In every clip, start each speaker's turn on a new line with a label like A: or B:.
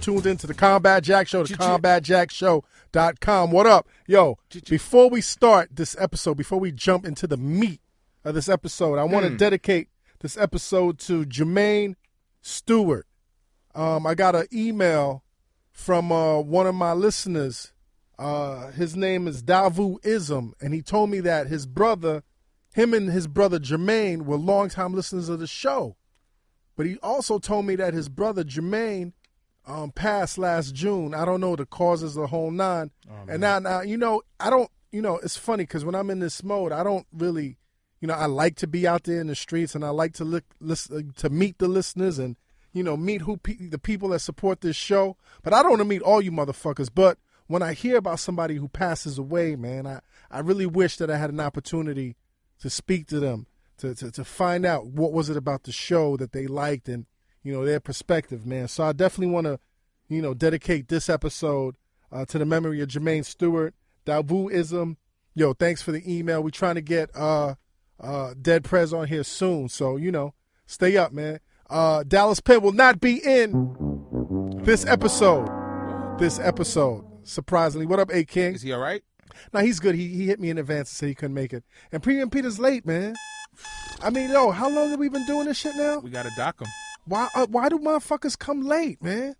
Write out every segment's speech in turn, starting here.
A: tuned into the Combat Jack Show, the combatjackshow.com. What up? Yo, before we start this episode, before we jump into the meat of this episode, I want to dedicate this episode to Jermaine Stewart. Um, I got an email from uh, one of my listeners. Uh, his name is Davu Ism, and he told me that his brother, him and his brother Jermaine, were longtime listeners of the show. But he also told me that his brother Jermaine um, passed last June. I don't know the causes, the whole nine. and now, now, you know, I don't, you know, it's funny because when I'm in this mode, I don't really, you know, I like to be out there in the streets and I like to look, listen, to meet the listeners and, you know, meet who pe- the people that support this show. But I don't want to meet all you motherfuckers. But when I hear about somebody who passes away, man, I, I really wish that I had an opportunity to speak to them to, to to find out what was it about the show that they liked and you know their perspective man so i definitely want to you know dedicate this episode uh, to the memory of jermaine stewart davuism yo thanks for the email we're trying to get uh uh dead prez on here soon so you know stay up man uh dallas pitt will not be in this episode this episode surprisingly what up a king
B: Is he all right?
A: now he's good. He he hit me in advance and said he couldn't make it. And Premium Peter's late, man. I mean, yo, how long have we been doing this shit now?
B: We gotta dock him.
A: Why uh, why do motherfuckers come late, man?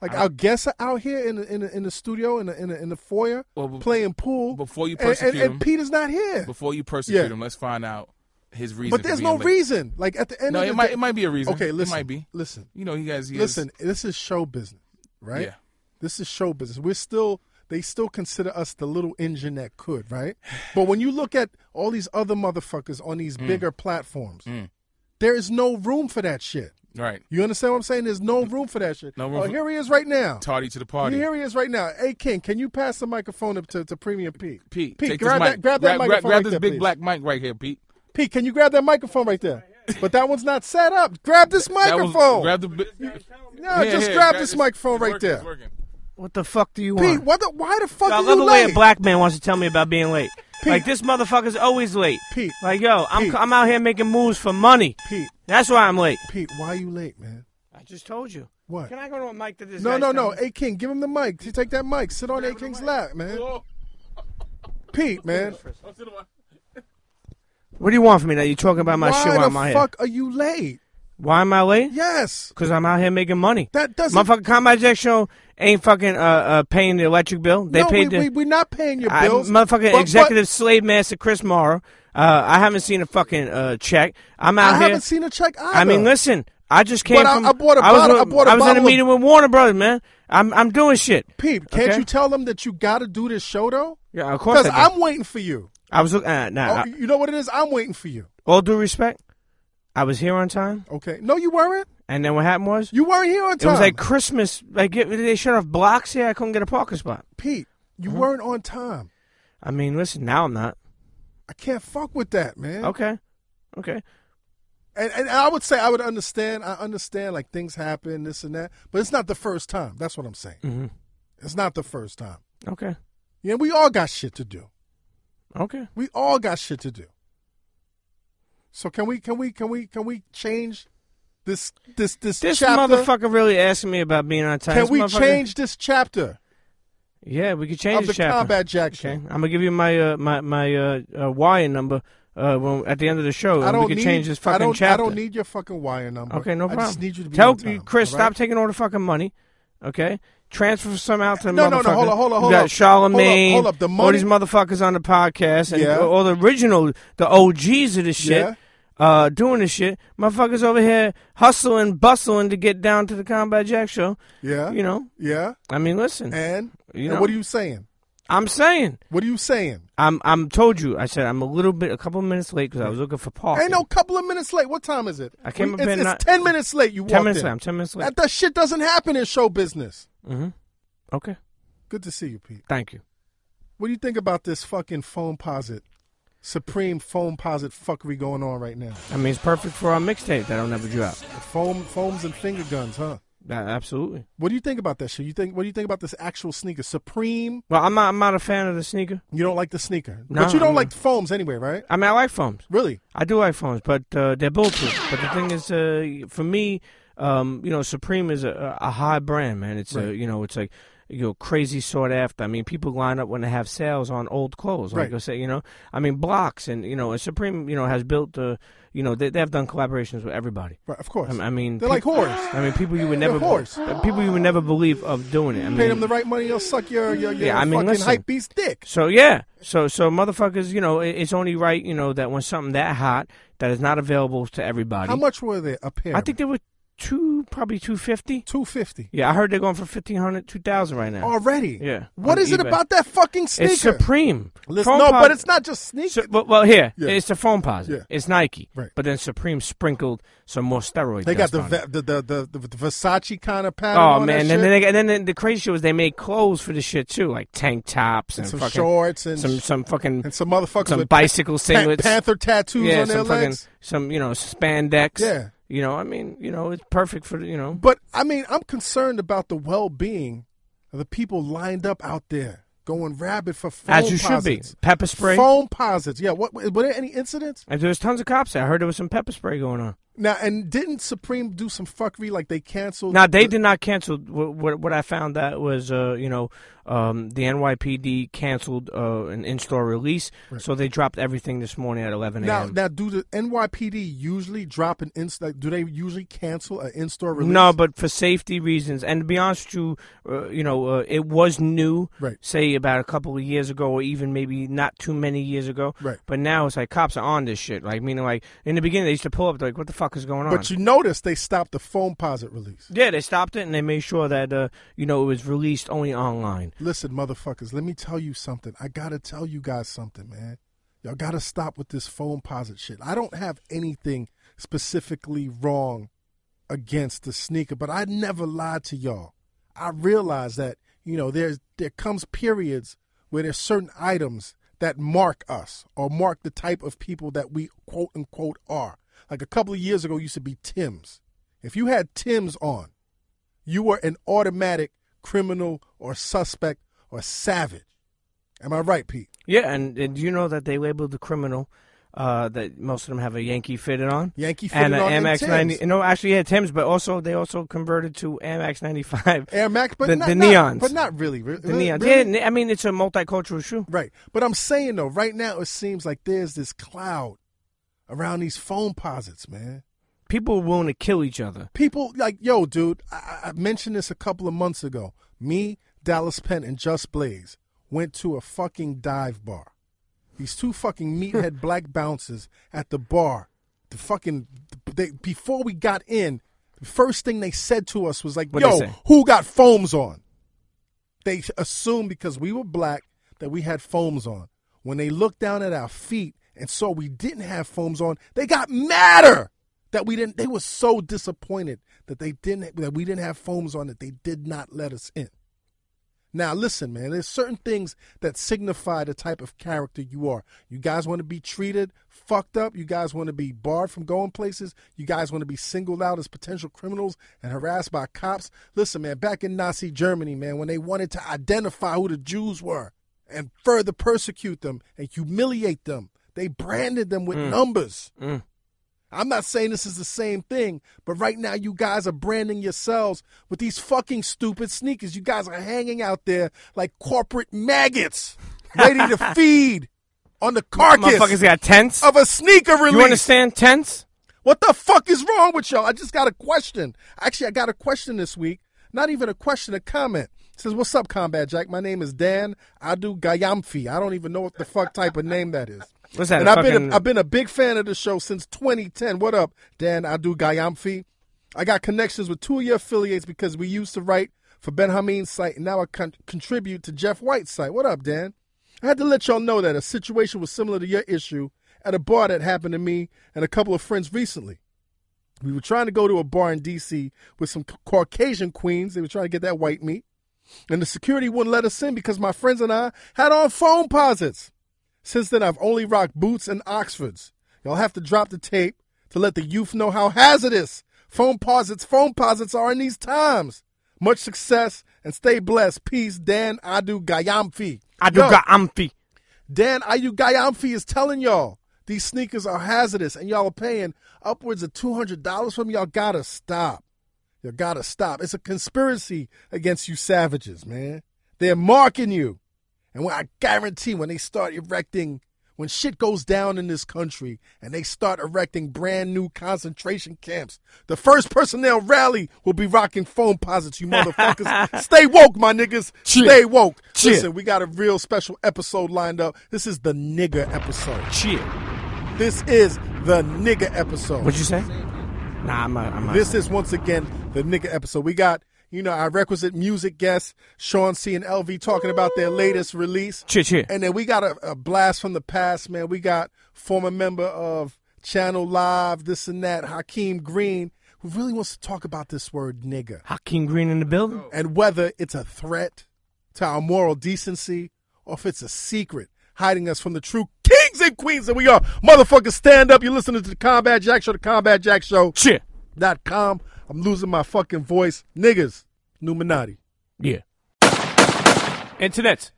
A: Like our guests are out here in the, in the, in the studio in the, in the in the foyer
B: Well, be-
A: playing pool
B: before you
A: and- and,
B: persecute
A: and,
B: him.
A: Peter's not here.
B: Before you persecute
A: Yeah.
B: him, let's find out his reason.
A: But
B: for
A: there's
B: being
A: no
B: late.
A: reason. Like at the end
B: No,
A: of the
B: it might
A: day-
B: it might be a reason.
A: Okay, listen.
B: It might be.
A: Listen.
B: You know, he guys. He
A: Listen, this is show business, right?
B: Yeah.
A: This is show business. We're still they still consider us the little engine that could, right? But when you look at all these other motherfuckers on
B: Mm.
A: these bigger platforms, there is no room for that shit.
B: Is, right.
A: You understand what I'm saying? There's no room for that shit.
B: Mm. No room
A: oh,
B: for-
A: here he is right now.
B: Tardy to the party.
A: Here he is right now. Hey, King, can you pass the microphone up to, to Premium Pete?
B: Pete,
A: Pete
B: take
A: grab,
B: this
A: that,
B: mic.
A: grab that microphone
B: Grab,
A: right
B: this
A: there,
B: big
A: please.
B: black mic right here, Pete.
A: Pete, can you grab that microphone right there? But that one's not set up. Grab this
B: That was-
A: microphone.
B: Grab the. bi-
A: No,
B: Yeah,
A: just
B: yeah,
A: grab
B: that-
A: this
B: it's-
A: microphone
B: it's
A: right
B: working,
A: there.
B: it's working.
C: What the fuck do you
A: Pete,
C: want?
A: what the, why the fuck
C: I
A: are
C: love
A: you
C: the way
A: late?
C: a black man wants to tell me about being late. Like this motherfucker's always late.
A: Pete.
C: Like yo, I'm
A: Pete.
C: I'm out here making moves for money.
A: Pete,
C: That's why I'm late.
A: Pete, why are you late, man?
C: I just told you.
A: What?
C: Can I go to a mic that this?
A: No,
C: guy's
A: no, no.
C: telling me?
A: A King, give him the mic. T- Take that mic. Sit on A King's lap, man. Pete, man.
C: What do you want from me? Now you talking about my
A: why
C: shoe
A: the
C: on my
A: fuck are you late?
C: head? Why am I late?
A: Yes.
C: Because I'm out here making money.
A: That doesn't.
C: Motherfucking Combat Jack Show ain't fucking uh, uh paying the electric bill. They
A: no,
C: paid the
A: we, we, we're not paying your
C: I,
A: bills.
C: motherfucking
A: But-
C: executive slave master Chris Morrow. Uh, I haven't seen a fucking uh, check. I'm
A: but
C: out
A: I
C: here.
A: haven't seen a check either.
C: I mean, listen. I just came
A: But I-
C: from.
A: I bought a
C: was
A: bottle-
C: with-
A: I bought
C: was
A: a
C: in a
A: bottle of-
C: meeting with Warner Brothers, man. I'm I'm doing shit.
A: Pete, can't
C: Okay.
A: you tell them that you got to do this show, though?
C: Yeah, of course. I
A: Because
C: do.
A: I'm waiting for you.
C: I was looking. Uh,
A: Oh,
C: nah, I-
A: you know what it is? I'm waiting for you.
C: all due respect, I was here on time,
A: Okay. No, you weren't.
C: and then what happened was
A: You weren't here on
C: it
A: time.
C: was like Christmas. Like it- they shut off blocks here. I couldn't get a parking spot.
A: Pete, you
C: Uh-huh.
A: weren't on time.
C: I mean, listen. Now I'm not.
A: I can't fuck with that, man.
C: Okay. Okay.
A: And, and I would say I would understand. I understand like things happen, this and that, but it's not the first time. That's what I'm saying.
C: Mhm.
A: It's not the first time.
C: Okay.
A: Yeah, we all got shit to do.
C: Okay.
A: We all got shit to do. So can we can we can we can we change this this this,
C: This
A: chapter?
C: motherfucker really asking me about being on time.
A: can
C: This
A: we
C: motherfucker-
A: change this chapter
C: Yeah, we could change
A: of the
C: the chapter.
A: combat jack show?
C: Okay, I'm gonna give you my uh, my my uh, uh, wire number uh, when, at the end of the show.
A: I
C: and
A: don't
C: we could
A: need
C: change this fucking
A: I don't,
C: chapter.
A: I don't need your fucking wire number.
C: okay, no problem.
A: I just need you to be
C: Tell
A: on time,
C: Chris,
A: all right?
C: stop taking all the fucking money. Okay, transfer some out to the
A: No, no,
C: motherfuckers.
A: no, hold on, hold on,
C: You
A: hold
C: got
A: on.
C: Charlemagne.
A: Hold up, hold up, the
C: All
A: money-
C: these motherfuckers on the podcast and
A: Yeah.
C: all the original, the OGs of this shit.
A: Yeah.
C: Uh, doing this shit, motherfuckers over here hustling, bustling to get down to the Combat Jack show.
A: Yeah,
C: You know,
A: yeah,
C: I mean, listen,
A: and,
C: You
A: and
C: know.
A: what are you saying?
C: I'm saying,
A: What are you saying?
C: I'm I'm told you. I said I'm a little bit, a couple minutes late because I was looking for parking.
A: Ain't no couple of minutes late. What time is it?
C: I came
A: We-
C: up
A: it's,
C: in
A: it's
C: not-
A: ten minutes late. You
C: ten
A: walked
C: minutes
A: in.
C: late. I'm ten minutes late. Mm-hmm.
A: That, that shit doesn't happen in show business.
C: Okay,
A: Good to see you, Pete.
C: thank you.
A: What do you think about this fucking phone posit, supreme phone posit fuckery going on right now?
C: I mean, it's perfect for our mixtape that'll never drop.
A: Foam, foams and finger guns, huh?
C: Uh, absolutely.
A: What do you think about that shit? You think? What do you think about this actual sneaker? Supreme.
C: Well, I'm not, I'm not a fan of the sneaker.
A: You don't like the sneaker,
C: No,
A: but you don't
C: I'm-
A: like foams anyway, right?
C: I mean, I like foams.
A: Really?
C: I do like foams, but uh, they're bulletproof. But the thing is, uh, for me, um, you know, Supreme is a, a high brand, man. It's a, you know, it's like you know, crazy sought after. I mean, people line up when they have sales on old clothes. Like
A: Right.
C: I say, you know, I mean, Blocks and you know, and Supreme, you know, has built the, you know, they, they've done collaborations with everybody.
A: Right, of course.
C: I, I mean,
A: They're like whores.
C: I mean, people you would never, uh,
A: whores.
C: people you would never believe of doing it. I
A: Pay
C: mean,
A: them the right money, they'll suck your your, your
C: Yeah, I mean,
A: fucking
C: listen.
A: hype beast dick.
C: So yeah, so so motherfuckers, you know, it, it's only right, you know, that when something that hot that is not available to everybody.
A: How much were they up here?
C: I think they were two, probably two fifty.
A: two fifty
C: Yeah, I heard they're going for 1500 2000 right now.
A: already.
C: Yeah,
A: What
C: on
A: is it
C: eBay.
A: about that fucking Oh, sneaker?
C: It's Supreme.
A: Listen,
C: Foam
A: no,
C: pos-
A: but it's not just sneaker.
C: Su- well, well, here
A: Yeah.
C: it's the phone posit.
A: Yeah.
C: It's Nike,
A: Right.
C: But then Supreme sprinkled some more steroids.
A: they got the,
C: on it.
A: ve- the, the the the the Versace kind of pattern.
C: Oh man,
A: on that
C: and
A: shit.
C: then they got, and then the crazy shit was they made clothes for the shit too, like tank tops and,
A: some
C: fucking
A: shorts and
C: some some fucking
A: and some motherfuckers
C: some
A: with
C: bicycle
A: pa-
C: singlets.
A: panther tattoos
C: yeah,
A: on their
C: some fucking
A: legs.
C: some you know spandex.
A: Yeah.
C: you know, I mean, you know, it's perfect for you know.
A: But I mean, I'm concerned about the well-being of the people lined up out there going rabid for phone
C: As you should be.
A: posits.
C: Pepper spray.
A: Phone posits. Yeah. What were there any incidents?
C: And there was tons of cops. there. I heard there was some pepper spray going on.
A: Now, and didn't Supreme do some fuckery like they canceled?
C: Now they
A: the-
C: did not cancel. What, what, what I found out was, uh, you know, um, the NYPD canceled uh, an in-store release, so they dropped everything this morning at 11
A: Now,
C: a.m.
A: now, do the NYPD usually drop an in? Like, do they usually cancel an in-store release?
C: No, but for safety reasons, and to be honest with you, uh, you know, uh, it was new,
A: Right.
C: say about a couple of years ago, or even maybe not too many years ago.
A: Right.
C: But now it's like cops are on this shit. Like meaning, like in the beginning, they used to pull up, they're like, "What the fuck is going on?"
A: But you notice they stopped the phone posit release.
C: yeah, they stopped it and they made sure that uh, you know it was released only online.
A: Listen, motherfuckers, let me tell you something. I gotta tell you guys something, man. Y'all gotta stop with this phone posit shit. I don't have anything specifically wrong against the sneaker, but I never lied to y'all. I realize that, you know, there's there comes periods where there's certain items that mark us or mark the type of people that we quote unquote are. Like a couple of years ago used to be Tim's. If you had Tim's on, you were an automatic criminal or suspect or savage. Am I right, Pete?
C: Yeah, and, and you know that they labeled the criminal uh, that most of them have a Yankee fitted on.
A: Yankee
C: and
A: fitted on and
C: MX ninety.
A: Timbs.
C: No, actually, yeah, Tim's, but also they also converted to MX ninety five.
A: Air Max, but
C: The-
A: not,
C: the
A: not-
C: neons.
A: but not really. re-
C: The
A: re-
C: neon.
A: really?
C: Yeah, I mean it's a multicultural shoe.
A: Right. But I'm saying though, right now it seems like there's this cloud around these phone posits, man.
C: People are willing to kill each other.
A: People like, yo, dude, I- I, I mentioned this a couple of months ago. Me, Dallas Penn, and Just Blaze went to a fucking dive bar. These two fucking meathead black bouncers at the bar. The fucking they, before we got in, the first thing they said to us was like,
C: What'd they
A: "Yo,
C: say?
A: who got foams on?" They assumed because we were black that we had foams on. When they looked down at our feet and saw we didn't have foams on, they got madder that we didn't. They were so disappointed that they didn't that we didn't have foams on that they did not let us in. Now, listen, man, there's certain things that signify the type of character you are. You guys want to be treated fucked up. You guys want to be barred from going places. You guys want to be singled out as potential criminals and harassed by cops. Listen, man, back in Nazi Germany, man, when they wanted to identify who the Jews were and further persecute them and humiliate them, they branded them with numbers.
C: Mm.
A: I'm not saying this is the same thing, but right now you guys are branding yourselves with these fucking stupid sneakers. You guys are hanging out there like corporate maggots, ready to feed on the
C: Motherfuckers
A: carcass
C: got tents.
A: of a sneaker release.
C: You understand tents?
A: What the fuck is wrong with y'all? I just got a question. Actually, I got a question this week. Not even a question, a comment. It says, "What's up, Combat Jack? My name is Dan Adu Gayamfi. I don't even know what the fuck type of name that is."
C: What's that?
A: and
C: a
A: I've been
C: fucking-
A: a, I've been a big fan of the show since 2010. What up, Dan? I do Guyamfi. I got connections with two of your affiliates because we used to write for Ben Hameen's site, and now I con- contribute to Jeff White's site. What up, Dan? I had to let y'all know that a situation was similar to your issue at a bar that happened to me and a couple of friends recently. We were trying to go to a bar in D.C. with some Caucasian queens. They were trying to get that white meat, and the security wouldn't let us in because my friends and I had on phone posits. Since then, I've only rocked boots and Oxfords. Y'all have to drop the tape to let the youth know how hazardous phone posits, phone posits are in these times. Much success and stay blessed. Peace, Dan Adu Gayamfi.
C: I do
A: Yo,
C: got amphi.
A: Dan Adu Gayamfi is telling y'all these sneakers are hazardous and y'all are paying upwards of $200 from y'all. Gotta stop. You gotta stop. It's a conspiracy against you savages, man. They're marking you. And when I guarantee when they start erecting, when shit goes down in this country and they start erecting brand new concentration camps, the first person they'll rally will be rocking phone posits, you motherfuckers. Stay woke, my niggas.
C: Cheer.
A: Stay woke.
C: Cheer.
A: Listen, we got a real special episode lined up. This is the nigga episode.
C: Cheer.
A: This is the nigga episode.
C: What'd you say? Nah, I'm not. I'm not.
A: This is once again the nigga episode. We got, you know, our requisite music guests, Sean C and LV talking about their latest release.
C: cheer, cheer.
A: And then we got a, a blast from the past, man. We got former member of Channel Live, this and that, Hakeem Green, who really wants to talk about this word nigga
C: Hakeem Green in the building.
A: and whether it's a threat to our moral decency or if it's a secret hiding us from the true kings and queens that we are. Motherfuckers, stand up. You're listening to the Combat Jack Show, the Combat Jack Show
C: Cheer.
A: dot com. I'm losing my fucking voice. Niggas, Numinati.
C: Yeah. Internet,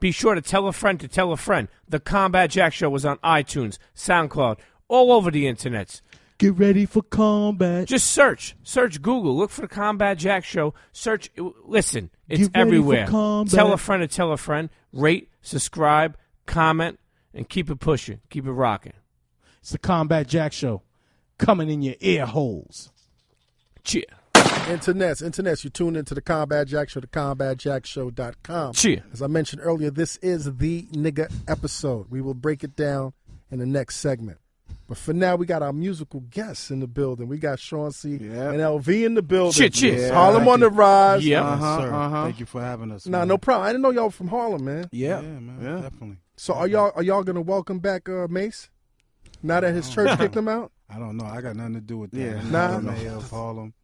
C: be sure to tell a friend to tell a friend. The Combat Jack Show was on iTunes, SoundCloud, all over the internet.
D: Get ready for combat.
C: Just search, search Google, look for the Combat Jack Show. Search, listen, it's
D: Get ready for
C: everywhere.
D: combat.
C: Tell a friend to tell a friend. Rate, subscribe, comment, and keep it pushing, keep it rocking.
D: It's the Combat Jack Show coming in your ear holes.
C: Cheer,
A: Internets, internets, you tune into the Combat Jack Show, the combatjackshow.com.
C: cheer.
A: As I mentioned earlier, this is the nigga episode. We will break it down in the next segment. But for now, we got our musical guests in the building. We got Sean C and LV in the building.
C: Shit, shit. Yeah,
A: Harlem
E: I like
A: on the
E: it.
A: rise.
C: Yep.
E: Uh-huh,
D: sir.
E: uh-huh. Thank you for having us.
A: Nah,
E: man.
A: no problem. I didn't know y'all were from Harlem, man.
E: Yeah, man, definitely.
A: So are y'all are y'all gonna welcome back uh, Mace? Now that his church kicked him out?
E: I don't know. I got nothing to do with that. Yeah,
A: Nah.
E: nah, mayor of Harlem.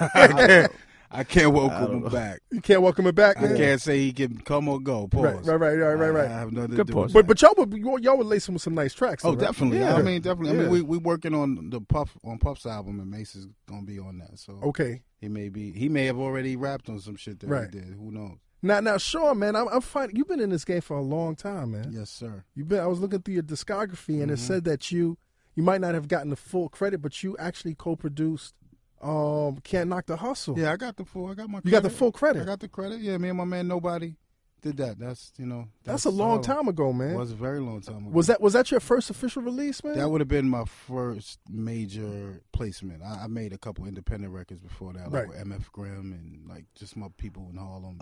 E: I can't, I can't welcome him back.
A: You can't welcome him back,
E: I
A: man.
E: can't say he can come or go. Pause.
A: Right, right, right, right, right,
E: I
A: right.
E: have nothing
C: Good
E: to do
C: pause.
E: with
A: But
E: that.
A: but y'all would y'all would lace him with some nice tracks.
E: Oh,
A: though, right?
E: definitely.
A: Yeah.
E: I mean, definitely. I
A: Yeah.
E: mean, we we working on the Puff on Puff's album, and Mace is gonna be on that. So
A: Okay.
E: he may be he may have already rapped on some shit that
A: Oh. Right.
E: we did. Who knows?
A: Now now Sean, man, I'm I'm fine. You've been in this game for a long time, man.
E: Yes, sir.
A: You've been. I was looking through your discography, and
E: Mm-hmm.
A: it said that you you might not have gotten the full credit, but you actually co-produced um "Can't Knock the Hustle."
E: Yeah, I got the full. I got my.
A: You got the full
E: I
A: credit.
E: got the credit. Yeah, me and my man. Nobody did that. That's you know.
A: That's, a long
E: uh,
A: time ago, man. Was,
E: Was a very long time ago.
A: that Eh? was that your first official release, man?
E: That would have been my first major placement. I, I made a couple independent records before that,
A: Right.
E: like with MF Grimm and like just my people in Harlem.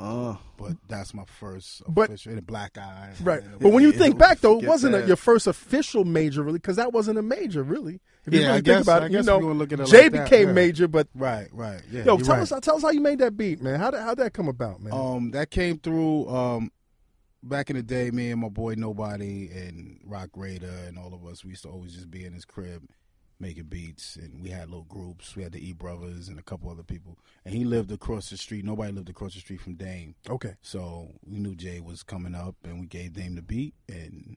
E: but that's my first
A: But-
E: official. and Black Eye.
A: right.
E: And-
A: But when you
E: Yeah,
A: think back, though, it
E: get
A: wasn't a,
E: that.
A: your first official major, really, because that wasn't a major, really. If you
E: Yeah, I
A: really think
E: guess-
A: about
E: I
A: it, you
E: guess
A: know,
E: we gonna look at it
A: Jay
E: like that,
A: became
E: yeah.
A: major, but
E: Right. Right. Yeah.
A: yo,
E: you're
A: tell
E: right.
A: us tell us how you made that beat, man. How did how that come about, man?
E: Um, that came through um, back in the day. Me and my boy Nobody and Rock Raider and all of us. We used to always just be in his crib making beats, and we had little groups. We had the E Brothers and a couple other people. And he lived across the street. Nobody lived across the street from Dame,
A: okay,
E: so we knew Jay was coming up, and we gave Dame the beat, and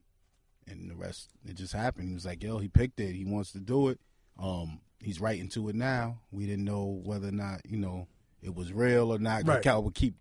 E: and the rest it just happened. He was like, "Yo, he picked it. He wants to do it. Um, he's writing to it now. We didn't know whether or not you know." It was real or not.
A: Right.
E: Right. I would keep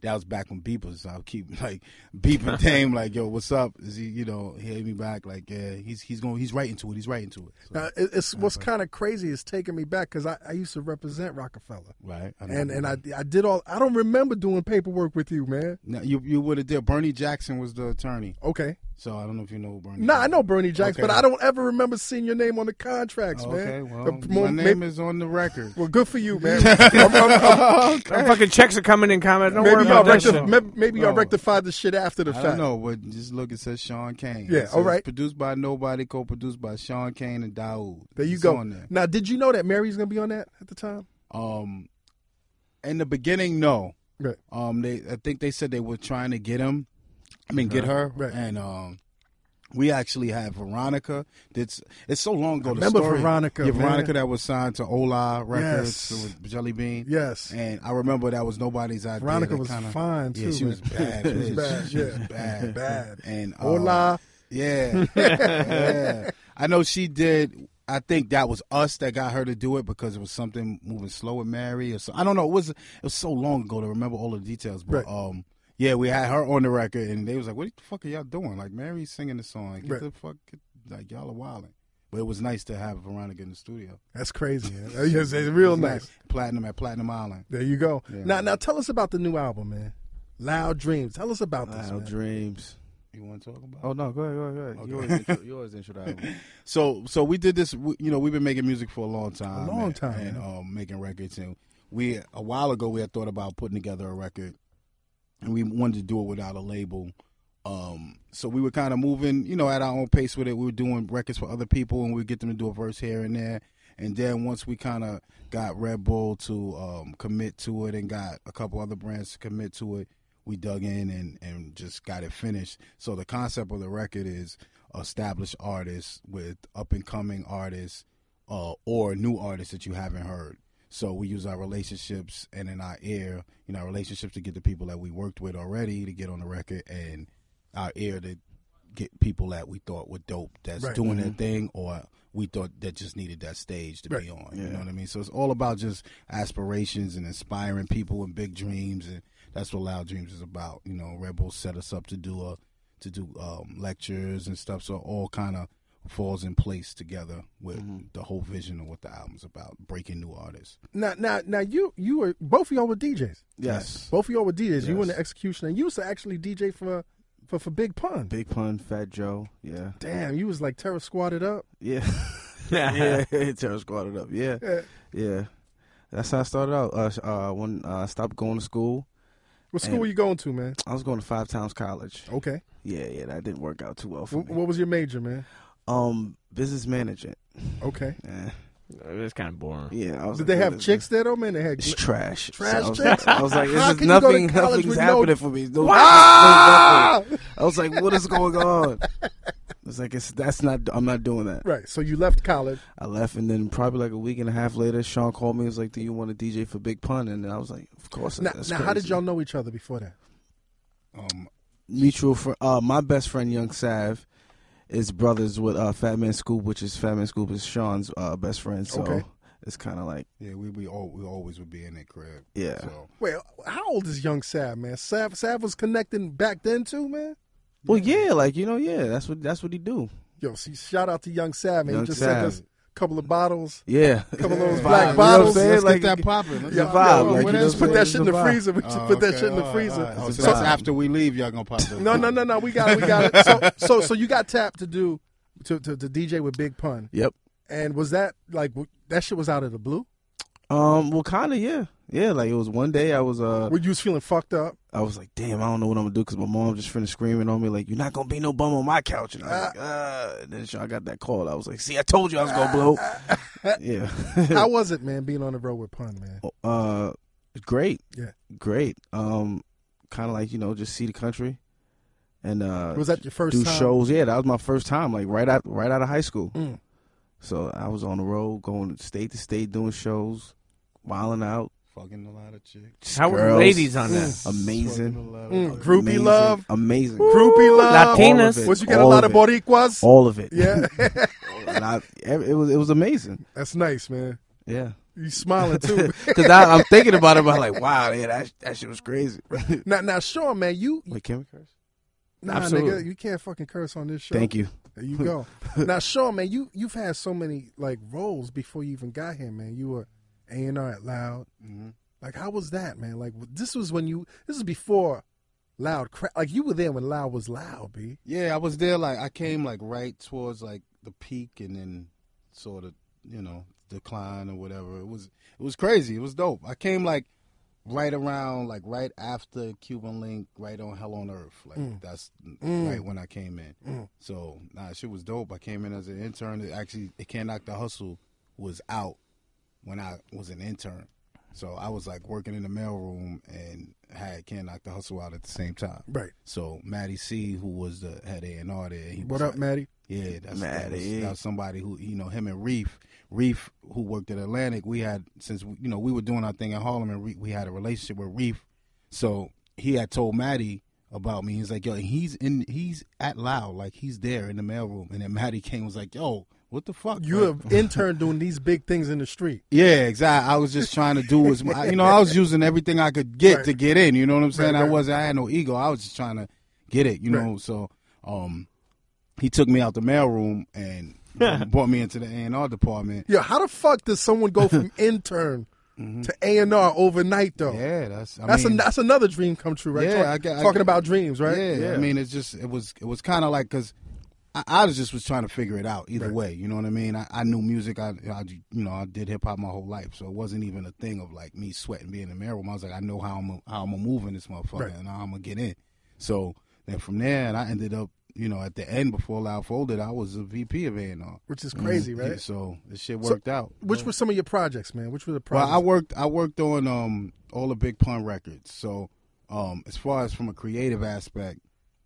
E: that was back when beepers. So I'll keep like beeping Dame like, "Yo, what's up?" Is he, you know, he hit me back like, "Yeah, he's he's going, he's writing to it, he's writing to it." So,
A: now Uh, it, it's what's
E: uh-huh.
A: kind of crazy is taking me back because I, I used to represent Rockefeller.
E: right, I don't
A: and and
E: know.
A: I, I did all I don't remember doing paperwork with you, man.
E: Now, you you would have did. Bernie Jackson was the attorney,
A: Okay.
E: so I don't know if you know who Bernie.
A: No, nah, I
E: Jackson
A: know Bernie Jackson,
E: Okay.
A: but I don't ever remember seeing your name on the contracts,
E: Okay,
A: man.
E: well,
A: Uh,
E: my
A: mo-
E: name
A: may-
E: is on the record.
A: well, good for you, man. I'm- I'm- I'm-
C: Our fucking checks are coming in, comment. Don't worry
A: maybe
C: about that.
A: y'all
E: rectif-
A: rectified
C: shit.
E: show.
A: maybe y'all
E: No.
A: rectified the shit after the
E: I
A: fact.
E: don't know, but just look, it says Sean Kane.
A: Yeah,
E: It says
A: all right.
E: Produced by nobody, co-produced by Sean Kane and Daoud.
A: There you
E: It's
A: go.
E: on there.
A: Now, did you know that Mary's gonna be on that at the time?
E: Um, in the beginning, no.
A: Right.
E: Um, they I think they said they were trying to get him. I mean, get her.
A: Uh-huh. Right.
E: And um, we actually had Veronica. That's it's so long ago. the
A: remember
E: story.
A: Veronica,
E: Yeah,
A: man.
E: Veronica that was signed to Ola
A: Yes.
E: Records with Jelly Bean.
A: Yes.
E: And I remember that was nobody's idea.
A: Veronica
E: That
A: was
E: kinda-
A: fine
E: Yeah,
A: too.
E: she was bad.
A: She was bad,
E: She was
A: yeah.
E: bad.
A: Bad.
E: And um,
A: Hola.
E: yeah. yeah. I know she did. I think that was us that got her to do it because it was something moving slow with Mary or so. I don't know. It was it was so long ago to remember all the details, but
A: Right.
E: um, yeah, we had her on the record and they was like, "What the fuck are y'all doing?" Like Mary's singing the song. Like, get
A: Right.
E: the fuck, get, like y'all are wilding. But it was nice to have Veronica in the studio.
A: That's crazy. man. That- yes, it's real
E: It was
A: nice.
E: Platinum at Platinum Island.
A: There you go. Now, now tell us about the new album, man. Loud Dreams. Tell us about this.
F: Loud
A: man.
F: dreams.
E: You want to talk about? it?
F: Oh no, go ahead, go ahead, go ahead. You always intro, you always intro the album.
E: So so we did this. We, you know, we've been making music for a long time,
A: A long
E: and-
A: time,
E: and
A: man.
E: um, making records. And we a while ago we had thought about putting together a record, and we wanted to do it without a label. Um, so we were kind of moving, you know, at our own pace with it. We were doing records for other people, and we would get them to do a verse here and there. And then once we kind of got Red Bull to um, commit to it, and got a couple other brands to commit to it, we dug in and and just got it finished. So the concept of the record is established artists with up and coming artists uh, or new artists that you haven't heard. So we use our relationships and in our ear, you know, our relationships to get the people that we worked with already to get on the record, and our ear to get people that we thought were dope that's
A: Right.
E: doing their thing, or we thought that just needed that stage to be on. You know what I mean? So it's all about just aspirations and inspiring people and big dreams, and that's what Loud Dreams is about. You know, Red Bull set us up to do a to do um, lectures and stuff, so it all kind of falls in place together with
A: Mm-hmm.
E: the whole vision of what the album's about, breaking new artists.
A: Now, now, now, you you were both of y'all were DJs.
F: Yes.
A: Both of y'all were DJs. You were in
F: Yes.
A: the execution, and you was actually DJ for for for Big Pun.
F: Big pun, Fat Joe. Yeah,
A: Damn, you was like terror squatted up.
F: yeah, yeah. Terror squatted up. Yeah, yeah. That's how I started out. Uh, sh- uh, when uh, I stopped going to school,
A: What school
F: And-
A: were you going to, man?
F: I was going to Five Towns College.
A: Okay.
F: Yeah, yeah. That didn't work out too well for
A: Wh-
F: me.
A: What was your major, man?
F: Um, business management.
A: Okay.
F: Yeah,
C: It's kind of boring.
F: yeah. I was
A: Did
F: like,
A: they
F: what
A: have
F: is
A: chicks there though, man? They had.
F: This? It's trash.
A: Trash
F: I was,
A: chicks?
F: I was like,
A: How
F: this is
A: can you go to
F: nothing.
A: college
F: Nothing's
A: with no-
F: happening for me. No,
A: Ah!
F: nothing. I was like, what is going on? It's like it's that's not. I'm not doing that.
A: Right. So you left college.
F: I left, and then probably like a week and a half later, Sean called me. He was like, "Do you want to DJ for Big Pun?" And I was like, "Of course."
A: Now,
F: that's
A: now how did
F: crazy."
A: y'all know each other before that?
E: Um,
F: mutual friend? Uh, my best friend, Young Sav, is brothers with uh, Fat Man Scoop, which is Fat Man Scoop is Sean's uh, best friend. So
A: Okay.
F: it's kind of like,
E: yeah, we we, all, we always would be in that crib.
F: yeah,
E: So
A: Wait, how old is young Sav, man? Sav, Sav was connecting back then too, man.
F: well, yeah, like you know, yeah, that's what that's what he do.
A: Yo, see, shout out to young Sav, man.
F: Young
A: he just
F: Sav.
A: sent us a couple of bottles.
F: Yeah,
A: Couple of those
F: Vibe,
A: black
F: you know what I'm
A: bottles.
F: saying?
E: let's
F: Like,
E: get that popping. Let's
F: Yeah,
E: get-
F: vibe,
E: Yo,
F: like,
E: what
F: you know
E: else
A: just put
E: was-
A: that shit in the
F: It's a vibe.
A: freezer. We should
E: Oh,
A: put that
E: okay.
A: shit in the
E: Oh,
A: freezer.
E: all right. Oh,
F: It's
E: so
F: a
E: that's
F: vibe.
E: after we leave, y'all gonna pop it.
A: No, no, no, no. We got it. We got it. So, so, so you got tapped to do to, to, to DJ with Big Pun,
F: Yep.
A: and was that like w- that shit was out of the blue?
F: Um. Well, kind of. Yeah. Yeah. Like it was one day I was uh
A: Where you was feeling fucked up?
F: I was like, damn, I don't know what I'm gonna do because my mom just finished screaming on me like, you're not gonna be no bum on my couch. And I was like, ah. And then I got that call. I was like, see, I told you I was gonna blow. yeah.
A: How was it, man? Being on the road with Pun, man.
F: uh, great.
A: Yeah.
F: Great. Um, kind of like you know, just see the country, and uh,
A: Was that your first
F: do
A: time?
F: shows. Yeah, that was my first time. Like right out, right out of high school.
A: Mm.
F: So I was on the road, going state to state, doing shows, wilding out.
E: Fucking a lot of chicks.
C: How were
F: Girls.
C: ladies on that?
F: Amazing.
E: Fucking a lot of-
A: Mm, groupie
F: Amazing.
A: love,
F: Amazing.
A: groupie love.
F: All
C: Latinas.
F: of it.
A: Was you get a
F: All
A: lot of
F: it.
A: Boricuas?
F: all of it.
A: Yeah,
F: and I, ev- it was it was amazing.
A: that's nice, man.
F: Yeah,
A: You smiling too.
F: because I'm thinking about it, but I'm like, wow, yeah, that that shit was crazy.
A: now, now, Sean, man, you
F: Wait, can we curse?
A: nah,
F: absolutely.
A: nigga, you can't fucking curse on this show.
F: Thank you.
A: There you go. now, Sean, man, you you've had so many like roles before you even got here, man. You were A and R at Loud. Like, how was that, man? Like, w- this was when you this is before Loud. Cra- like, you were there when Loud was loud, b.
E: Yeah, I was there. Like I came like right towards like the peak, and then sort of you know decline or whatever. It was it was crazy. It was dope. I came like right around like right after Cuban Link, right on Hell on Earth. Like that's right when I came in. So nah, shit was dope. I came in as an intern. It actually, it can't knock the hustle was out when I was an intern. So I was like working in the mailroom and had Can Knock the Hustle out at the same time.
A: Right.
E: So Matty C, who was the head A and R there, he
A: What
E: was
A: up,
E: like-
A: Maddie?
E: Yeah, that's, that, was,
F: Matty.
E: that was somebody who you know him and Reef, Reef who worked at Atlantic. We had since you know we were doing our thing in Harlem and Reef, we had a relationship with Reef. So he had told Matty about me. He's like, yo, he's in, he's at Loud, like he's there in the mailroom. And then Matty came and was like, yo, what the fuck?
A: You
E: Like,
A: have interned doing these big things in the street.
E: yeah, exactly. I was just trying to do as mu- you know. I was using everything I could get
A: Right.
E: to get in. You know what I'm saying?
A: Right, right.
E: I was. not I had no ego. I was just trying to get it. You know. So, um, he took me out the mailroom and brought me into the A and R department.
A: Yeah, how the fuck does someone go from intern to A and R overnight though?
E: Yeah, that's I
A: that's
E: mean,
A: a, that's another dream come true, right?
E: Yeah,
A: Talk-
E: I get- I
A: talking
E: get-
A: about dreams, right?
E: Yeah, I mean, it's just it was it was kind of like because I, I was just was trying to figure it out either way. You know what I mean? I, I knew music. I, I you know I did hip hop my whole life, so it wasn't even a thing of like me sweating being in the mirror. room. I was like, I know how I'm a, how I'm gonna move in this motherfucker and how I'm gonna get in. So then from there, and I ended up you know at the end before Loud folded, I was a VP of A&R.
A: which is crazy,
E: Yeah,
A: right?
E: so this shit worked out.
A: Which were some of your projects, man? Which were the
E: Well,
A: projects?
E: I worked I worked on um all the Big Pun records. So um as far as from a creative aspect,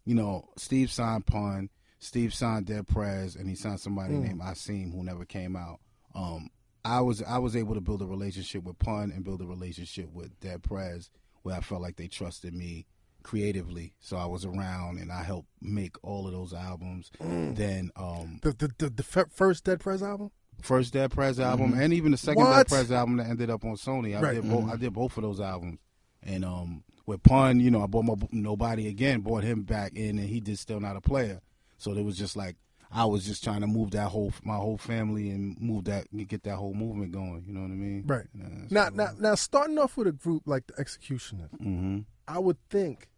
E: you know, Steve signed Pun, Steve signed Dead Prez, and he signed somebody named Asim who never came out. Um I was I was able to build a relationship with Pun and build a relationship with Dead Prez where I felt like they trusted me creatively. So I was around and I helped make all of those albums. Then um
A: the, the, the, the f- first Dead Prez album.
E: first Dead Prez album and even the second
A: Mm-hmm. What?
E: Dead Prez album that ended up on Sony. I
A: Right. Mm-hmm.
E: did both. I did both of those albums. And um, with Pun, you know, I bought my nobody again, bought him back in, and he did still not a player. So it was just like I was just trying to move that whole my whole family and move that get that whole movement going. You know what I mean?
A: Right.
E: Yeah, that's
A: Now,
E: what it
A: now, now, starting off with a group like the Executioners,
E: was. Mhm.
A: I would think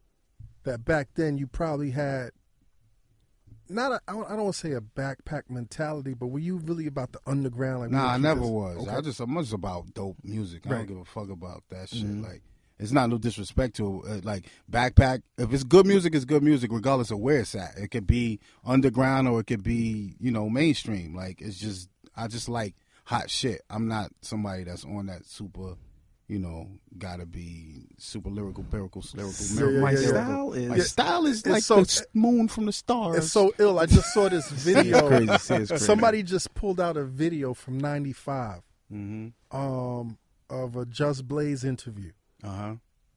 A: that back then you probably had not a, I don't I don't want to say a backpack mentality, but were you really about the underground? Like, we
E: Nah,
A: gonna
E: I
A: keep
E: never
A: this-
E: was.
A: Okay.
E: I just I'm just about dope music. I
A: Right. Mm-hmm.
E: don't give a fuck about that shit. Like it's not no disrespect to uh, like backpack. If it's good music, it's good music regardless of where it's at. It could be underground or it could be you know mainstream. Like it's just I just like hot shit. I'm not somebody that's on that super. You know, gotta be super lyrical, lyrical, lyrical. lyrical
A: My
E: lyrical.
F: style is-
E: my
F: Yeah.
E: style is like
A: so-
E: the s- moon from the stars.
A: It's so ill. I just saw this video.
F: crazy. See, it's crazy.
A: Somebody just pulled out a video from '95
E: mm-hmm.
A: um, of a Just Blaze interview,
E: uh huh.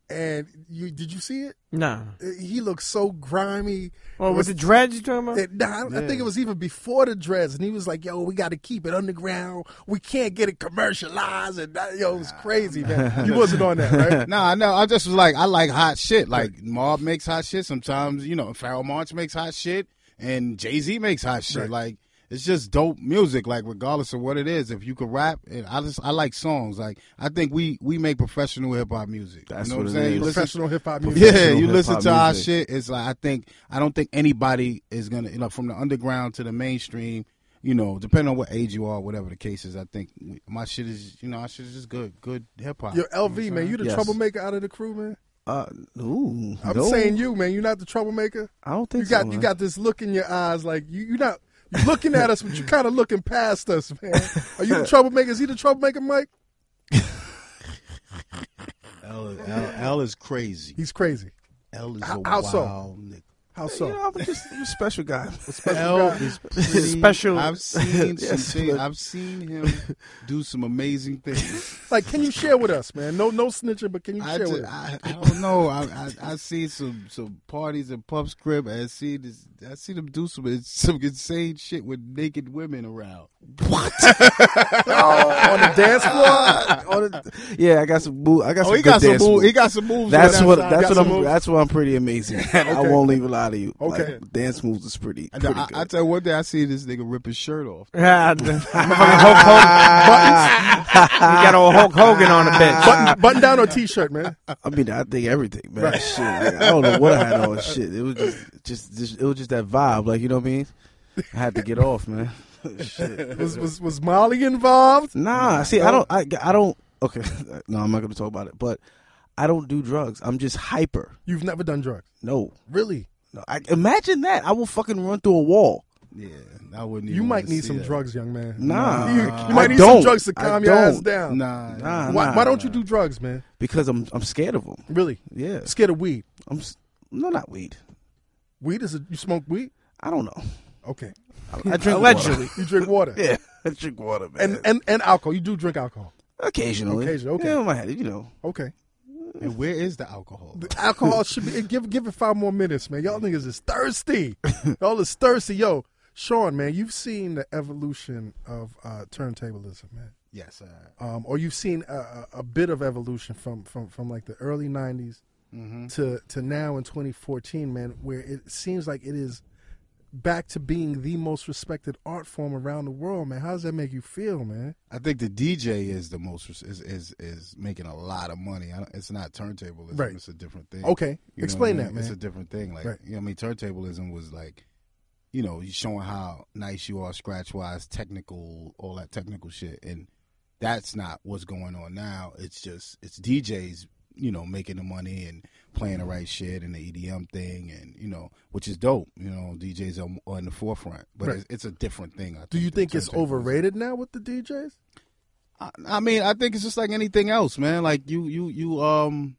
A: and you did you see it?
C: No.
A: Uh, He looked so grimy.
C: Well, with the dreads you talking about?
A: It, nah, I don't- I think it was even before the dreads, and he was like, "Yo, we got to keep it underground. We can't get it commercialized." And that, yo, it was crazy, man. You wasn't on that, right?
E: No, I know. I just was like, I like hot shit. Like Mob makes hot shit sometimes. You know, Pharrell March makes hot shit, and Jay Z makes hot shit.
A: Right.
E: Like it's just dope music. Like regardless of what it is, if you could rap, and I just I like songs. Like I think we we make professional hip hop music.
F: That's
E: you know I'm
F: what it
E: saying?
F: is.
E: You listen-
A: Professional hip hop music.
E: yeah, you
F: hip-hop
E: listen to our
F: music.
E: shit. It's like I think I don't think anybody is gonna you know from the underground to the mainstream. You know, depending on what age you are, whatever the case is, I think we- my shit is you know I shit is just good, good hip hop.
A: Yo, LV, man, you the
F: Yes.
A: troublemaker out of the crew, man.
F: Uh, ooh,
A: I'm
F: no,
A: saying you, man. You're not the troublemaker.
F: I don't think
A: You got
F: so,
A: you
F: man.
A: got this look in your eyes, like you you not you looking at us, but you kind of looking past us, man. Are you the troublemaker? Is he the troublemaker, Mike?
E: L, L, L is crazy.
A: He's crazy.
E: L is a
A: How- how so?
E: wild nigga.
A: How
F: You
A: so?
F: know, I'm just I'm a special guy.
E: L is pretty.
C: Special.
E: I've seen some
F: Yes,
E: things.
F: but-
E: I've seen him do some amazing things.
A: Like, can you share with us, man? No, no snitching, but can you
E: I,
A: share
E: just,
A: with us?
E: I, I don't know. I, I I see some some parties at Puff's crib. I see this. I see them do some some insane shit with naked women around.
A: Oh, on the dance floor. Oh,
F: On the- yeah, I got some. Move, I got some. good dance moves.
E: got some moves.
F: That's
E: on that
F: what.
E: side.
F: That's
E: Got
F: what
E: some
F: I'm.
E: moves.
F: That's why I'm pretty amazing. I won't even lie to you. Like,
A: Okay.
F: dance moves is pretty.
E: I,
F: pretty
E: I,
F: good.
E: I tell you one day I see this nigga rip his shirt off.
C: Yeah, the- motherfucking Hulk Hogan buttons. we got old Hulk Hogan on the bench.
F: Ah.
A: Button, button down or t-shirt, man.
F: I mean, I think everything, man. Shit, like, I don't know what I had on. Shit, it was just, just, just, it was just that vibe. Like you know what I mean? I had to get off, man. Shit.
A: Was was was Molly involved?
F: Nah, see, I don't, I, I don't. Okay, no, I'm not gonna talk about it. But I don't do drugs. I'm just hyper.
A: You've never done drugs,
F: No,
A: really?
F: no. I, imagine that. I will fucking run through a wall.
E: Yeah, I wouldn't.
A: You
E: even
A: might
E: wanna
A: need
E: see
A: some
E: that.
A: drugs, young man.
F: Nah,
A: you, you
F: I
A: might need some
F: don't.
A: drugs to
F: I
A: calm your ass
F: don't.
A: down.
E: Nah,
F: Nah,
A: Why,
F: nah.
A: why don't you do drugs, man?
F: Because I'm, I'm scared of them.
A: Really?
F: Yeah,
A: Scared of weed?
F: I'm. s- No, not weed.
A: Weed is a, you smoke weed?
F: I don't know.
A: Okay.
F: I, I drink
C: Allegedly.
A: You drink water.
F: Water. Yeah, I drink water, man.
A: And, and and alcohol. You do drink alcohol.
F: occasionally,
A: Occasionally, okay.
F: Yeah, in my head, you know.
A: Okay.
E: And where is the alcohol?
A: The alcohol should be give give it five more minutes, man. Y'all niggas is thirsty. Y'all is thirsty. Yo, Sean, man, you've seen the evolution of uh, turntablism, man.
E: Yes, sir.
A: um, or you've seen a, a, a bit of evolution from from from like the early
E: Mm-hmm.
A: '90s to to now in 2014, man, where it seems like it is back to being the most respected art form around the world, man. How does that make you feel, man?
E: I think the DJ is the most res- is is, is making a lot of money. I don't, it's not turntablism;
A: Right.
E: it's a different thing.
A: Okay,
E: You know
A: explain
E: what I
A: that,
E: mean? It's a
A: man.
E: different thing. Like
A: Right.
E: you know, what I mean, turntablism was like, you know, you showing how nice you are, scratch wise, technical, all that technical shit, and that's not what's going on now. It's just it's DJs, you know, making the money and playing the right shit and the EDM thing, and you know, which is dope. You know, DJs are, are in the forefront, but
A: Right.
E: it's, it's a different thing. I
A: Do you
E: than
A: think it's
E: turntablism.
A: overrated now with the DJs?
E: I, I mean, I think it's just like anything else, man. Like you, you, you. Um,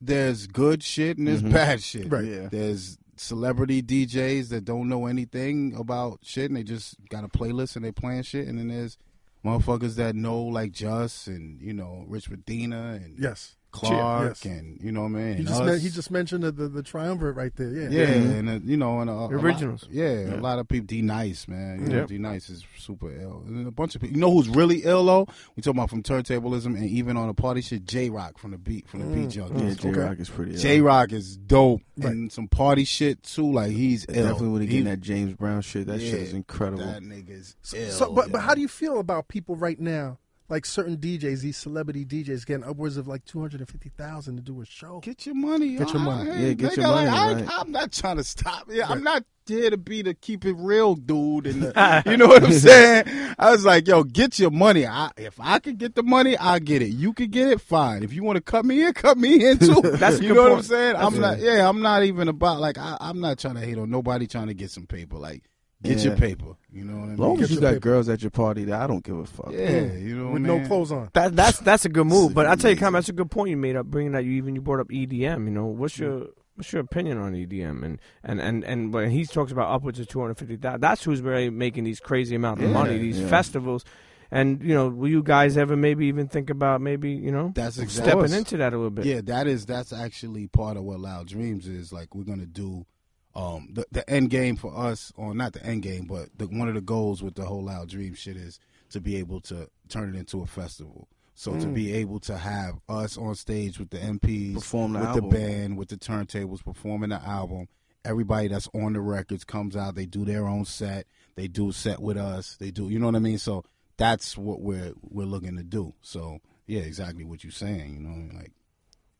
E: there's good shit and there's bad shit.
A: Mm-hmm. Right.
F: Yeah.
E: There's celebrity DJs that don't know anything about shit and they just got a playlist and they playing shit. And then there's motherfuckers that know like Just and you know Rich Medina and
A: Yes.
E: Clark
A: Yes.
E: and you know what I mean.
A: He
E: and
A: just
E: us.
A: men- he just mentioned the, the, the triumvirate right there. Yeah.
E: Yeah, and uh, you know, and uh, a, lot-
C: Originals.
E: yeah, a lot of people. D Nice, man. You know,
C: Yep.
E: D Nice is super ill. And a bunch of people. You know who's really ill though? We talking about from turntablism and even on the party shit. J Rock from the beat from the beat
F: Yeah,
E: junkies.
F: J Rock is pretty.
E: J Rock is dope and some party shit too. Like he's
F: Ill.
E: ill.
F: Definitely when he
E: He-
F: getting that James Brown shit. That shit is
E: Yeah,
F: incredible.
E: That nigga's ill.
A: So, but, but how do you feel about people right now, like certain DJs, these celebrity DJs, getting upwards of like two hundred and fifty thousand to do a show?
E: Get your money.
A: Get your
E: I-
A: money.
E: hey,
F: Yeah, get
E: nigga,
F: your
E: like,
F: money,
E: I,
F: right.
E: I'm not trying to stop. Yeah, I'm not here to be the keep it real dude. And the, you know what I'm saying? I was like, yo, get your money. I, if I could get the money, I get it. You could get it, fine. If you want to cut me in, cut me in too.
C: That's a
E: you
C: good
E: know what I'm
C: point.
E: saying. I'm not. Yeah, I'm not even about like I, I'm not trying to hate on nobody. Trying to get some paper. Like get your
F: Yeah.
E: paper. You know what I mean?
F: As long
A: Get
F: as you
A: your
F: got
A: paper.
F: girls at your party, that I don't give a fuck.
E: yeah, you know, what
A: With
E: I
A: no
E: mean?
A: clothes on.
C: That, that's that's a good move, but I tell you,
E: amazing.
C: Cam, that's a good point you made up. Bringing that you even you brought up EDM. You know, what's your what's your opinion on EDM? And and and and when he talks about upwards of two hundred fifty thousand, that's who's really making these crazy amount of money, these
F: yeah.
C: festivals. And you know, will you guys ever maybe even think about maybe you know
E: That's exactly
C: stepping into that a little bit?
E: Yeah, that is that's actually part of what Loud Dreams is. Like we're gonna do um the, the end game for us, or not the end game, but the, one of the goals with the whole Loud Dream shit is to be able to turn it into a festival. So
F: Mm.
E: to be able to have us on stage with the MPs,
F: Perform the
E: with
F: album.
E: the band, with the turntables, performing the album. Everybody that's on the records comes out. They do their own set. They do a set with us. They do, you know what I mean. So that's what we're we're looking to do. So yeah, exactly what you're saying. You know, like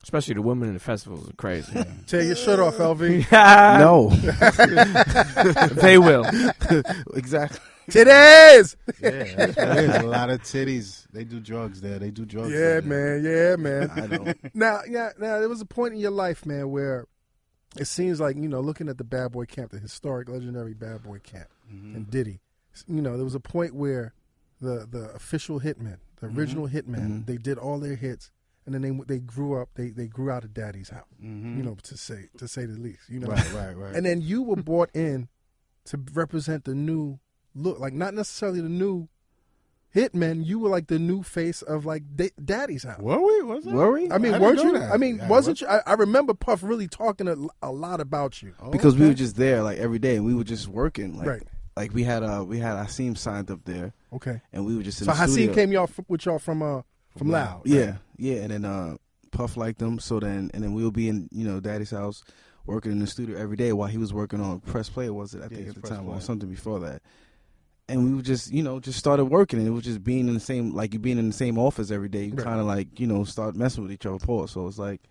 C: Especially the women in the festivals are crazy.
A: Tear your shirt off, LV.
F: No,
C: they will.
F: exactly.
A: Titties.
E: Yeah, there's a lot of titties. They do drugs there. They do drugs.
A: Yeah,
E: there.
A: man. Yeah, man.
F: I don't.
A: Now, yeah, now there was a point in your life, man, where it seems like you know, looking at the Bad Boy Camp, the historic, legendary Bad Boy Camp, and Diddy, you know, there was a point where the the official hitmen, the original hitmen, they did all their hits, and then they they grew up, they they grew out of Daddy's house, you know, to say to say the least, you know,
E: Mm-hmm. Mm. Right, right, right.
A: and then you were brought in to represent the new look, like not necessarily the new. Hitman, you were like the new face of like da- Daddy's house.
E: were we? Was it?
F: Worry
A: I mean,
E: I didn't
A: weren't
E: know
A: you?
E: that.
A: I mean,
E: Yeah, I
A: wasn't you? I, I remember Puff really talking a, a lot about you.
E: Oh,
F: because we were just there like every day, and we were just working. Like,
A: Right.
F: like we had uh we had Asim signed up there,
A: Okay.
F: and we were just in
A: So
F: the studio.
A: Haseem came y'all f- with y'all from uh from Loud.
F: Yeah, yeah, and then uh, Puff liked them. So then, and then we would be in you know Daddy's house working in the studio every day while he was working on Press Play. Was it I think
E: it's
F: at the
E: Press
F: time
E: Play.
F: or something before that? And we would just you know just started working, and it was just being in the same like you being in the same office every day. You kind of like you know start messing with each other. Pause. So it's like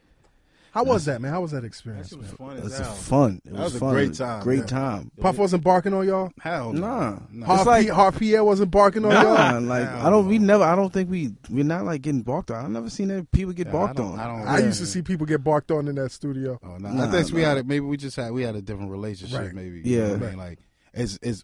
A: How was that, man? How was that experience?
E: That
A: man?
E: was fun
F: it
E: as
F: was
E: hell.
F: fun. It
E: That was a
F: fun.
E: great time,
F: Great
E: yeah.
F: time.
A: Puff wasn't barking on y'all.
E: Hell no.
F: Nah,
E: Nah.
A: Harp,
F: it's like.
A: Harp Pierre wasn't barking on
F: Nah,
A: y'all.
F: like
E: Hell
F: I don't. We
E: no.
F: never. I don't think we. We're not like getting balked on. I've never seen that people get
E: Yeah,
F: balked
E: I don't,
F: on.
E: I don't.
A: I used to see people get barked on in that studio.
E: Oh, nah.
F: Nah,
E: I think we
F: nah.
E: had it. Maybe we just had we had a different relationship.
A: Right.
E: Maybe.
F: Yeah.
E: You know what I mean? Like it's it's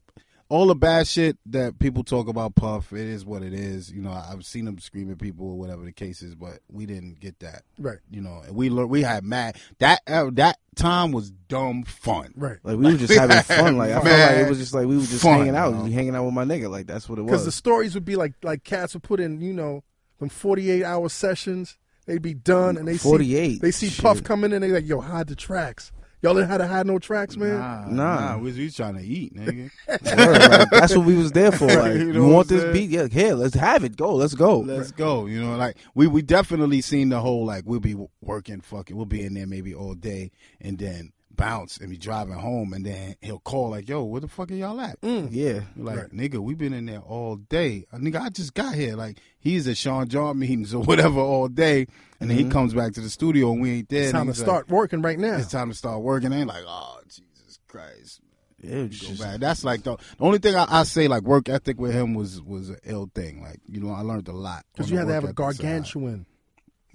E: all the bad shit that people talk about. Puff. It is what it is. You know. I- I've seen him scream at people or whatever the case is, but we didn't get that.
A: Right.
E: You know. And we learned. We had mad. That uh, that time was dumb fun.
A: Right.
F: Like we were just having fun. Like I felt
E: Man.
F: like it was just like we were just
E: Fun,
F: hanging out,
E: yo.
F: just hanging out with my nigga. Like that's what it
A: Because
F: was.
A: the stories would be like like cats would put in you know them forty eight hour sessions. They'd be done and they see
F: 48,
A: they see
F: shit.
A: Puff coming in. They like yo hide the tracks. Y'all didn't how to hide no tracks, man.
E: Nah,
F: Nah.
E: nah, we was trying to eat, nigga.
F: Word, like, that's what we was there for. Like
E: You
F: you,
E: know what
F: want
E: I'm
F: this
E: saying?
F: beat? Yeah, here, let's have it. Go, let's go.
E: Let's go. You know, like we we definitely seen the whole like we'll be working, fucking, we'll be in there maybe all day, and then bounce and be driving home, and then he'll call like, "Yo, where the fuck are y'all at?"
A: Mm.
F: Yeah.
E: Like, nigga, we been in there all day. Uh, nigga, I just got here. Like, he's at Sean John meetings or whatever all day, and then he comes back to the studio and we ain't there.
A: Mm-hmm. It's
E: and
A: time to
E: he's like,
A: start working right now.
E: it's time to start working. They ain't like, oh Jesus Christ,
F: Yeah, it's
E: go
F: just-
E: back. That's like the, the only thing I, I say like work ethic with him was was an ill thing. Like you know, I learned a lot
A: Because
E: on
A: you
E: the
A: have to have a
E: work ethic side.
A: gargantuan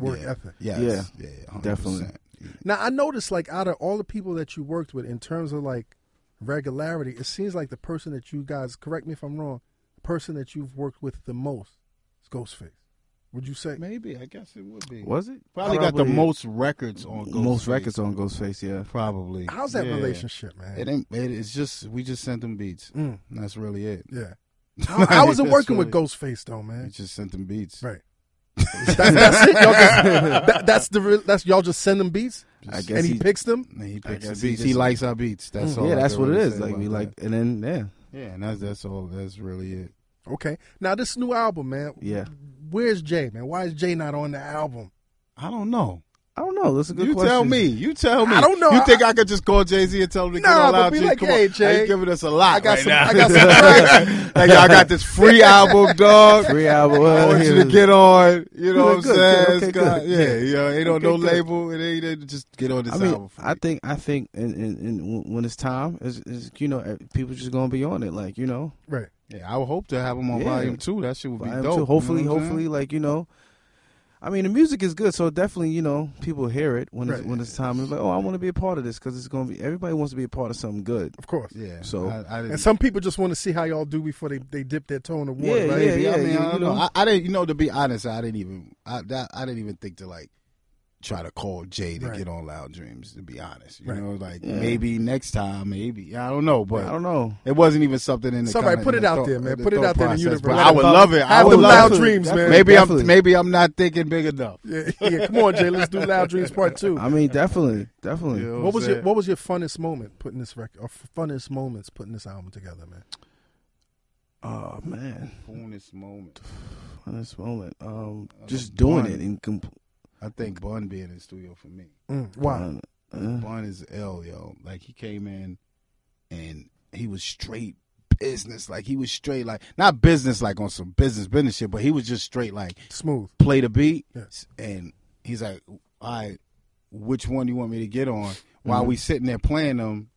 A: work
E: Yeah.
A: ethic.
E: Yes. Yeah, yeah,
F: definitely.
E: 100%.
A: Now I noticed, like, out of all the people that you worked with, in terms of like regularity, it seems like the person that you guys correct me if I'm wrong, the person that you've worked with the most is Ghostface. Would you say?
E: Maybe I guess it would be.
F: Was it?
E: Probably, got the
F: Probably
E: most records on Ghostface.
F: most records on Ghostface. Yeah.
E: Probably.
A: How's that
E: Yeah.
A: relationship, man?
E: It ain't. It, it's just we just sent them beats.
A: Mm.
E: That's really it.
A: yeah. I, I wasn't
E: That's
A: working with
E: really-
A: Ghostface though,
E: We
A: man.
E: just sent them beats.
A: Right. that's, that's it. Y'all just, that, that's the real- that's y'all just send them beats
F: I guess
A: and he,
F: he-
A: picks them.
E: And he
F: I
E: picks the
F: guess he
E: beats. He,
F: just- Mm,
E: likes our beats. That's all.
F: yeah,
E: I
F: that's
E: can
F: what it
E: really
F: is.
E: say
F: Like we
E: about
F: like,
E: that.
F: and then yeah,
E: Yeah, and that's that's all. That's really it.
A: Okay. Now this new album, man.
F: yeah.
A: Where's Jay, man? Why is Jay not on the album?
E: I don't know.
F: I don't know. That's a good
E: you
F: question.
E: tell me. You tell me.
A: I don't know.
E: You
A: I-
E: think I, could just call Jay Z and tell him to get
A: Nah,
E: all
A: but
E: out?
A: be
E: G?
A: like,
E: Come
A: "Hey,
E: on.
A: Jay,
E: you giving us a lot.
A: I got
E: right
A: some.
E: now.
A: I got some. tracks.
E: like y'all got this free album, dog.
F: Free album.
E: I want you to get on. You know what I'm
F: Good, good,
E: saying?
F: okay,
E: It's got-
F: good.
E: Yeah, you know, ain't on
F: Okay,
E: no
F: good.
E: label. It ain't it just get on this
F: I mean,
E: album. for
F: I
E: me.
F: think I think, and in, in, in, when it's time, is is you know eh, people just gonna be on it, like you know.
A: right.
E: yeah, I would hope to have him on
F: Yeah.
E: volume two. That shit would be
F: Volume
E: dope.
F: two.
E: you
F: Hopefully,
E: know what I'm
F: hopefully, like you know, I mean, the music is good, so definitely, you know, people hear it when it's
A: Right.
F: when it's time. It's like, oh, I want to be a part of this because it's gonna be everybody wants to be a part of something good.
A: Of course.
E: saying? Yeah.
F: So-
E: I, I didn't,
A: And some people just want to see how y'all do before they, they dip their toe in the water.
F: Yeah,
A: right?
F: yeah,
E: maybe. I
F: yeah,
E: mean,
F: you-
E: I don't
F: you
E: know.
F: know.
E: I, I didn't. You know, to be honest, I didn't even. I that, I didn't even think to like try to call Jay to
A: Right.
E: get on Loud Dreams. To be honest, you
A: Right.
E: know, like
F: Yeah.
E: maybe next time, maybe I don't know, but
F: I don't know.
E: it wasn't even something in the.
A: Somebody
E: kinda-
A: put
E: in
A: it
E: the
A: out
E: thought-
A: there, man.
E: the
A: Put it
E: thought
A: out there in the
E: process, but
A: universe.
E: I would love it. I
A: Have
E: would
A: them
E: love
A: loud
E: it.
A: dreams, man.
E: Maybe
F: Definitely.
E: I'm maybe I'm not thinking big enough.
A: Yeah, yeah, come on, Jay. Let's do Loud Dreams Part Two.
F: I mean, definitely, definitely.
E: You know
A: what was
E: I'm
A: your
E: saying?
A: What was your funnest moment putting this record, or funnest moments putting this album together, man?
F: Oh man,
E: funnest moment?
F: in this moment, um,
E: Uh,
F: just doing
E: Bun.
F: it and comp-
E: I think Bun being in the studio for me.
A: Mm, why?
F: Uh,
E: Bun is L, yo. Like he came in and he was straight business. Like he was straight like not business like on some business business shit, but he was just straight like
A: Smooth.
E: play the beat
A: Yeah.
E: and he's like, All right, which one you want me to get on? While we sitting there playing them,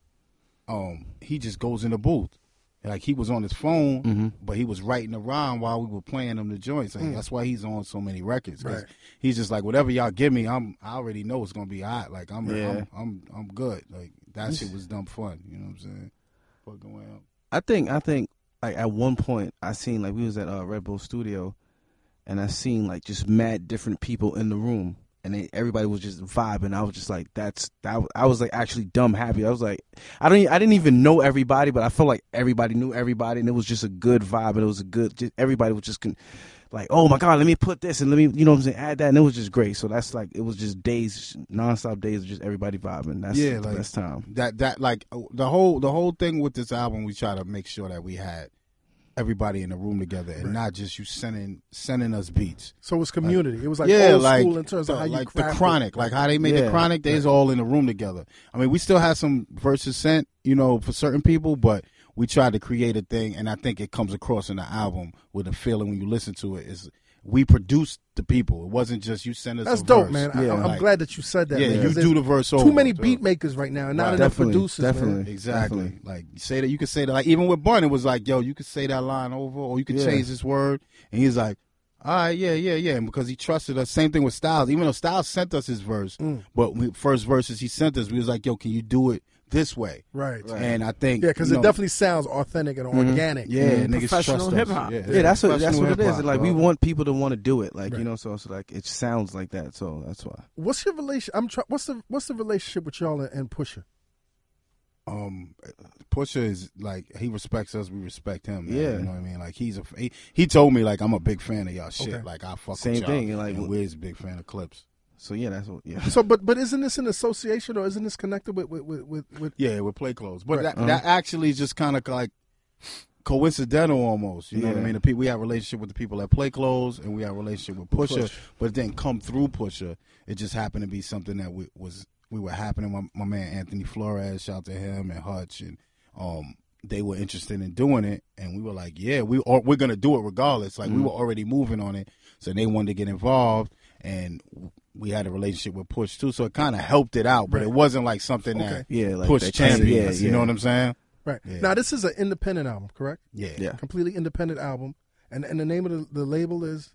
E: um, he just goes in the booth. And, Like he was on his phone,
F: mm-hmm.
E: but he was writing the rhyme while we were playing them the joints. Like, That's why he's on so many records. 'cause
A: Right.
E: He's just like, whatever y'all give me, I'm. I already know it's gonna be hot. Like I'm,
F: Yeah.
E: I'm, I'm, I'm good. Like that shit was dumb fun. You know what I'm saying? Fucking way up.
F: I think I think like at one point I seen like we was at uh, Red Bull Studio, and I seen like just mad different people in the room, and they, everybody was just vibing. I was just like, that's that. was- I was like actually dumb happy. I was like, I don't, e- I didn't even know everybody, but I felt like everybody knew everybody, and it was just a good vibe. And it was a good. Just, everybody was just con- like, oh my god, let me put this and let me, you know what I'm saying, add that, and it was just great. So that's like it was just days, nonstop days of just everybody vibing. That's
E: Yeah,
F: the
E: like-
F: best time.
E: that that like uh, the whole the whole thing with this album we try to make sure that we had everybody in the room together and not just you sending sending us beats
A: So it was community. it was like
E: yeah
A: old
E: like
A: school in terms of
E: the-
A: how you
E: like the
A: crafted it.
E: chronic like how they made the
F: Yeah.
E: chronic they was all in the room together i mean we still have some verses sent you know for certain people but we tried to create a thing and i think it comes across in the album with a feeling when you listen to it is we produced the people it wasn't just you send us
A: That's
E: a
A: dope,
E: verse.
A: man. I,
F: Yeah.
A: I'm
E: Like,
A: glad that you said that.
E: yeah
A: man,
E: you
A: 'cause
E: do
A: there's
E: the verse
A: Too
E: over,
A: many
E: too.
A: beat makers right now, and not
E: Right.
A: enough
F: Definitely,
A: producers. man.
F: definitely.
E: Exactly. Like say that you could say that like even with Bun it was like, yo, you could say that line over or you could
F: Yeah.
E: change this word and he's like, All right, yeah, yeah, yeah. And because he trusted us, same thing with Styles. Even though Styles sent us his verse,
A: Mm,
E: but we, first verses he sent us, we was like, Yo, can you do it this way?
A: Right.
E: And I think
A: Yeah, because
E: you
A: it
E: know, Mm-hmm.
A: definitely sounds authentic and organic.
E: Yeah, niggas
C: Mm-hmm. Professional
E: trust us.
C: hip-hop.
E: Yeah,
F: Yeah, that's what that's
E: professional
F: what it is.
E: hip-hop,
F: Like we
E: dog.
F: want people to want to do it. Like you know, so it's like it sounds like that. So that's why.
A: What's your relation? I'm try, What's the What's the relationship with y'all and, and Pusha?
E: um Pusha is like he respects us, we respect him. man.
F: Yeah.
E: you know what I mean. Like he's a f- he, he told me like I'm a big fan of y'all shit.
A: Okay.
E: Like I fuck
F: Same
E: with y'all.
F: thing, like,
E: and
F: wh-
E: Wiz big fan of clips.
F: So yeah, that's what. Yeah,
A: So, but but isn't this an association or isn't this connected with with with, with, with
E: Yeah, with play clothes. But
A: Right.
E: that, that actually is just kind of like coincidental almost. You know what I
F: Yeah.
E: mean? The people we have a relationship with the people at play clothes and we have a relationship with Pusher,
A: Pusha.
E: but it didn't come through Pusher. It just happened to be something that we, was we were happening. My, my man Anthony Flores, shout to him and Hutch, and um, they were interested in doing it, and we were like, yeah, we are, we're gonna do it regardless. Like we were already moving on it, so they wanted to get involved, and we had a relationship with Push too, so it kind of helped it out, but it wasn't like something that
F: Yeah, like
E: Push
F: that kinda-
E: champions.
F: yeah,
E: You know
F: yeah.
E: what I'm saying?
A: Right.
E: Yeah.
A: Now this is an independent album, correct?
F: Yeah.
A: Completely independent album. And and the name of the, the label is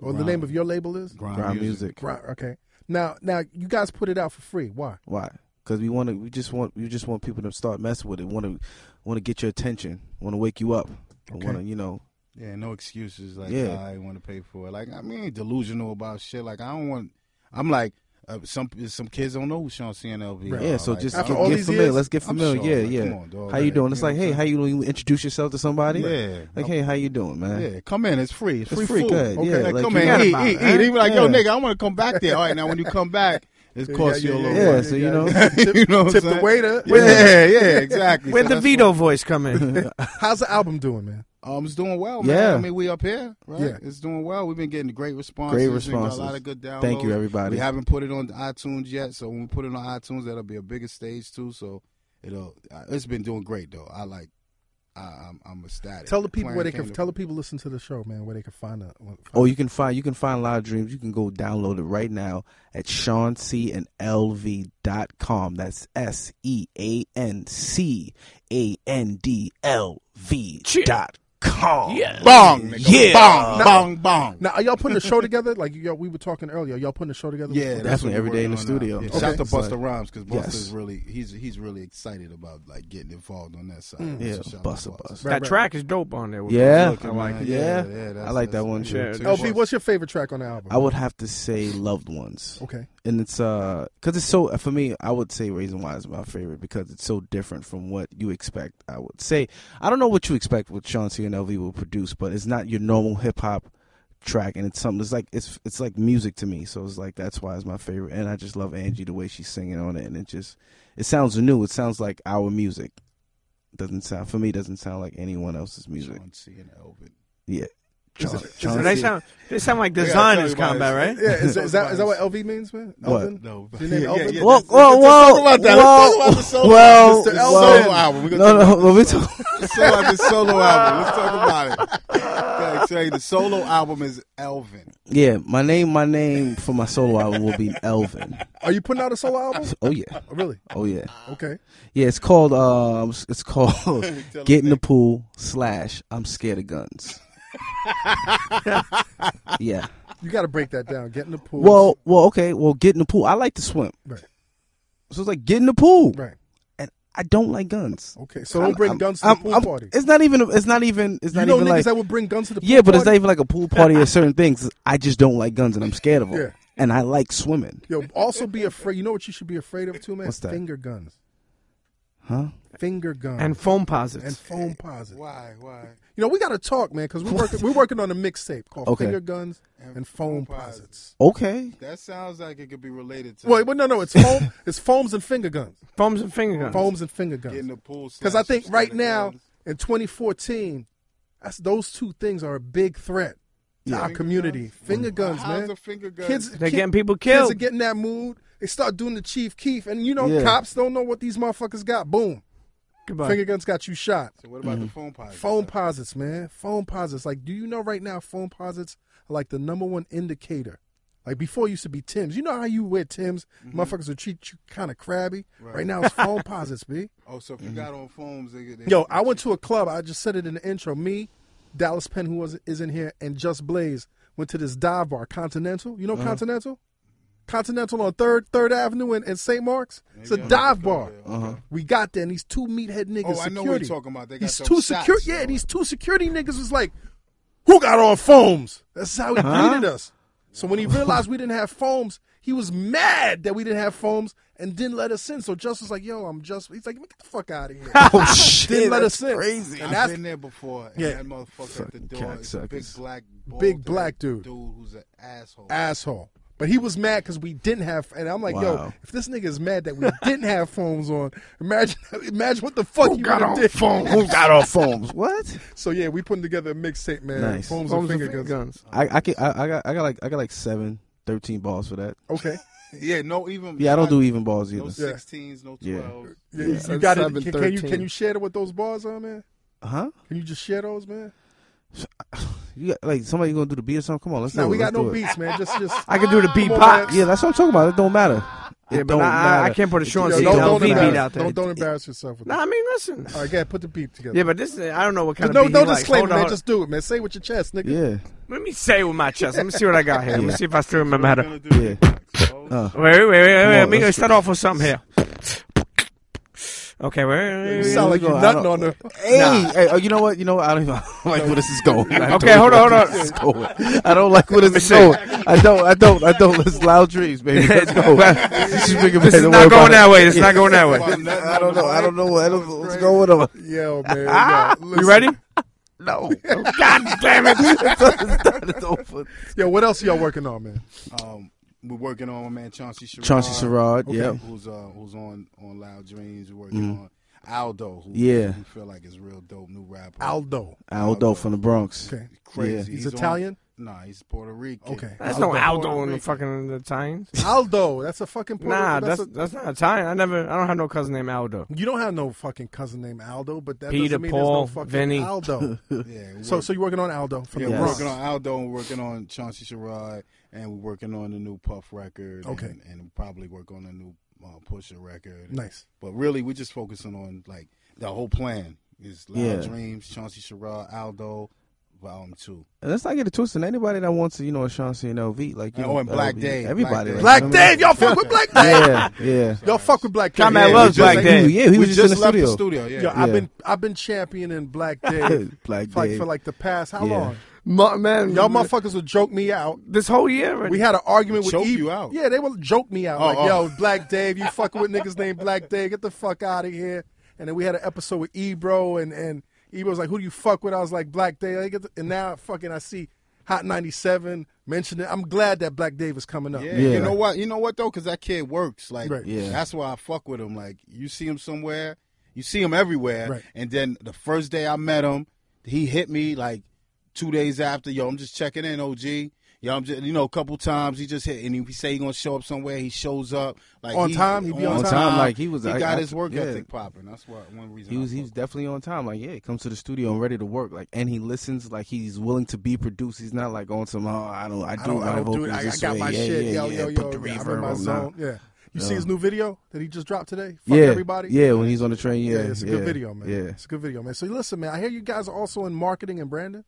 A: or the name of your label is?
F: Ground music.
A: Right. Okay. Now now you guys put it out for free. Why?
F: Why? Because we want to. We just want. We just want people to start messing with it. Want to. Want to get your attention. Want to wake you up. Want to. You know.
E: Yeah, no excuses. Like
F: Yeah.
E: "Ah, I want to pay for it. Like I mean, delusional about shit. Like I don't want. I'm like uh, some some kids don't know who Sean CNLV.
A: Right.
E: Are.
F: Yeah. So
E: Like,
F: just
E: I'm-
A: After
F: get,
A: all
F: get
A: these
F: familiar.
A: years?
F: Let's get
E: I'm
F: familiar.
E: sure,
F: yeah.
E: like,
F: yeah.
E: come on, dog.
F: how you
E: Like,
F: doing? It's
E: you know
F: like,
E: what
F: hey,
E: I'm
F: how you doing? You introduce yourself to somebody.
E: Yeah.
F: Like, hey, how you doing, man?
E: yeah, come in. It's free. It's,
F: It's
E: free,
F: free,
E: food.
F: good,
E: Okay,
F: yeah,
E: like,
F: like,
E: come
F: you
E: in,
F: gotta
E: eat,
F: buy
E: eat,
F: it,
E: eat.
F: right?
E: He be like, yo,
F: Yeah.
E: nigga, I want to come back there. All right, now when you come back, it costs you a little.
F: yeah.
E: money.
F: so you know.
E: you know what
A: Tip
E: I'm
A: the
E: saying?
A: waiter.
E: Yeah, yeah, exactly.
C: Where'd
E: So
C: the
E: that's
C: veto voice come in?
A: How's the album doing, man?
E: Um, it's doing well, man.
F: Yeah.
E: I mean, we up here, right?
A: Yeah.
E: It's doing well. We've been getting great responses. We
F: Great
E: got
F: responses.
E: a lot of good downloads.
F: Thank you, everybody.
E: We haven't put it on iTunes yet, so when we put it on iTunes, that'll be a bigger stage too. So it'll. uh, It's been doing great though. I like. I, I'm, I'm ecstatic.
A: Tell the people
E: Plan
A: where they
E: came
A: can
E: to-
A: tell the people listen to the show, man, where they can find it.
F: Oh, you can find you can find a lot of dreams. You can go download it right now at Sean C and LV dot com. That's S E A N C A N D L V dot com. Yeah.
E: Bong, nigga.
F: Yeah.
E: Bong, bong, bong.
A: Now, are y'all putting the show together? Like y'all, we were talking earlier. Y'all putting the show together?
E: Yeah, that's
F: Definitely
E: what
F: every
E: we're
F: day in the
E: working on
F: studio.
E: now. Yeah,
F: Okay.
E: Shout out to
F: It's like-
E: Buster Rhymes because
F: Yes.
E: Buster's really he's he's really excited about like getting involved on that side.
F: Mm. Yeah,
E: So shout out
F: Busta
E: to
F: Bust.
A: Right,
C: that
A: right.
C: track is dope on there. with
F: Yeah.
E: Look,
C: I like
E: man,
C: it.
F: Yeah.
E: that's-
F: I like that
E: that's-
F: one
C: Yeah,
F: too.
C: that-
A: LB, what's your favorite track on the album?
F: I would have to say loved ones.
A: Okay.
F: and it's uh because it's so for me i would say reason why is my favorite because it's so different from what you expect i would say i don't know what you expect what sean c and lv will produce but it's not your normal hip-hop track and it's something it's like it's it's like music to me so it's like that's why it's my favorite and i just love angie the way she's singing on it and it just it sounds new it sounds like our music doesn't sound for me doesn't sound like anyone else's music
E: John C. and Elvin.
F: yeah Sean-
C: So
F: Sean
C: they
F: C.
C: sound they sound like
E: Yeah, I
C: designers
E: tell you
C: combat,
E: about it.
C: right?
A: Yeah, is, is that is that what LV means, man?
F: What?
A: Elvin?
E: No,
A: Your name Elvin?
E: yeah,
F: Whoa,
E: that's-
F: whoa, whoa!
E: talk about that. Let's
F: whoa,
E: talk about the solo-
F: whoa,
E: Mr.
F: whoa.
E: Elvin album. We're gonna
F: No,
E: talk
F: no, let me talk.
E: solo album, solo album. Let's talk about it. Okay, tell you the solo album is Elvin.
F: Yeah, my name, my name for my solo album will be Elvin.
A: Are you putting out a solo album?
F: Oh yeah,
A: Oh, really?
F: oh yeah,
A: Okay.
F: yeah. It's called um, it's called
E: Tell
F: Get in the Pool slash I'm Scared of Guns. yeah.
A: You got to break that down. Get in the pool.
F: Well, well, okay. Well, get in the pool. I like to swim,
A: Right.
F: so it's like get in the pool,
A: Right.
F: and I don't like guns.
A: Okay. So don't bring
F: I'm-
A: guns to
F: I'm-
A: the pool
F: I'm-
A: party.
F: It's not even. It's not even. It's
A: You
F: not
A: know
F: even
A: niggas
F: like.
A: that would bring guns to the pool
F: Yeah, but it's not
A: party?
F: even like a pool party or certain things. I just don't like guns and I'm scared of them.
A: Yeah.
F: And I like swimming.
A: Yo, also be afraid. You know what you should be afraid of too, man?
F: What's that?
A: Finger guns.
F: Huh?
A: Finger guns.
C: And foam posits.
A: and foam posits.
E: Why? Why?
A: You know, we got to talk, man, because we're working, we're working on a mixtape called
F: Okay.
A: Finger Guns and, Foam
E: Foam
A: Posits.
F: Okay.
E: That sounds like it could be related to
A: Well, well, no, no, it's foam, it's foams and finger guns,
C: Foams and finger guns.
A: foams and finger
E: Get in
A: guns.
E: the pool.
A: Because I
E: slash
A: think right
E: Sonic
A: now
E: Guns.
A: in 2014, that's those two things are a big threat to our community. Finger guns,
E: How's
A: man.
E: the finger guns?
A: Kids,
C: Mm. They're
A: kid-
C: getting people
A: Kids
C: killed.
A: are getting that mood. They start doing the Chief Keef, and you know,
F: Yeah.
A: cops don't know what these motherfuckers got. Boom,
C: Goodbye.
A: finger guns got you shot.
E: So what about
F: Mm-hmm.
E: the phone pie?
A: Phone posits, man. Phone posits. Like, do you know right now phone posits are like the number one indicator? Like before it used to be Tim's. You know how you wear Tim's?
E: Mm-hmm.
A: Motherfuckers would treat you kind of crabby. Right. now it's phone posits, B.
E: Oh, so if
F: Mm-hmm.
E: you got on phones, they, they
A: Yo, I went to a club. I just said it in the intro. Me, Dallas Penn, who was is in here, and Just Blaze went to this dive bar, Continental. You know
E: Uh-huh.
A: Continental? Continental on Third Third Avenue in, in St. Mark's. it's a dive bar. We got there, and these two meathead niggas.
E: Uh-huh. Oh, I
A: security.
E: know what you're talking about. They got
A: these
E: those
A: two
E: shots,
A: security.
E: yo.
A: Yeah, these two security niggas was like, "Who got on foams?" That's how he greeted us. So when he realized we didn't have foams, he was mad that we didn't have foams and didn't let us in. So Just was like, "Yo, I'm just." He's like, "Man, "Get the fuck out of here."
F: Oh shit.
A: didn't let
F: that's
A: us in.
F: Crazy.
A: And
E: I've
A: that's
E: been there before. And
A: Yeah.
E: that motherfucker at the door.
F: Fucking
E: It's a big
F: cocksuckers.
E: black,
A: Big
E: bald-headed
A: black dude.
E: dude who's an asshole.
A: asshole. But he was mad because we didn't have, and I'm like, yo,
F: Wow.
A: if this nigga is mad that we didn't have phones on, imagine, imagine what the fuck you got did.
F: Who got on phones? What?
A: So yeah, we putting together a mixtape, man.
F: Nice.
A: Phones,
C: Foams
A: and finger guns.
C: guns.
F: I I, can, I I got I got like I got like seven thirteen balls for that.
A: Okay.
E: Yeah, no, even
F: Yeah, I don't do even balls
E: no
F: either.
E: sixteens, no
F: Yeah.
E: twelves.
A: Yeah, you- you
G: Seven,
A: got it. Can, can you
G: 13.
A: can you share what those bars are, man?
F: Huh?
A: Can you just share those, man?
F: You got, like somebody gonna do the beat or something? Come on, let's
A: No,
F: do
A: we
F: it.
A: got
F: let's do
A: no
F: it.
A: beats, man. Just just
C: I can do the
A: on,
C: beatbox.
A: man.
F: Yeah, that's what I'm talking about. It don't matter. It
C: Yeah, but
F: don't
C: I- I, I
F: matter.
C: can't put a Sean
A: Yo,
C: C.
A: don't,
C: L
A: don't
C: V beat
A: embarrass,
C: out there.
A: don't, don't embarrass yourself. With
C: Nah,
A: that.
C: I mean, listen.
A: All right, go ahead, put the beat together.
C: Yeah, but this I don't know what kind
A: no,
C: of beat
A: no
C: he likes.
A: disclaimer,
C: Hold on,
A: man.
C: hold on.
A: Just do it, man. Say with your chest, nigga.
F: Yeah,
C: Let me say it with my chest. Let me see what I got here. Let me see if I still remember how to.
F: yeah.
C: Wait, wait, wait, wait. wait.
F: on,
C: Let me
F: let's-
C: start off with something here. Okay, wait.
A: You sound like
F: Go
A: you're
F: on, I
A: nutting
F: don't-
A: on the.
F: Hey, hey, oh, you know what? You know what? I don't even I don't like where this is going. I
C: Okay,
F: don't
C: hold on, hold
F: like where this is going. I don't like where this is
C: see.
F: going. I don't. I don't. I don't. It's loud dreams, baby. Let's go. This is bigger,
C: This is
F: man. Don't
C: not
F: worry
C: going
F: about
C: that
F: it.
C: way. It's not going that way.
F: I don't know. I don't know. I don't know what's going on.
A: Yo, man. yo, listen.
C: You ready?
F: No.
C: God damn it!
F: It's done, it's done, it's over.
A: Yo, what else y'all working on, man?
E: Um, we're working on my man Chauncey Sherrod.
F: Chauncey Sherrod. Yeah. Mm-hmm.
E: Who's uh who's on on Loud Dreams? We're working on Aldo. Who
F: Yeah.
E: we feel like is real dope new rapper.
A: Aldo.
F: Aldo from the Bronx.
A: Okay.
E: crazy.
F: Yeah.
A: He's,
E: on-
A: Italian.
E: nah, he's Puerto Rican.
A: Okay.
C: That's no Aldo in
E: Puerto
C: the
E: Rican.
C: fucking Italians.
A: Aldo. That's a fucking. Puerto
C: Nah, that's
A: a-
C: that's not Italian. I never. I don't have no cousin named Aldo.
A: you don't have no fucking cousin named Aldo, but that
C: Peter,
A: doesn't mean
C: Paul,
A: there's no fucking
C: Vinny.
A: Aldo.
E: Yeah. we're
A: so, so you're working on Aldo from
E: Yeah,
A: the
E: we're
F: Yes.
A: Bronx.
E: working on Aldo, and we're working on Chauncey Sherrod, and we're working on the new Puff record.
A: Okay.
E: and, and we'll probably work on the new uh, Pusher record.
A: Nice.
E: but really, we're just focusing on like the whole plan is Loud
F: Yeah.
E: Dreams, Chauncey Sherrod, Aldo, Volume Two.
F: And let's not get it twisted. Anybody that wants to, you know, a Chauncey and LV, like you
E: Oh,
F: know,
E: and Black
F: LV,
E: Dave.
F: everybody,
A: Black
F: like,
A: Dave. Y'all fuck with Black Dave.
F: yeah, yeah.
A: Y'all fuck with Black Dave.
C: Combat
A: Yeah,
C: loves
A: we just
C: Black
A: ain't-
C: Dave.
F: Yeah, he
E: we
F: was just in the
E: left
F: studio.
E: the studio. Yeah,
A: Yo, I've
F: Yeah.
A: been I've been championing Black Dave
F: Black
A: for, like,
F: Dave.
A: for like the past how
F: Yeah.
A: long?
C: man,
A: Y'all motherfuckers would joke me out.
C: This whole year, already.
A: We had an argument with
E: Choke
A: Eve.
E: you out.
A: Yeah, they would joke me out.
E: Oh,
A: like,
E: oh.
A: yo, Black Dave, you fucking with niggas named Black Dave. Get the fuck out of here. And then we had an episode with Ebro, and and Ebro was like, who do you fuck with? I was like, Black Dave. They get the- and now fucking I see Hot 97 mentioned it. I'm glad that Black Dave is coming up.
E: Yeah,
F: Yeah.
E: you know what? You know what though? Because that kid works. Like,
A: Right.
F: Yeah.
E: that's why I fuck with him. Like, you see him somewhere, you see him everywhere,
A: Right.
E: and then the first day I met him, he hit me like two days after. Yo, I'm just checking in, OG. Yo, I'm just you know a couple times he just hit, and he say he gonna show up somewhere. He shows up like
A: On time? He be on
F: time? Like, he was-
E: He
F: I-
E: got
F: I-
E: his work
F: yeah.
E: ethic popping. That's what one reason
F: He
E: I
F: was he
E: fuck
F: was definitely on time. Like, yeah, he comes to the studio and ready to work. Like, and he listens. Like, he's willing to be produced. He's not like on some. Oh, I don't. I do.
A: I don't,
F: my
A: I don't do it.
F: vocals
A: I, I
F: this
A: got
F: way.
A: my
F: yeah,
A: shit.
F: Yeah,
A: yo,
F: yeah.
A: yo, yo,
F: Put the
A: yeah,
F: reverb
A: I'm in my
F: on.
A: zone. Yeah. You see
F: No.
A: his new video that he just dropped today? Fuck
F: Nah. Yeah,
A: everybody.
F: Yeah, when he's on the train. Yeah,
A: Yeah, it's a good video, man.
F: Yeah,
A: It's a good video, man. So listen, man, I hear you guys are also in marketing and branding.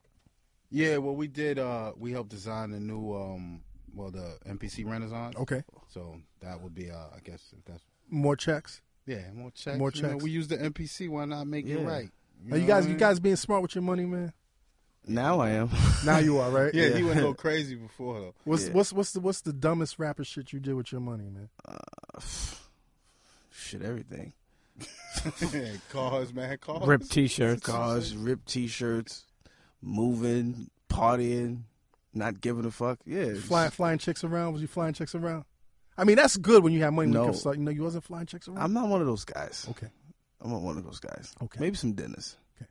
E: Yeah, well, we did. uh We helped design the new, um well, the NPC Renaissance.
A: Okay.
E: So that would be, uh I guess, if that's
A: More checks.
E: yeah, more checks.
A: More
E: you know,
A: checks.
E: we use the NPC. Why not make it
F: Yeah.
E: right?
A: Are you
E: know
A: guys
E: what I
A: you
E: mean?
A: guys being smart with your money, man?
F: now I am.
A: Now you are, right?
E: Yeah, he went a little crazy before though.
A: What's what's what's the what's the dumbest rapper shit you did with your money, man?
F: shit, everything.
E: cars, man, cars.
C: ripped T-shirts.
F: Cars, ripped T-shirts, moving, partying, not giving a fuck. Yeah, it's
A: Flying flying chicks around? Was you flying chicks around? I mean, that's good when you have money. When you
F: No.
A: can start, you know, you wasn't flying chicks around.
F: I'm not one of those guys.
A: okay,
F: I'm not one of those guys.
A: Okay.
F: Maybe some dinners.
A: Okay.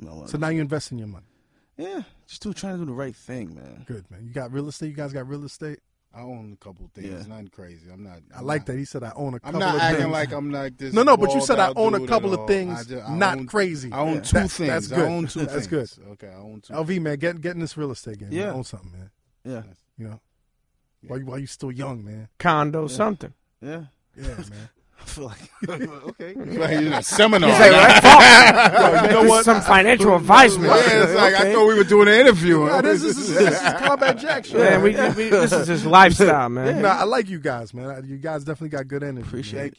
F: I'm not one
A: so
F: of
A: now you're investing your money.
F: those- yeah, just do trying to do the right thing, man.
A: Good man. You got real estate. You guys got real estate.
E: I own a couple things.
F: Yeah.
E: Nothing crazy. I'm not.
A: I like that. He said I own a
E: I'm
A: couple
E: not
A: of
E: acting
A: things.
E: like I'm like this.
A: no, no, but you
E: bald
A: said I
E: out
A: own a
E: dude
A: couple
E: at
A: of
E: all.
A: things.
E: I ju- I
A: not
E: own-
A: crazy.
E: I own
A: Yeah.
E: two
A: That's-
E: things.
A: That's
E: I
A: good.
E: own two
A: That's
E: things. Okay, I own two.
A: LV man, get getting this real estate game. Yeah,
F: Yeah.
A: own something, man.
F: Yeah,
A: You know, while you while you still young, man.
C: condo, something.
F: yeah.
A: Yeah, man.
F: I feel like okay.
E: Like, in a seminar.
C: you know what? Some financial advisement.
E: yeah, it's like I
F: Okay.
E: thought we were doing an interview.
A: Nah, this, is- this is this is combat jack show.
C: Man, we, we, this is his lifestyle, man.
A: Nah, I like you guys, man. I- You guys definitely got good energy.
F: Appreciate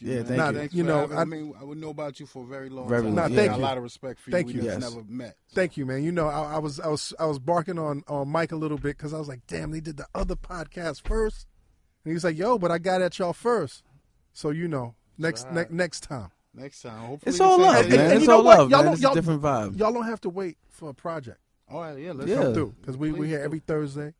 A: man.
F: it. Yeah,
E: man.
F: thank
A: Nah,
F: you.
E: Thanks
A: you
E: for
A: know,
E: having-
A: I-
E: I mean, I would know about you for a very long
F: Very
E: time.
F: long,
E: I
A: yeah.
E: got a lot of respect for you.
A: Thank
E: we
A: you.
E: just
F: Yes.
E: never met.
A: Thank you, man. You know, I, I was I was I was barking on on Mike a little bit because I was like, damn, they did the other podcast first, and he was like, yo, but I got at y'all first, so you know, next ne- next time.
E: Next time, hopefully
F: It's
E: the
F: all
E: same
F: love,
E: day.
A: and-
F: man.
A: and
F: It's
A: you know
F: all
A: what?
F: love,
A: Y'all
F: man.
A: don't-
F: It's
A: y'all-
F: a different vibe.
A: Y'all don't have to wait for a project.
E: All right, yeah, let's
F: Yeah.
E: go.
A: do because we we
E: Please
A: here
E: do.
A: every Thursday. You know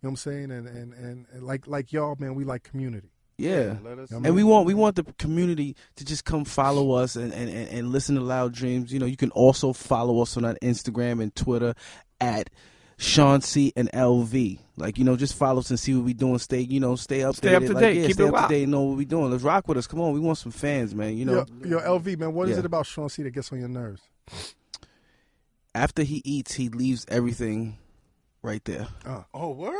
A: what I'm saying? And and and, and like like y'all, man, we like community.
F: yeah.
E: Let us.
A: And
F: And we want we want the community to just come follow us and, and, and, and listen to Loud Dreams. You know, you can also follow us on our Instagram and Twitter at Chauncey and LV. Like you know, just follow us and see what we doing. Stay you know, stay up
C: Stay up to
F: like,
C: date.
F: Yeah,
C: Keep
F: stay
C: it
F: up to
C: wild.
F: date. and Know what we doing? Let's rock with us. Come on, we want some fans, man. You know,
A: Yo, yo, LV, man, what is
F: Yeah.
A: it about Sean C that gets on your nerves?
F: after he eats, he leaves everything right there.
E: Oh, word?
A: Uh.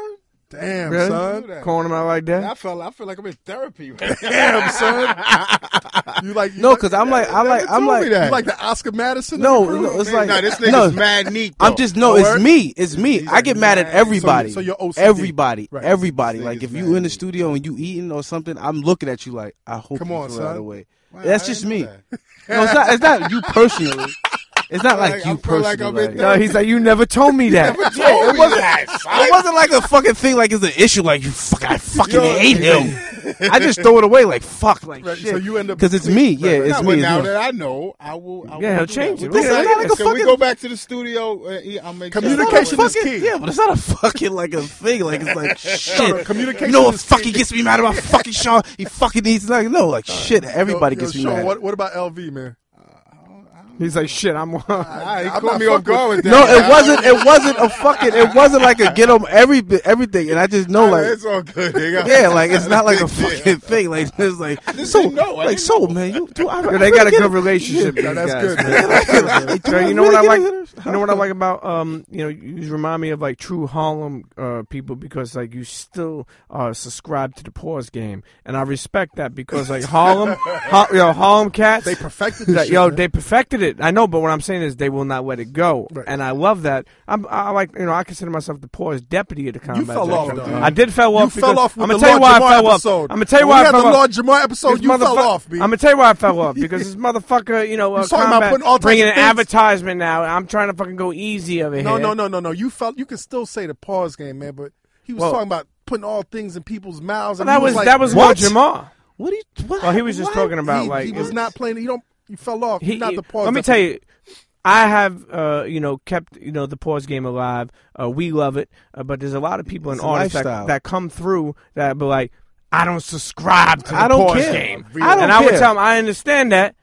A: Damn,
C: Really?
A: son.
C: Calling him out like that?
E: I feel, I feel like I'm in therapy right now.
A: Damn, son. You like you
F: No,
A: like-
F: because I'm like, I'm like,
A: You told
F: I'm
A: me
F: like,
A: that. You like the Oscar Madison. of
F: no,
A: the crew?
F: no, it's
E: Nah,
F: like,
E: this nigga's
F: no,
E: mad neat.
F: I'm
E: though.
F: just no,
A: Word?
F: it's me, it's me. I get mad at everybody,
A: So you're OCD.
F: everybody,
A: Right.
F: everybody.
E: This
F: Like
E: nigga's
F: if
E: mad
F: you in the
E: neat.
F: studio and you eating or something, I'm looking at you like, I hope
A: Come
F: you
A: on,
F: throw that
A: son.
F: away.
E: Wow,
F: That's
E: I
F: just
E: didn't
F: me.
E: know that.
F: No, it's not. It's not you personally. It's not like,
E: Like, I
F: you
E: feel like
F: personally.
E: I'm in
F: like-
C: No, he's like, you never told me that.
F: Yeah, it wasn't. It wasn't like a fucking thing. Like it's an issue. Like you fuck, I fucking hate him. I just throw it away. Like fuck, like
A: Right,
F: shit.
A: so you end up
F: because it's me. Yeah,
A: Right, right.
F: it's
E: Nah,
F: me.
E: but
F: it's
E: now
F: me.
E: that I know, I will.
C: Yeah,
E: I will
C: he'll
E: do
C: change
E: that.
C: it.
E: Can
C: Look at that. Like a
E: we
F: fucking-
E: go back to the studio? Uh, yeah, I'll make sure-
A: Communication
F: It's
A: is
F: not a fucking-
A: key.
F: Yeah, but it's not a fucking like a thing. Like it's like
A: No, no,
F: shit.
A: communication
F: You know what
A: is
F: fucking gets me mad about fucking Sean? He fucking needs like no, like shit. Everybody
A: Yo,
F: gets
A: yo,
F: me
A: Sean,
F: mad.
A: What, what about LV, man?
C: He's like, shit, I'm.
E: Ah, he
A: I'm
E: caught
A: not
E: me off
A: fucking-
E: guard with that.
F: No, it wasn't. It wasn't a fucking. It wasn't like a get him every everything. And I just know
E: Nah,
F: like
E: it's all good. Nigga.
F: Yeah, like it's not like a
E: Yeah.
F: fucking thing. Like it's like so,
E: didn't know. I
F: like
E: didn't
F: so, man. You do. I,
C: Yo, they got a good relationship. these
A: No, that's
C: guys,
A: good,
C: man.
F: relationship.
C: Yo, you know what I like? You know what I like about um, you know, you just remind me of like true Harlem uh, people because like you still uh, subscribe to the pause game, and I respect that because like Harlem, ha- yo, Harlem cats,
A: They perfected this.
C: that-
A: shit,
C: yo,
A: man.
C: they perfected it. I know, but what I'm saying is they will not let it go,
A: Right.
C: and I love that. I'm, I like, you know, I consider myself the poorest deputy of the combat.
A: fell off,
C: section.
A: dog.
C: I did fell
A: You
C: off.
A: fell off with
C: I'm gonna
A: the
C: tell you
A: Lord
C: why I
A: Jamar
C: fell off.
A: episode.
C: I'm gonna tell you
A: When
C: why
A: we
C: I
A: had
C: fell
A: the
C: off.
A: Lord Jamar episode. You fell off,
C: I'm
A: B.
C: gonna tell you why I fell off because this motherfucker, you know, uh,
A: You talking about
C: combat-
A: putting all types
C: bringing
A: of
C: an
A: things-
C: advertisement now. and I'm trying to fucking go easy over
A: No,
C: here.
A: no, no, no, no. You felt you can still say the pause game, man. But he was
C: Well-
A: talking about putting all things in people's mouths.
C: Well,
A: And
C: that
A: he
C: was
A: like,
C: that was
A: what?
C: Lord Jamar.
F: What do you? What?
C: Well, he was just talking about
A: he,
C: like
A: he was
C: it-
A: not playing. You don't. You fell off.
C: he-
A: not
C: he-
A: the pause.
C: Let me
A: I
C: tell
A: think.
C: you. I have, uh, you know, kept you know the pause game alive. Uh, we love it, uh, but there's a lot of people
F: It's
C: and
F: a
C: artists that,
F: lifestyle.
C: that come through that be like, I don't subscribe to the
F: I don't
C: pause
F: care.
C: game,
F: I don't
C: and I would
F: care.
C: tell them I understand that,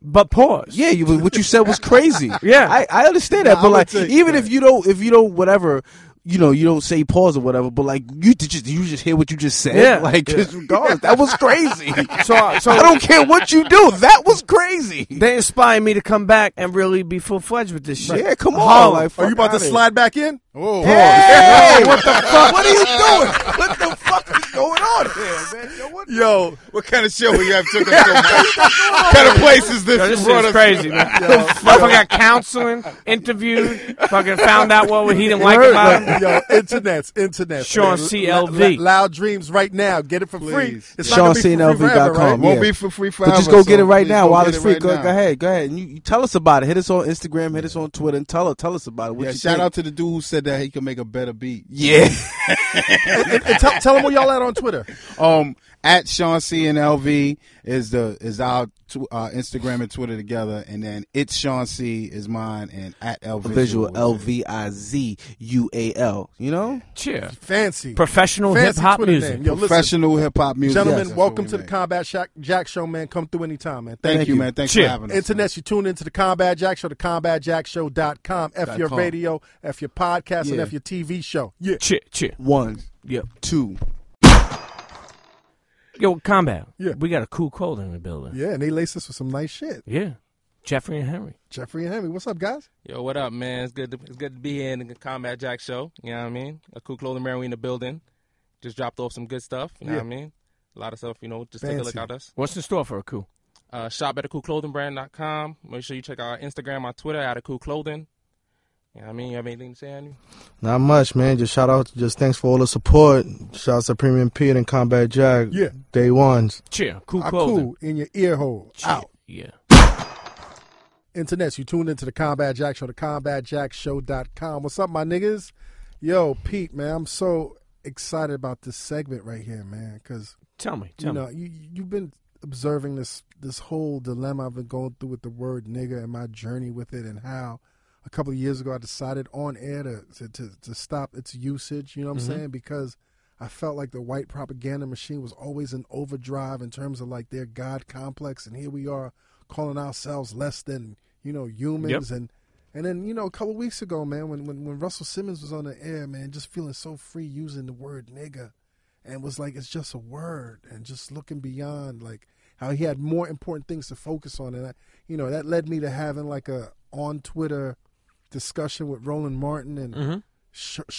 C: but pause.
F: Yeah, you, but what you said was crazy.
C: Yeah.
F: I, I understand that,
A: Nah, I
F: but
A: would
F: like,
A: say-
F: even if you don't, if you don't, whatever, you know, you don't say pause or whatever, but like, you did just, you just hear what you just said.
C: Yeah.
F: like, just regardless, that was crazy.
C: So, so
F: I don't care what you do. That was crazy.
C: They inspired me to come back and really be full fledged with this shit.
F: Yeah, come on.
C: Harlem.
F: Like,
A: Are
F: fuck
A: you about to
F: outta here.
A: slide back in?
E: Oh,
F: Hey, what the fuck? What are you doing? What the fuck is going on here, man? Yo, what?
A: Yo,
E: what kind of show we have took us so much? what kind of place is this?
C: Yo,
E: you
C: this shit
E: brought
C: is
E: us
C: crazy,
E: to?
C: man. Motherfucker got counseling, interviewed, fucking found out what he didn't like about him.
A: yo, internet's internet.
C: Sean
A: man.
C: C.
A: L-
C: LV.
A: L- Loud dreams right now. Get it for free.
E: Please.
A: It's not gonna be for free forever,
F: SeanCLV.com.
A: right?
E: Won't
F: Yeah.
E: be for free forever.
F: But just go get
E: so
F: it right
E: please
F: now
E: go
F: while
E: get
F: it's
E: it
F: free.
E: right
F: go,
E: now.
F: go ahead, go ahead, and you, you tell us about it. Hit us on Instagram, hit us on Twitter, and tell us tell us about it. What
E: Yeah,
F: you
E: shout
F: think.
E: out to the dude who said that he can make a better beat.
F: Yeah,
A: And- and tell, tell them where y'all at on Twitter.
E: Um, at Sean C and LV is the is our tw- uh, Instagram and Twitter together, and then it's Sean C is mine, and at LV
F: visual L V I Z U A L. You know,
C: Cheer.
A: Fancy.
C: Professional hip
A: Fancy
C: hop
A: Twitter
C: music.
A: name. Yo, listen,
E: professional hip hop music.
A: gentlemen,
E: Yes, that's
A: welcome
E: what
A: to
E: we
A: the
E: make.
A: Combat Shack, Jack Show, man. Come through anytime, man.
E: Thank,
F: Thank
E: you,
F: you.
E: man. Thanks
C: Cheer.
E: for having us.
A: Internet, you tune into the Combat Jack Show, the combatjackshow.com. F your
E: com.
A: radio, F your podcast, and
F: Yeah.
A: F your TV show. Yeah.
C: Cheer, cheer.
F: one,
C: Yep.
F: two.
C: Yo, combat.
A: Yeah.
C: We got a cool cold in the building.
A: Yeah, and they lace us with some nice shit.
C: Yeah. Jeffrey and Henry.
A: Jeffrey and Henry, what's up, guys?
G: Yo, what up, man? It's good. To, it's good to be here in the Combat Jack Show. You know what I mean? A cool clothing Mary in the building. Just dropped off some good stuff. You know what I mean? A lot of stuff. You know, just take a look
A: Fancy.
G: at us.
C: What's in store for a cool?
G: Uh, shop at acoolclothingbrand.com. Make sure you check out our Instagram, our Twitter at cool Clothing. You know what I mean? You have anything to say, Andy?
H: Not much, man. Just shout out, just thanks for all the support. Shout out to Premium Pete and Combat Jack.
A: Yeah.
H: Day ones.
C: Cheer. Cool
A: Ah,
C: clothing.
A: cool in your ear hole.
C: Cheer.
A: Out.
C: Yeah.
A: Internets, you tuned into the Combat Jack Show, the combatjackshow.com. What's up, my niggas? Yo, Pete, man, I'm so excited about this segment right here, man, because
C: Tell me. Tell
A: you know
C: me.
A: you you've been observing this this whole dilemma I've been going through with the word nigga and my journey with it and how a couple of years ago I decided on air to to, to, to stop its usage, you know what
C: Mm-hmm.
A: I'm saying? Because I felt like the white propaganda machine was always in overdrive in terms of like their god complex and here we are calling ourselves less than, you know, humans and And then you know, a couple weeks ago, man, when, when when Russell Simmons was on the air, man, just feeling so free using the word nigga, and was like, it's just a word, and just looking beyond like how he had more important things to focus on, and I, you know, that led me to having like a on Twitter discussion with Roland Martin and Sh- Charlemagne,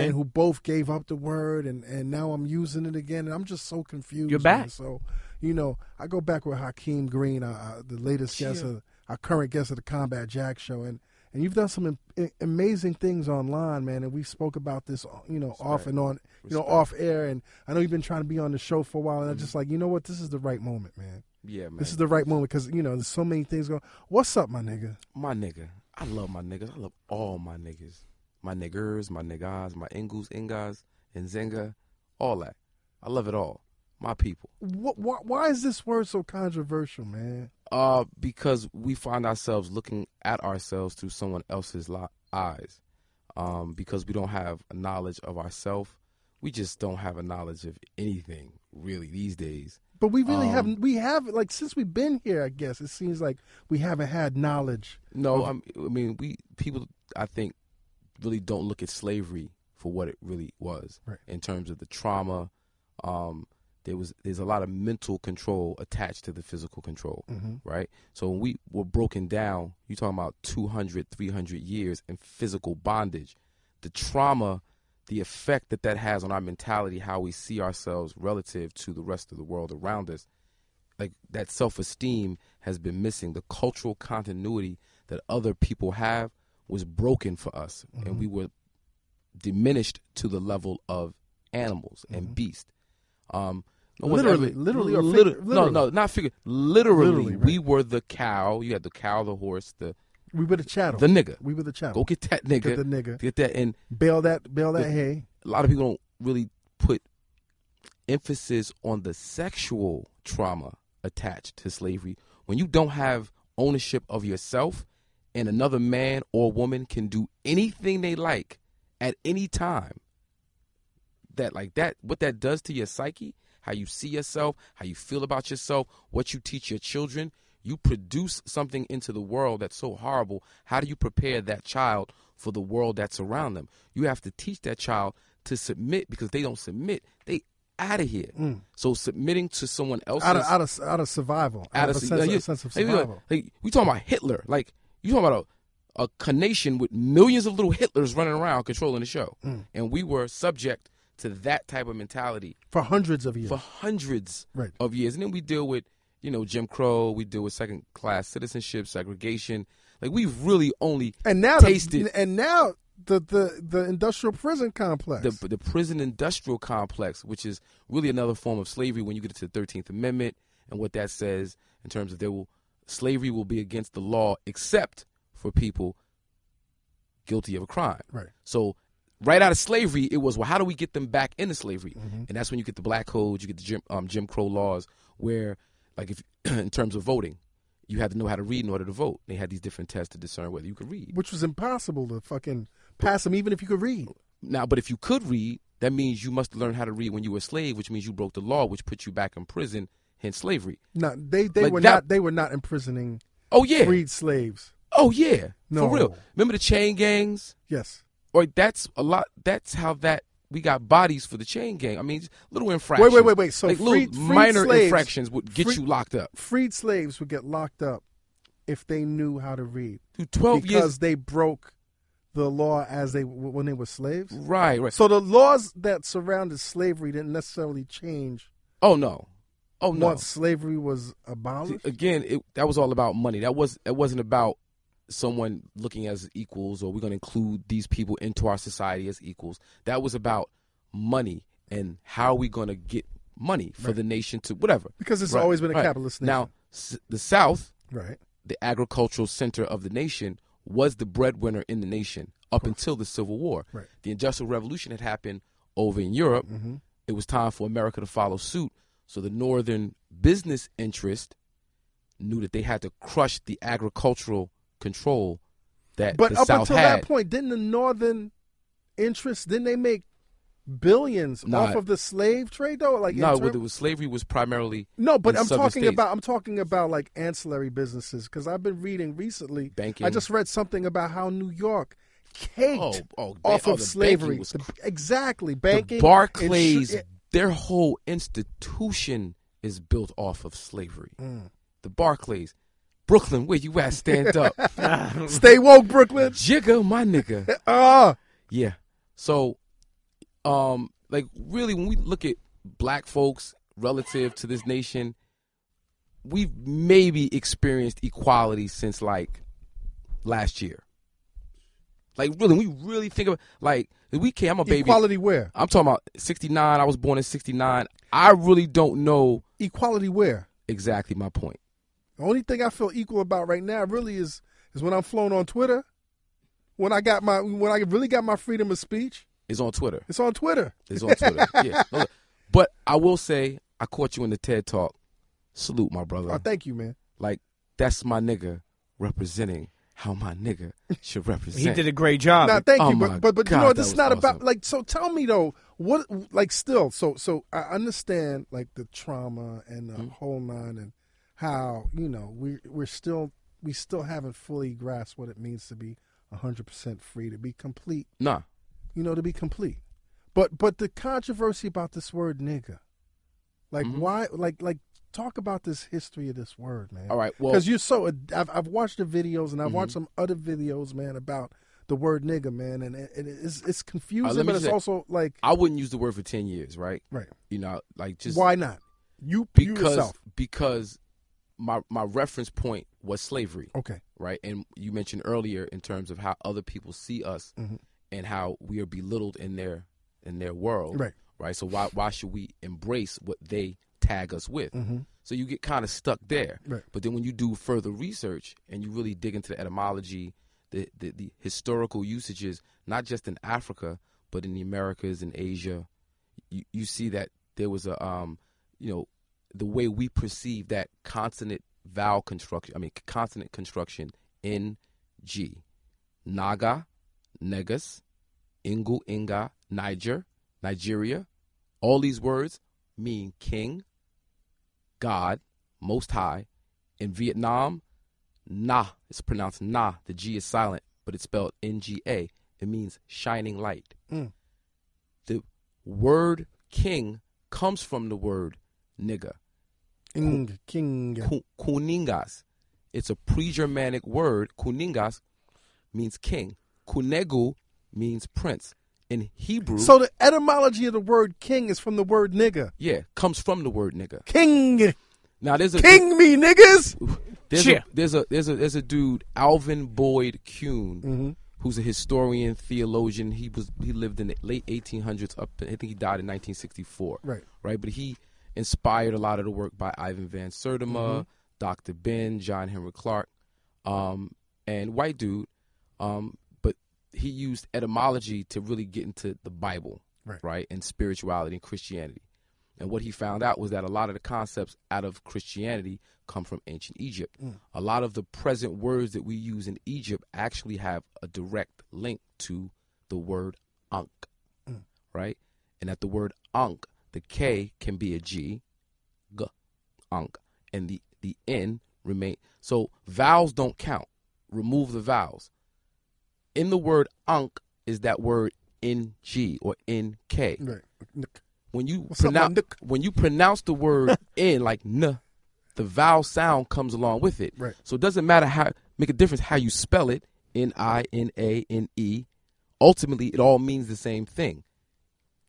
C: Charlemagne.
A: who both gave up the word, and and now I'm using it again, and I'm just so confused.
C: You're
A: man.
C: back.
A: so you know, I go back with Hakeem Green, uh, uh, the latest guest, of, our current guest of the Combat Jack Show, and and you've done some am- a- amazing things online, man. And we spoke about this, uh, you know, off and on, you know, off air, and I know you've been trying to be on the show for a while, and I'm just like, you know what, this is the right moment, man.
G: Yeah, man.
A: This is the right moment because you know there's so many things going. What's up, my nigga?
G: my nigga. I love my niggas. I love all my niggas. My niggers, my niggas, my ingus, ingas, and zenga, all that. I love it all. My people.
A: What, why, why is this word so controversial, man?
G: Uh, because we find ourselves looking at ourselves through someone else's li- eyes. Um, because we don't have a knowledge of ourselves. We just don't have a knowledge of anything really these days.
A: But we really
G: Um,
A: haven't. We have like since we've been here. I guess it seems like we haven't had knowledge.
G: No, I'm, I mean we people. I think really don't look at slavery for what it really was
A: Right.
G: in terms of the trauma. Um, there was there's a lot of mental control attached to the physical control, right? So when we were broken down, you're talking about 200, 300 years in physical bondage. The trauma, the effect that that has on our mentality, how we see ourselves relative to the rest of the world around us, like that self esteem has been missing. The cultural continuity that other people have was broken for us, and
A: Mm-hmm.
G: we were diminished to the level of animals and beasts. Um, no one's
A: Mm-hmm. Literally, literally or
G: Liter-
A: fig-
G: no,
A: literally.
G: no, Oh, not figure. Literally,
A: Literally, right.
G: we were the cow. You had the cow, the horse, the
A: We were the chattel.
G: the nigga.
A: we were the
G: Go
A: chattel.
G: get that nigga.
A: the nigga.
G: Get that. And
A: bail that. Bail that
G: The-
A: hay.
G: a lot of people don't really put emphasis on the sexual trauma attached to slavery. When you don't have ownership of yourself and another man or woman can do anything they like at any time, that like that what that does to your psyche, how you see yourself, how you feel about yourself, what you teach your children, you produce something into the world that's so horrible. How do you prepare that child for the world that's around them? You have to teach that child to submit because if they don't submit, they out of here.
A: Mm.
G: So submitting to someone else's
A: Out of out of out of survival. Out, of, a sense,
G: like,
A: of-
G: yeah,
A: sense of
G: like, we-
A: survival.
G: like, we talking about Hitler. Like you talking about a, a carnation with millions of little Hitlers running around controlling the show,
A: Mm.
G: and we were subject to that type of mentality
A: for hundreds of years.
G: for hundreds
A: Right.
G: of years. And then we deal with, you know, Jim Crow, we deal with second class citizenship, segregation. Like we've really only
A: and now
G: tasted
A: the, and now the the the industrial prison complex.
G: the, the prison industrial complex, which is really another form of slavery when you get to the 13th Amendment and what that says in terms of there will slavery will be against the law except for people guilty of a crime.
A: Right.
G: So right out of slavery, it was well, how do we get them back into slavery?
A: Mm-hmm.
G: And that's when you get the black codes, you get the Jim, um, Jim Crow laws, where like if in terms of voting, you had to know how to read in order to vote. They had these different tests to discern whether you could read.
A: which was impossible to fucking pass them, even if you could read.
G: Now, but if you could read, that means you must learn how to read when you were a slave, which means you broke the law, which put you back in prison, hence slavery.
A: No, they they
G: Like
A: were
G: that-
A: not they were not imprisoning
G: Oh yeah.
A: freed slaves.
G: Oh yeah.
A: No.
G: For real. Remember the chain gangs?
A: Yes.
G: Or that's a lot. That's how that we got bodies for the chain gang. I mean, just little infractions.
A: Wait, wait, wait, wait. So
G: like
A: free,
G: little
A: freed
G: minor
A: slaves-
G: infractions would get
A: free-
G: you locked up.
A: Freed slaves would get locked up if they knew how to read.
G: Dude, twelve
A: because
G: years.
A: they broke the law as they when they were slaves.
G: Right, right.
A: So the laws that surrounded slavery didn't necessarily change
G: Oh no. Oh no.
A: once slavery was
G: See,
A: abolished.
G: again, it, that was all about money. That was that wasn't about someone looking as equals or we're going to include these people into our society as equals. That was about money and how we going to get money for the nation to whatever.
A: Because it's
G: Right,
A: always been a
G: right.
A: capitalist nation.
G: Now, s- the South,
A: right.
G: the agricultural center of the nation, was the breadwinner in the nation up until the Civil War.
A: Right. Mm-hmm.
G: The Industrial Revolution had happened over in Europe. It was time for America to follow suit. So the Northern business interest knew that they had to crush the agricultural control that
A: But
G: eh, the
A: up
G: South
A: until
G: had.
A: that point, didn't the northern interests didn't they make billions
G: Nah.
A: off of the slave trade though? Like in
G: no,
A: term-
G: what it was slavery was primarily
A: no, but
G: in
A: I'm
G: southern
A: talking
G: states.
A: about I'm talking about like ancillary businesses because I've been reading recently.
G: Banking.
A: I just read something about how New York caked
G: Oh, oh, ba-
A: off
G: oh,
A: of
G: the
A: slavery.
G: banking was
A: The- exactly,
G: the
A: banking.
G: Barclays.
A: insu-
G: their whole institution is built off of slavery. The Barclays, Brooklyn, where you at? Stand up,
A: eh, Stay woke, Brooklyn.
G: jigger, my nigga.
A: Ah,
G: Yeah. So, um, like really, when we look at black folks relative to this nation, we've maybe experienced equality since like last year. Like really, we really think about like we came. I'm a baby.
A: equality where?
G: I'm talking about '69. I was born in '69. I really don't know
A: Equality where?
G: exactly my point.
A: The only thing I feel equal about right now really is is when I'm flown on Twitter. When I got my when I really got my freedom of speech,
G: It's on Twitter.
A: it's on Twitter.
G: It's on Twitter. yeah. No, look. But I will say, I caught you in the TED Talk. Salute, my brother.
A: Oh, thank you, man.
G: Like that's my nigga representing how my nigga should represent.
C: He did a great job.
A: Now, thank
G: Oh
A: you,
G: my
A: but but, but you
G: God,
A: know what?
G: that
A: This is
G: was
A: not about
G: awesome.
A: like. So tell me though, what like still? So so I understand like the trauma and
G: Mm-hmm.
A: the whole nine and how you know we we're still we still haven't fully grasped what it means to be hundred percent free to be complete.
G: nah.
A: you know, to be complete. But but the controversy about this word nigga, like
G: Mm-hmm.
A: why, like like talk about this history of this word, man.
G: All right. Well, Mm-hmm.
A: because you're so. ad- I've, I've watched the videos and I've watched some other videos, man, about the word nigga, man, and it, it's it's confusing,
G: me
A: but it's
G: say-
A: also like
G: I wouldn't use the word for ten years, right?
A: right.
G: You know, like just
A: why not? You you
G: because
A: yourself.
G: because my my reference point was slavery,
A: Okay.
G: right? And you mentioned earlier in terms of how other people see us
A: Mm-hmm.
G: and how we are belittled in their in their world,
A: Right.
G: Right. So why why should we embrace what they tag us with? So you get kind of stuck there.
A: Mm-hmm. Right.
G: But then when you do further research and you really dig into the etymology, the, the the historical usages, not just in Africa but in the Americas and Asia, you, you see that there was a um you know the way we perceive that consonant vowel construction. I mean consonant construction in G, Naga, Negus, Ingu Inga, Niger, Nigeria. All these words mean king, God, Most High. In Vietnam, Na, it's pronounced Na. The G is silent, but it's spelled N G A. It means shining light.
A: Mm.
G: The word king comes from the word nigger.
A: Ing, king.
G: Ku- Kuningas. It's a pre-Germanic word. Kuningas means king. Kunegu means prince. In Hebrew,
A: So the etymology of the word king is from the word nigga.
G: yeah, comes from the word nigga.
A: King,
G: Now there's a
A: king me niggas.
G: there's
C: Cheer.
G: a, there's a there's a there's a dude Alvin Boyd Kuhn,
A: Mm-hmm.
G: who's a historian, theologian. He was he lived in the late 1800s up. I think he died in 1964.
A: Right.
G: right. But he inspired a lot of the work by Ivan Van Sertima,
A: Mm-hmm.
G: Dr. Ben, John Henry Clark, um, and white dude. Um, but he used etymology to really get into the Bible,
A: Right.
G: and spirituality and Christianity. And what he found out was that a lot of the concepts out of Christianity come from ancient Egypt. A lot of the present words that we use in Egypt actually have a direct link to the word Ankh, right? And that the word Ankh, the K can be a G, G, Ankh, and the, the N remain. So vowels don't count. Remove the vowels. In the word Ankh is that word NG or NK
A: Right. Nick.
G: when you
A: What's up, my
G: pronounce
A: nook?
G: when you pronounce the word in like n, the vowel sound comes along with it.
A: Right.
G: So it doesn't matter how make a difference how you spell it. N i n a n e. Ultimately, it all means the same thing.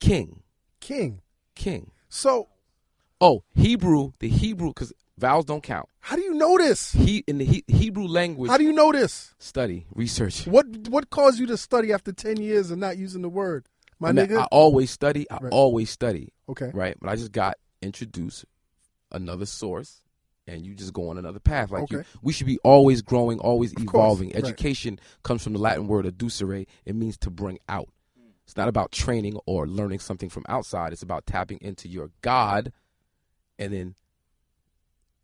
G: King,
A: King.
G: king.
A: So
G: Oh, Hebrew, the Hebrew, because vowels don't count.
A: how do you know this?
G: He in the he, Hebrew language.
A: How do you know this?
G: study research?
A: What what caused you to study after ten years and not using the word, my
G: I, mean,
A: nigga?
G: I always study. I
A: Right.
G: always study.
A: okay,
G: right? But I just got introduced another source, and you just go on another path. Like you,
A: Okay.
G: we should be always growing, always
A: course,
G: evolving.
A: right.
G: Education comes from the Latin word "educere." It means to bring out. It's not about training or learning something from outside. It's about tapping into your God, and then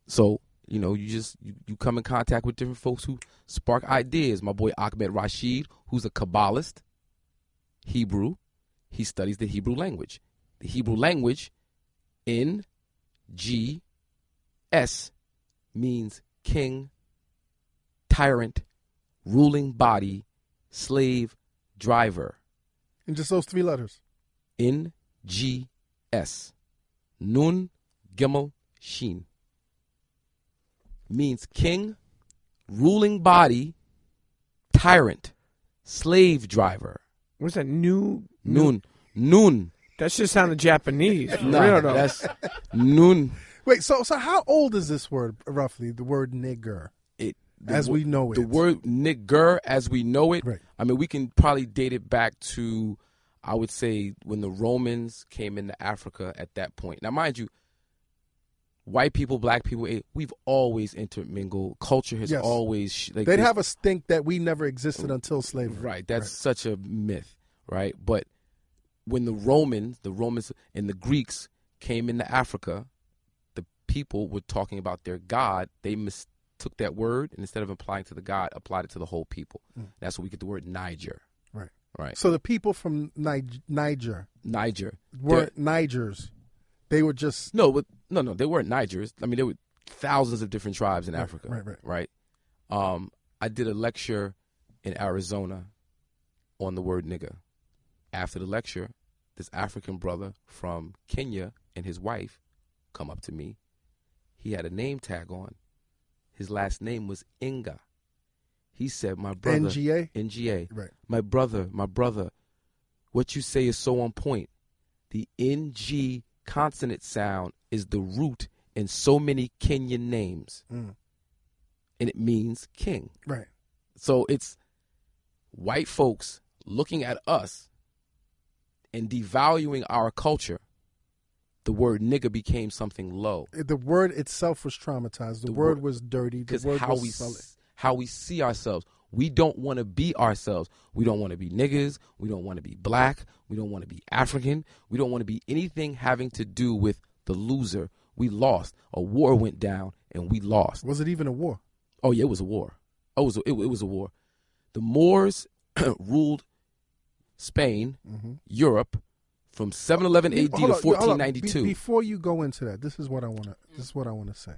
G: so you know you just you, you come in contact with different folks who spark ideas. My boy Ahmed Rashid, who's a Kabbalist, Hebrew. he studies the Hebrew language. The Hebrew language in G S means king, tyrant, ruling body, slave, driver.
A: In just those three letters.
G: N G S. Nun Gimel Shin. Means king, ruling body, tyrant, slave driver.
C: What's that? New
G: Nun. Nun.
C: That shit sounded Japanese. For
G: Nah,
C: real though.
G: that's Nun.
A: Wait, so so how old is this word roughly? The word nigger,
G: It, the
A: as
G: wo-
A: we know it.
G: the word nigger as we know it
A: Right.
G: i mean we can probably date it back to i would say when the romans came into africa at that point now mind you white people black people eh, we've always intermingled culture has
A: Yes.
G: always sh- like
A: They'd
G: this-
A: have us think that we never existed until slavery.
G: Oh, Right. That's such a myth, right? But when the Romans, the Romans and the Greeks came into Africa, the people were talking about their God. They mistook that word and instead of applying to the God, applied it to the whole people.
A: Hmm.
G: That's where we get the word Niger.
A: Right.
G: Right.
A: So the people from Nig- Niger
G: Niger.
A: were
G: They're-
A: Nigers. They were just
G: No, but no, no, they weren't Nigers. I mean, there were thousands of different tribes in Africa.
A: right, right.
G: Um, I did a lecture in Arizona on the word nigger. After the lecture, this African brother from Kenya and his wife come up to me. He had a name tag on. His last name was Inga. He said, "My brother,
A: NGA.
G: NGA,
A: Right.
G: my brother, my brother, what you say is so on point. The NG consonant sound is the root in so many Kenyan names,
A: Mm.
G: and it means king.
A: Right.
G: So it's white folks looking at us and devaluing our culture. The word nigger became something low
A: The word itself was traumatized. The,
G: The
A: word,
G: word-
A: was dirty. The
G: because
A: word
G: how
A: was
G: we
A: sullen.
G: s- how we see ourselves. We don't want to be ourselves. We don't want to be niggers. We don't want to be black. We don't want to be African. We don't want to be anything having to do with the loser. We lost. A war went down and we lost.
A: Was it even a war?
G: Oh yeah, it was a war. Oh, it was a, it, it was a war. The Moors ruled Spain, Europe, from 711 AD
A: Hold
G: to
A: on, hold on. Mm-hmm. Be-
G: 1492.
A: before you go into that, this is what I want to. This is what I want to say.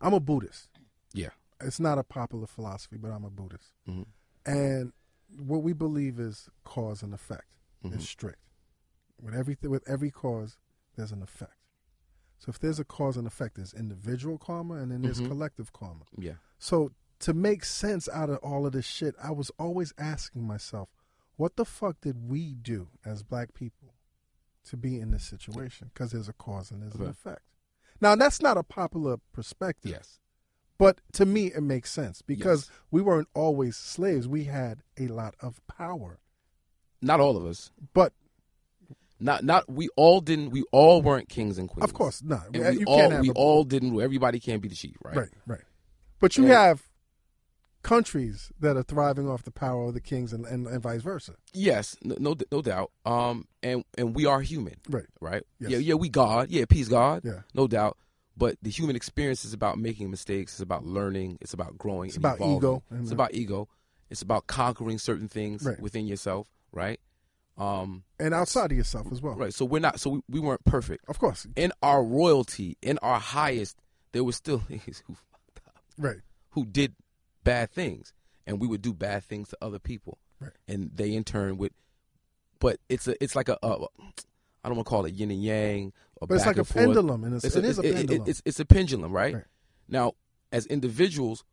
A: I'm a Buddhist.
G: yeah,
A: It's not a popular philosophy, but I'm a Buddhist,
G: Mhm.
A: and what we believe is cause and effect.
G: Mm-hmm.
A: It's strict. With everything, with every cause, there's an effect. So if there's a cause and effect, there's individual karma, and then there's
G: Mm-hmm.
A: collective karma.
G: yeah.
A: So to make sense out of all of this shit, I was always asking myself, what the fuck did we do as black people to be in this situation? Because there's a cause and there's an
G: Okay.
A: effect. Now that's not a popular perspective,
G: Yes.
A: but to me it makes sense because
G: Yes.
A: we weren't always slaves. We had a lot of power,
G: Not all of us.
A: but
G: Not not we all didn't. We all weren't kings and queens.
A: of course not.
G: And
A: You
G: we
A: can't
G: all
A: have
G: we
A: a-
G: all didn't. rule. Everybody can't be the chief, right?
A: Right, right. But you
G: And-
A: have countries that are thriving off the power of the kings and, and, and vice versa.
G: Yes, no, no, no doubt. Um, and and we are human,
A: Right.
G: right?
A: Yes.
G: Yeah, yeah, we God. Yeah, peace, God.
A: Yeah.
G: no doubt. But the human experience is about making mistakes. It's about learning. It's about growing.
A: It's
G: and
A: about
G: evolving.
A: ego.
G: It's about ego. It's about conquering certain things
A: Right.
G: within yourself, right? Um,
A: And outside of yourself as well.
G: right. So we're not. So we, we weren't perfect.
A: Of course.
G: In our royalty, in our highest, there was still niggas who fucked up
A: Right.
G: who did bad things, and we would do bad things to other people,
A: Right.
G: and they in turn would. But it's a it's like a, a I don't want to call it yin and yang. Or
A: But it's
G: back
A: like
G: and
A: a
G: forth.
A: pendulum, and it's- it is a
G: it-
A: pendulum.
G: it's it's a pendulum, right?
A: Right.
G: Now, as individuals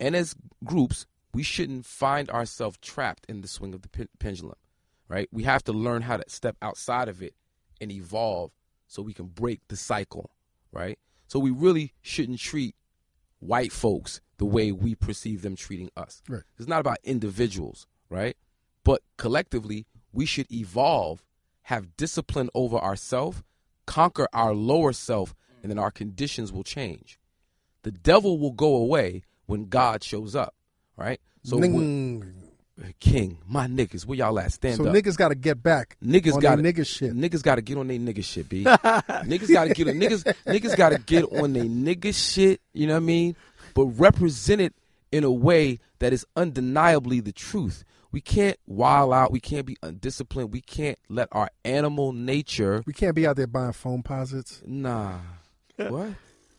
G: and as groups, we shouldn't find ourselves trapped in the swing of the pen- pendulum, right? We have to learn how to step outside of it and evolve so we can break the cycle, right? So we really shouldn't treat white folks the way we perceive them treating us.
A: Right.
G: It's not about individuals, right? But collectively, we should evolve, have discipline over ourself, conquer our lower self, and then our conditions will change. The devil will go away when God shows up, right? So when-
A: Ning.
G: king, my niggas, where y'all at? Stand
A: so
G: up.
A: niggas got to get back.
G: Niggas
A: on
G: got
A: their nigga shit.
G: Niggas got to get on their nigga shit, b. niggas got to get on niggas. Niggas got to get on their nigga shit. You know what I mean? But represent it in a way that is undeniably the truth. we can't wild out. We can't be undisciplined. We can't let our animal nature.
A: We can't be out there buying phone posits,
G: Nah. What?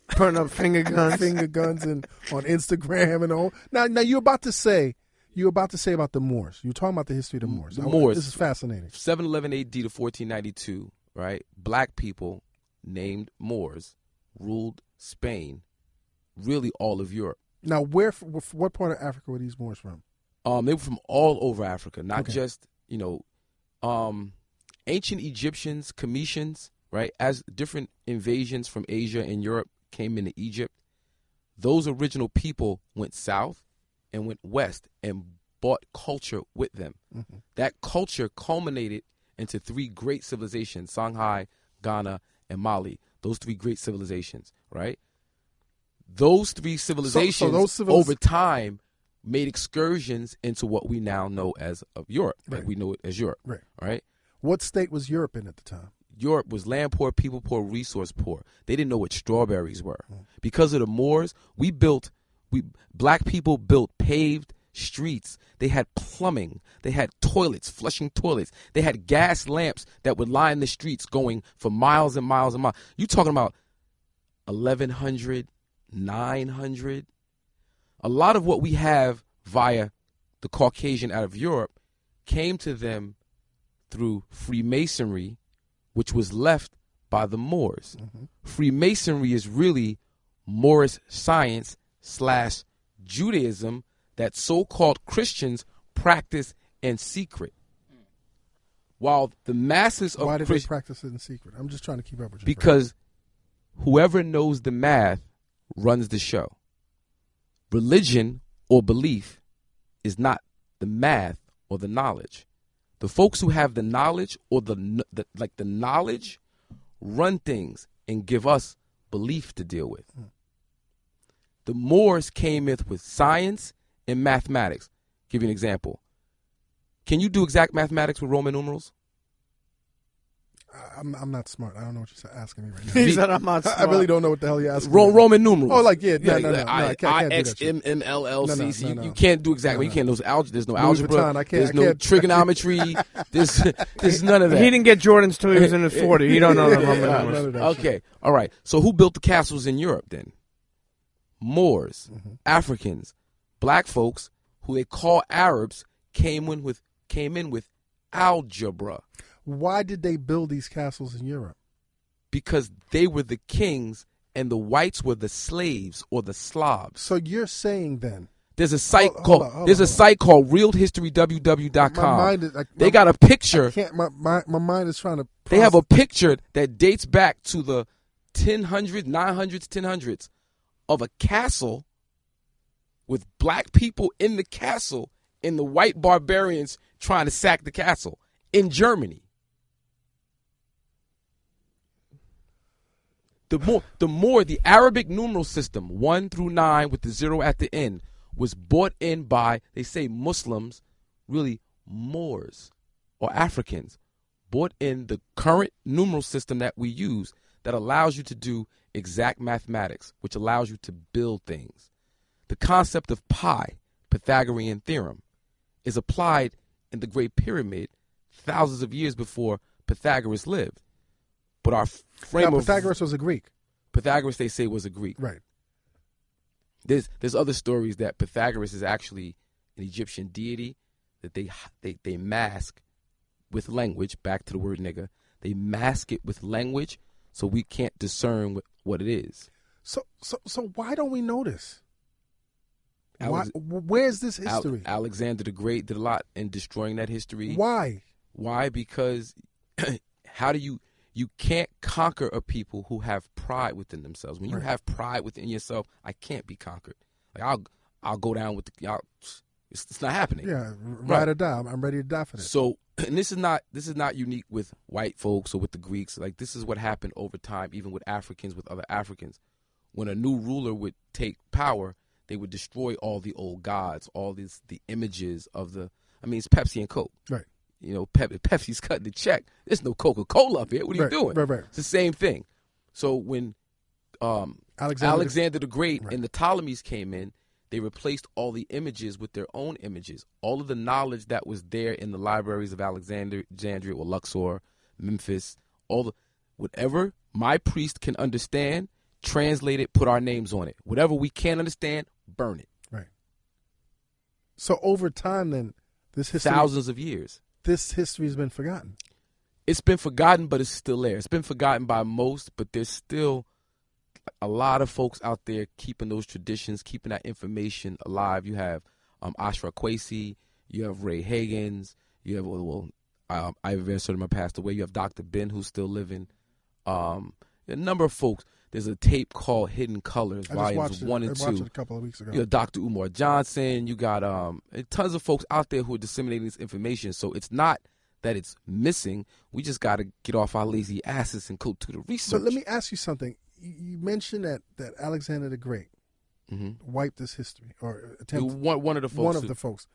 C: putting up finger guns.
A: finger guns, and on Instagram and all. Now, now you're about to say you're about to say about the Moors. You're talking about the history of the Moors.
G: The
A: I want-
G: Moors.
A: This is fascinating.
G: 711 AD to 1492, right? Black people named Moors ruled Spain, really all of Europe.
A: Now, where, f- wh- what part of Africa were these Moors from?
G: Um, they were from all over Africa, not
A: Okay.
G: just you know, um, ancient Egyptians, Cometians, right? As different invasions from Asia and Europe came into Egypt, those original people went south and went west and brought culture with them. That culture culminated into three great civilizations: Songhai, Ghana, and Mali. Those three great civilizations, right? Those three civilizations
A: those civiliz-
G: over time made excursions into what we now know as of Europe. Right. we know it as Europe.
A: Right.
G: All right.
A: What state was Europe in at the time?
G: Europe was land poor, people poor, resource poor. They didn't know what strawberries were. Because of the Moors, we built we black people built paved streets. They had plumbing. They had toilets, flushing toilets. They had gas lamps that would line the streets going for miles and miles and miles. You talking about 1100, 900. A lot of what we have via the Caucasian out of Europe came to them through Freemasonry which was left by the Moors.
A: Mm-hmm.
G: Freemasonry is really Morris science slash Judaism that so called Christians practice in secret. While the masses of
A: Why did
G: Christians
A: they practice it in secret? I'm just trying to keep up with
G: Oh,
A: you.
G: because whoever knows the math runs the show. Religion or belief is not the math or the knowledge. The folks who have the knowledge or the, kn- the like the knowledge run things and give us belief to deal with. The Moors came in with science and mathematics. Give you an example. Can you do exact mathematics with Roman numerals?
A: I- I'm, I'm not smart. I don't know what you're asking me right now.
C: He said, "I'm not
A: I- I
C: smart."
A: really don't know what the hell you're asking.
G: Ro-
A: me.
G: Roman numerals.
A: Oh, like, yeah, no, no, no,
G: like,
A: no,
G: I,
A: I can't- I can't do
G: I, X,
A: that shit.
G: M, M, L, L,
A: No, no,
G: C, C.
A: no,
G: You-
A: no.
G: You can't do exactly. You
A: No, no.
G: can't. There's, alge- there's no
A: Louis
G: algebra.
A: Vuitton, I can't-
G: there's
A: I
G: no
A: can't-
G: trigonometry. there's, there's none of that.
C: He didn't get Jordans till he was in his 40. He don't know the Roman
A: Yeah,
C: numerals.
A: none of that shit.
G: Okay. All right. So who built the castles in Europe then? Moors,
A: Mm-hmm.
G: Africans, black folks who they call Arabs came in with came in with algebra
A: Why did they build these castles in Europe?
G: because they were the kings and the whites were the slaves or the Slavs.
A: So you're saying then
G: There's a site
A: Hold- hold
G: called
A: on, hold
G: There's
A: on,
G: a
A: hold on.
G: site called realhistoryww.com.
A: My mind is- I-
G: they
A: my-
G: got a
A: I
G: picture.
A: can't. My, my my mind is trying to.
G: They have a
A: process-
G: picture that dates back to the 1000s, 900s, 1000s of a castle with black people in the castle and the white barbarians trying to sack the castle in Germany. The more, the more the Arabic numeral system, one through nine with the zero at the end, was brought in by they say Muslims, really Moors or Africans, brought in the current numeral system that we use that allows you to do exact mathematics, which allows you to build things. The concept of pi, Pythagorean theorem, is applied in the Great Pyramid thousands of years before Pythagoras lived. But our f- frame
A: Now,
G: of
A: Pythagoras was a Greek,
G: Pythagoras, they say, was a Greek.
A: right?
G: There's there's other stories that Pythagoras is actually an Egyptian deity that they they they mask with language. Back to the word nigga, they mask it with language, so we can't discern what, what it is.
A: So so so why don't we know this? Why,
G: Alex-
A: where's this
G: Al-
A: history?
G: Alexander the Great did a lot in destroying that history.
A: Why?
G: Why? Because how do you you can't conquer a people who have pride within themselves. When you have pride within yourself, I can't be conquered. Like I'll I'll go down with the I'll, it's, it's not happening.
A: Yeah, ride or die. I'm ready to die for this.
G: So, and this is not this is not unique with white folks or with the Greeks. Like this is what happened over time, even with Africans, with other Africans. When a new ruler would take power, they would destroy all the old gods, all these the images of the. I mean, it's Pepsi and Coke.
A: Right.
G: You know, Pep, Pepsi's cutting the check. There's no Coca Cola up here. What are
A: Right,
G: you doing?
A: right, right.
G: It's the same thing. So when um,
A: Alexander the-
G: Alexander the Great and the Ptolemies came in, They replaced all the images with their own images. All of the knowledge that was there in the libraries of Alexander- Alexandria or Luxor, Memphis, all the whatever my priest can understand, translate it, put our names on it. Whatever we can't understand, burn it.
A: So over time, then this history,
G: Thousands of years.
A: this history has been forgotten.
G: it's been forgotten, but it's still there. It's been forgotten by most, but there's still a lot of folks out there keeping those traditions, keeping that information alive. You have um, Ashra Kwesi, you have Ray Higgins, you have well, well um, Ivy Van Sertima passed away. You have Dr. Ben who's still living. Um, a number of folks. There's a tape called Hidden Colors,
A: I just
G: volumes
A: watched it.
G: one
A: I
G: and
A: watched
G: two.
A: it a couple of weeks ago.
G: You got Dr. Umar Johnson. You got um tons of folks out there who are disseminating this information. So it's not that it's missing. We just got to get off our lazy asses and go to the research.
A: But let me ask you something. You you mentioned that that Alexander the Great
G: Mhm.
A: wiped this history or
G: Do
A: attempted
G: one, one of the folks.
A: one of
G: who-
A: the folks.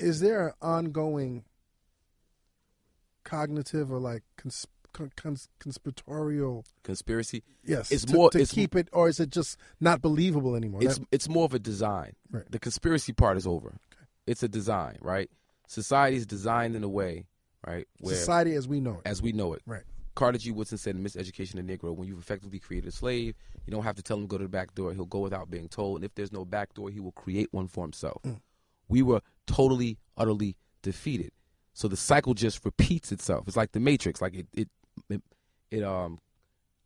A: Is there an ongoing cognitive or like cons- con- cons- conspiratorial?
G: conspiracy.
A: Yes,
G: It's
A: to,
G: more-
A: to
G: it's-
A: keep it, or is it just not believable anymore?
G: It's
A: That-
G: it's more of a design.
A: Right.
G: The conspiracy part is over. It's a design, right? Society is designed in a way, right, where
A: society as we know it.
G: as we know it,
A: Right.
G: Carter G. Woodson said in Miseducation of the Negro, when you've effectively created a slave, you don't have to tell him to go to the back door. He'll go without being told. And if there's no back door, he will create one for himself.
A: Mm.
G: We were totally, utterly defeated. So the cycle just repeats itself. It's like the Matrix. Like it, it, it, it um,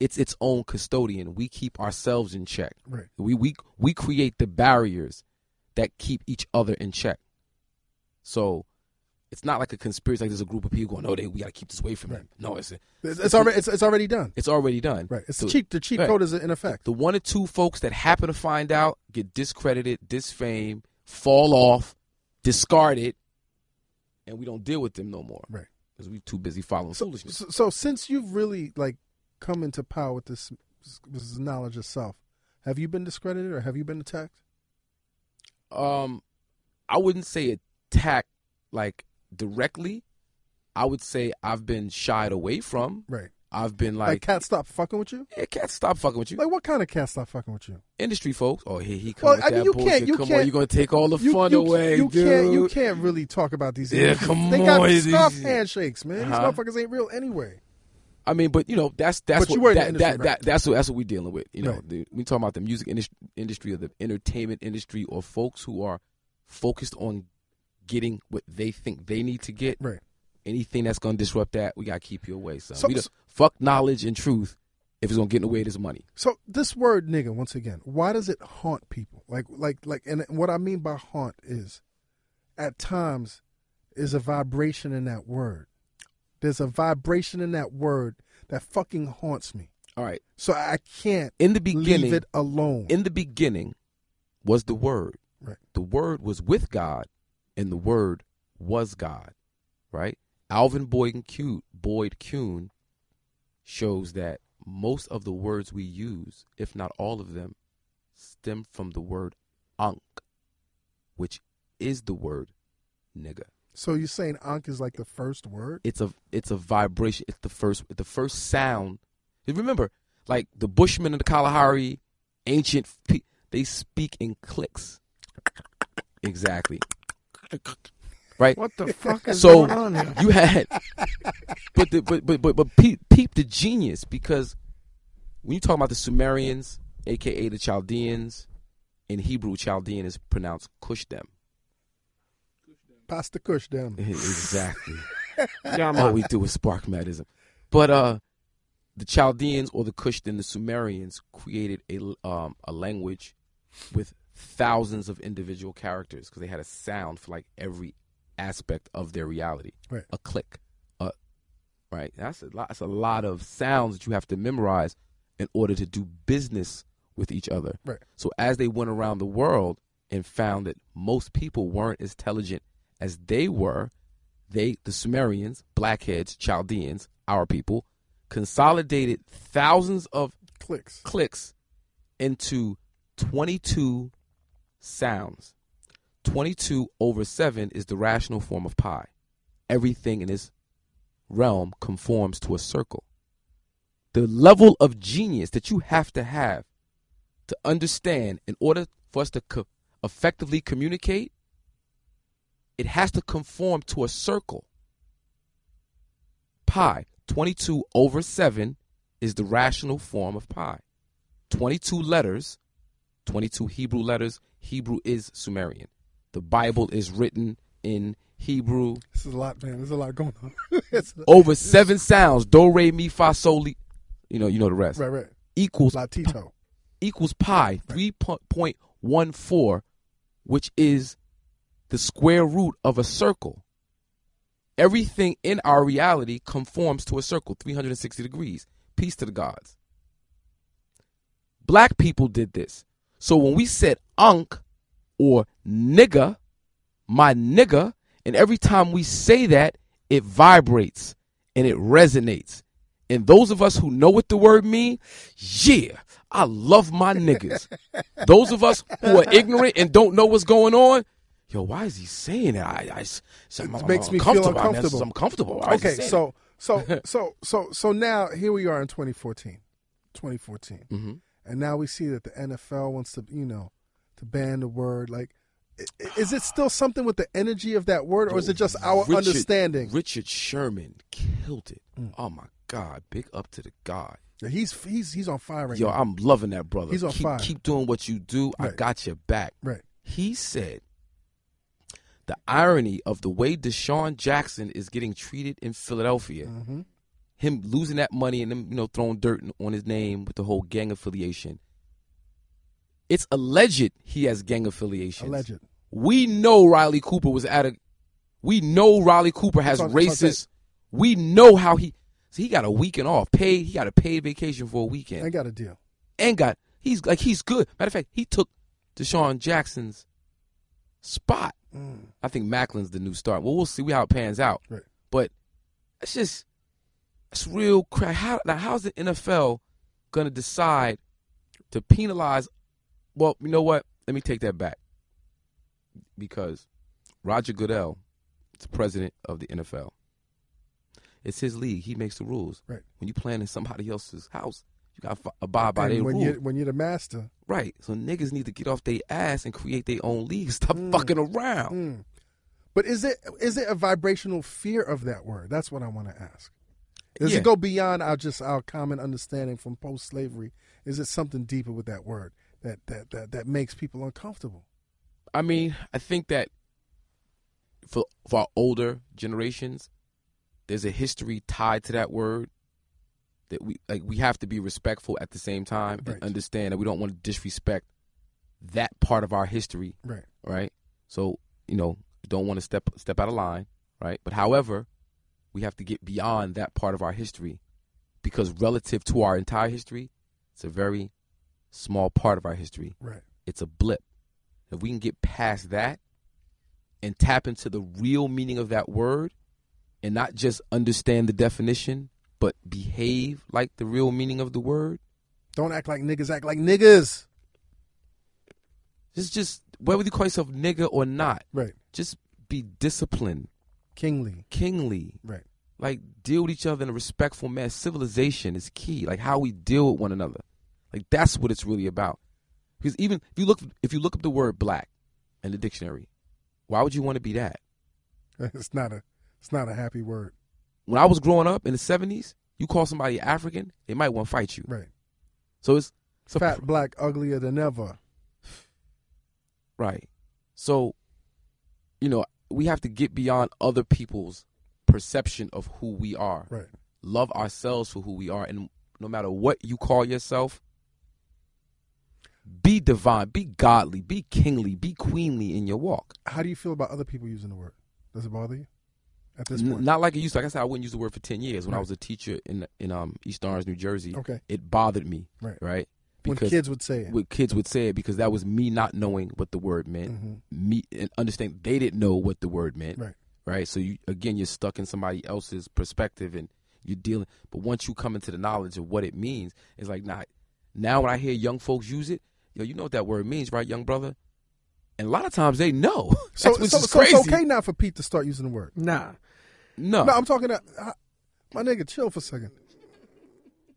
G: it's its own custodian. We keep ourselves in check.
A: Right.
G: We we we create the barriers that keep each other in check. So it's not like a conspiracy. Like there's a group of people going, "Oh, they we got to keep this away from him." No, it's
A: It's, it's already it's, it's already done.
G: it's already done.
A: Right. It's
G: So-
A: the cheat. The cheat
G: right.
A: code is in effect.
G: The one or two folks that happen to find out get discredited, disfamed, fall off, discarded, and we don't deal with them no more.
A: Right.
G: Because we're too busy following
A: So,
G: foolishness.
A: so, so since you've really like come into power with this this knowledge of self, have you been discredited or have you been attacked?
G: Um, I wouldn't say attack like directly. I would say I've been shied away from.
A: Right.
G: I've been
A: Like,
G: like,
A: can't stop fucking with you.
G: yeah, can't stop fucking with you.
A: Like what kind of can't stop fucking with you?
G: Industry folks. Oh, here he comes.
A: Well,
G: with
A: I mean,
G: that
A: you
G: bullshit.
A: can't- you
G: come
A: can't-
G: on, you're gonna take all the
A: you,
G: fun
A: you-
G: away,
A: you
G: dude.
A: Can't, you can't really talk about these.
G: Yeah,
A: these-
G: come
A: they got
G: on, these- Uh-huh.
A: scarf handshakes, man.
G: Huh?
A: These motherfuckers ain't real anyway.
G: I mean, but you know, that's that's
A: But you were
G: what
A: in the
G: that,
A: industry,
G: that,
A: right?
G: that that's what that's what we're dealing with. You know,
A: Right.
G: the, we talking about the music industry, industry or the entertainment industry or folks who are focused on getting what they think they need to get.
A: Right.
G: Anything that's gonna disrupt that, we gotta keep you away. So,
A: So-
G: we don't,
A: so-
G: fuck knowledge and truth. If it's gonna get in the way of this money,
A: So this word nigga, once again, why does it haunt people? Like, like, like, and what I mean by haunt is, at times, is a vibration in that word. There's a vibration in that word that fucking haunts me.
G: all right.
A: So I can't
G: In the
A: leave
G: beginning,
A: it alone.
G: in the beginning was the word
A: Right.
G: the word was with god and the word was god right alvin boyd kuhn, boyd kuhn shows that most of the words we use if not all of them stem from the word ankh which is the word nigga
A: so you're saying Ankh is like the first word?
G: it's a it's a vibration. It's the first the first sound. And remember, like the Bushmen and the Kalahari, ancient pe- they speak in clicks. Exactly. Right.
C: What the fuck is
G: So
C: going on here?
G: you had, but the, but but but but peep, peep the genius because when you talk about the Sumerians, aka the Chaldeans, in Hebrew, Chaldean is pronounced Kushdem.
A: Pasta Kush, damn.
G: Exactly.
C: Yeah, I'm
G: all
C: out.
G: we do is spark madism. But uh, the Chaldeans or the Cushite, the Sumerians created a um, a language with thousands of individual characters because they had a sound for like every aspect of their reality.
A: Right.
G: A click, a right. That's a lot. That's a lot of sounds that you have to memorize in order to do business with each other.
A: Right.
G: So as they went around the world and found that most people weren't as intelligent as they were, they, the Sumerians, blackheads, Chaldeans, our people, consolidated thousands of
A: Clicks.
G: clicks into 22 sounds. 22 over 7 is the rational form of pi. Everything in this realm conforms to a circle. The level of genius that you have to have to understand, in order for us to co- effectively communicate, it has to conform to a circle. Pi, 22 over 7 is the rational form of pi. 22 letters, 22 Hebrew letters. Hebrew is Sumerian. The Bible is written in Hebrew
A: This is a lot, man. There's a lot going on. It's a-
G: over seven sounds do re mi fa sol li you know you know the rest
A: right, right.
G: equals
A: Latito.
G: equals pi 3.14 which is the square root of a circle everything in our reality conforms to a circle 360 degrees peace to the gods black people did this so when we said unk or nigga my nigga and every time we say that it vibrates and it resonates and those of us who know what the word mean, yeah, I love my niggas. those of us who are ignorant and don't know what's going on, yo, why is he saying that? I, I, it's- I'm,
A: It
G: I'm
A: makes me feel
G: uncomfortable. I'm-
A: uncomfortable.
G: I'm comfortable. Why is he
A: Okay,
G: saying
A: so so so so so now here we are in 2014, 2014,
G: Mhm.
A: and now we see that the NFL wants to you know to ban the word. Like, i- i- is it still something with the energy of that word, or is it just our
G: Richard-
A: understanding? Mm.
G: Richard Sherman killed it. Oh my God! Big up to the God.
A: Yeah, He's he's he's on fire right
G: Yo,
A: now.
G: I'm loving that brother.
A: He's on
G: keep,
A: fire.
G: keep doing what you do. I
A: Right.
G: got your back.
A: Right.
G: He said the irony of the way Deshaun Jackson is getting treated in Philadelphia,
A: Mm-hmm.
G: him losing that money and him, you know, throwing dirt on his name with the whole gang affiliation. It's alleged he has gang affiliations.
A: Alleged.
G: We know Riley Cooper was at a. We know Riley Cooper has
A: That's what- that's what I'm
G: racist. We know how he. So he got a weekend off, paid. He got a paid vacation for a weekend
A: I got a deal.
G: and got he's like he's good. Matter of fact, he took Deshaun Jackson's spot. I think Macklin's the new start. Well, we'll see how it pans out.
A: Right.
G: But it's just it's real crap. How now? How's the NFL gonna decide to penalize? Well, you know what? Let me take that back because Roger Goodell is the president of the NFL. It's his league. He makes the rules.
A: Right.
G: When you playing in somebody else's house, you got to abide by
A: And
G: their
A: when
G: rules.
A: you when you're the master,
G: Right. So niggas need to get off their ass and create their own league. Stop fucking around.
A: Mm. But is it is it a vibrational fear of that word? That's what I want to ask. Does
G: Yeah.
A: it go beyond our just our common understanding from post slavery? Is it something deeper with that word that that that, that makes people uncomfortable?
G: I mean, I think that for for our older generations, there's a history tied to that word that we like we have to be respectful at the same time
A: Right.
G: and understand that we don't want to disrespect that part of our history
A: Right.
G: right? So you know, don't want to step step out of line, right? But however, we have to get beyond that part of our history because relative to our entire history, it's a very small part of our history.
A: Right.
G: It's a blip. If we can get past that and tap into the real meaning of that word and not just understand the definition, but behave like the real meaning of the word,
A: Don't act like niggas act like niggas.
G: it's just whether you call yourself nigga or not,
A: Right.
G: just be disciplined,
A: Kingly.
G: kingly,
A: Right.
G: like deal with each other in a respectful manner. Civilization is key. Like how we deal with one another. Like that's what it's really about. Because even if you look if you look up the word black in the dictionary, why would you want to be that?
A: It's not a it's not a happy word.
G: When I was growing up in the seventies, you call somebody African, they might want to fight you.
A: Right.
G: So it's, it's a
A: Fat
G: pr-
A: black uglier than ever.
G: right. So, you know, we have to get beyond other people's perception of who we are.
A: Right.
G: Love ourselves for who we are, and no matter what you call yourself, be divine, be godly, be kingly, be queenly in your walk.
A: How do you feel about other people using the word? Does it bother you at this
G: N-
A: point?
G: Not like it used to. Like I said, I wouldn't use the word for ten years. When I
A: Right.
G: was a teacher in in um, East Orange, New Jersey,
A: Okay.
G: it bothered me.
A: Right.
G: right.
A: When kids would say it.
G: what kids would say it because that was me not knowing what the word meant.
A: Mm-hmm.
G: Me and understand they didn't know what the word meant.
A: Right.
G: Right. So you again you're stuck in somebody else's perspective and you're dealing but once you come into the knowledge of what it means, it's like not now when I hear young folks use it, yo, you know what that word means, right, young brother? And a lot of times they know.
A: So,
G: That's which
A: so,
G: is
A: so
G: crazy.
A: it's okay now for Pete to start using the word.
C: Nah.
G: No,
A: uh, No, I'm talking to I- my nigga. Chill for a second.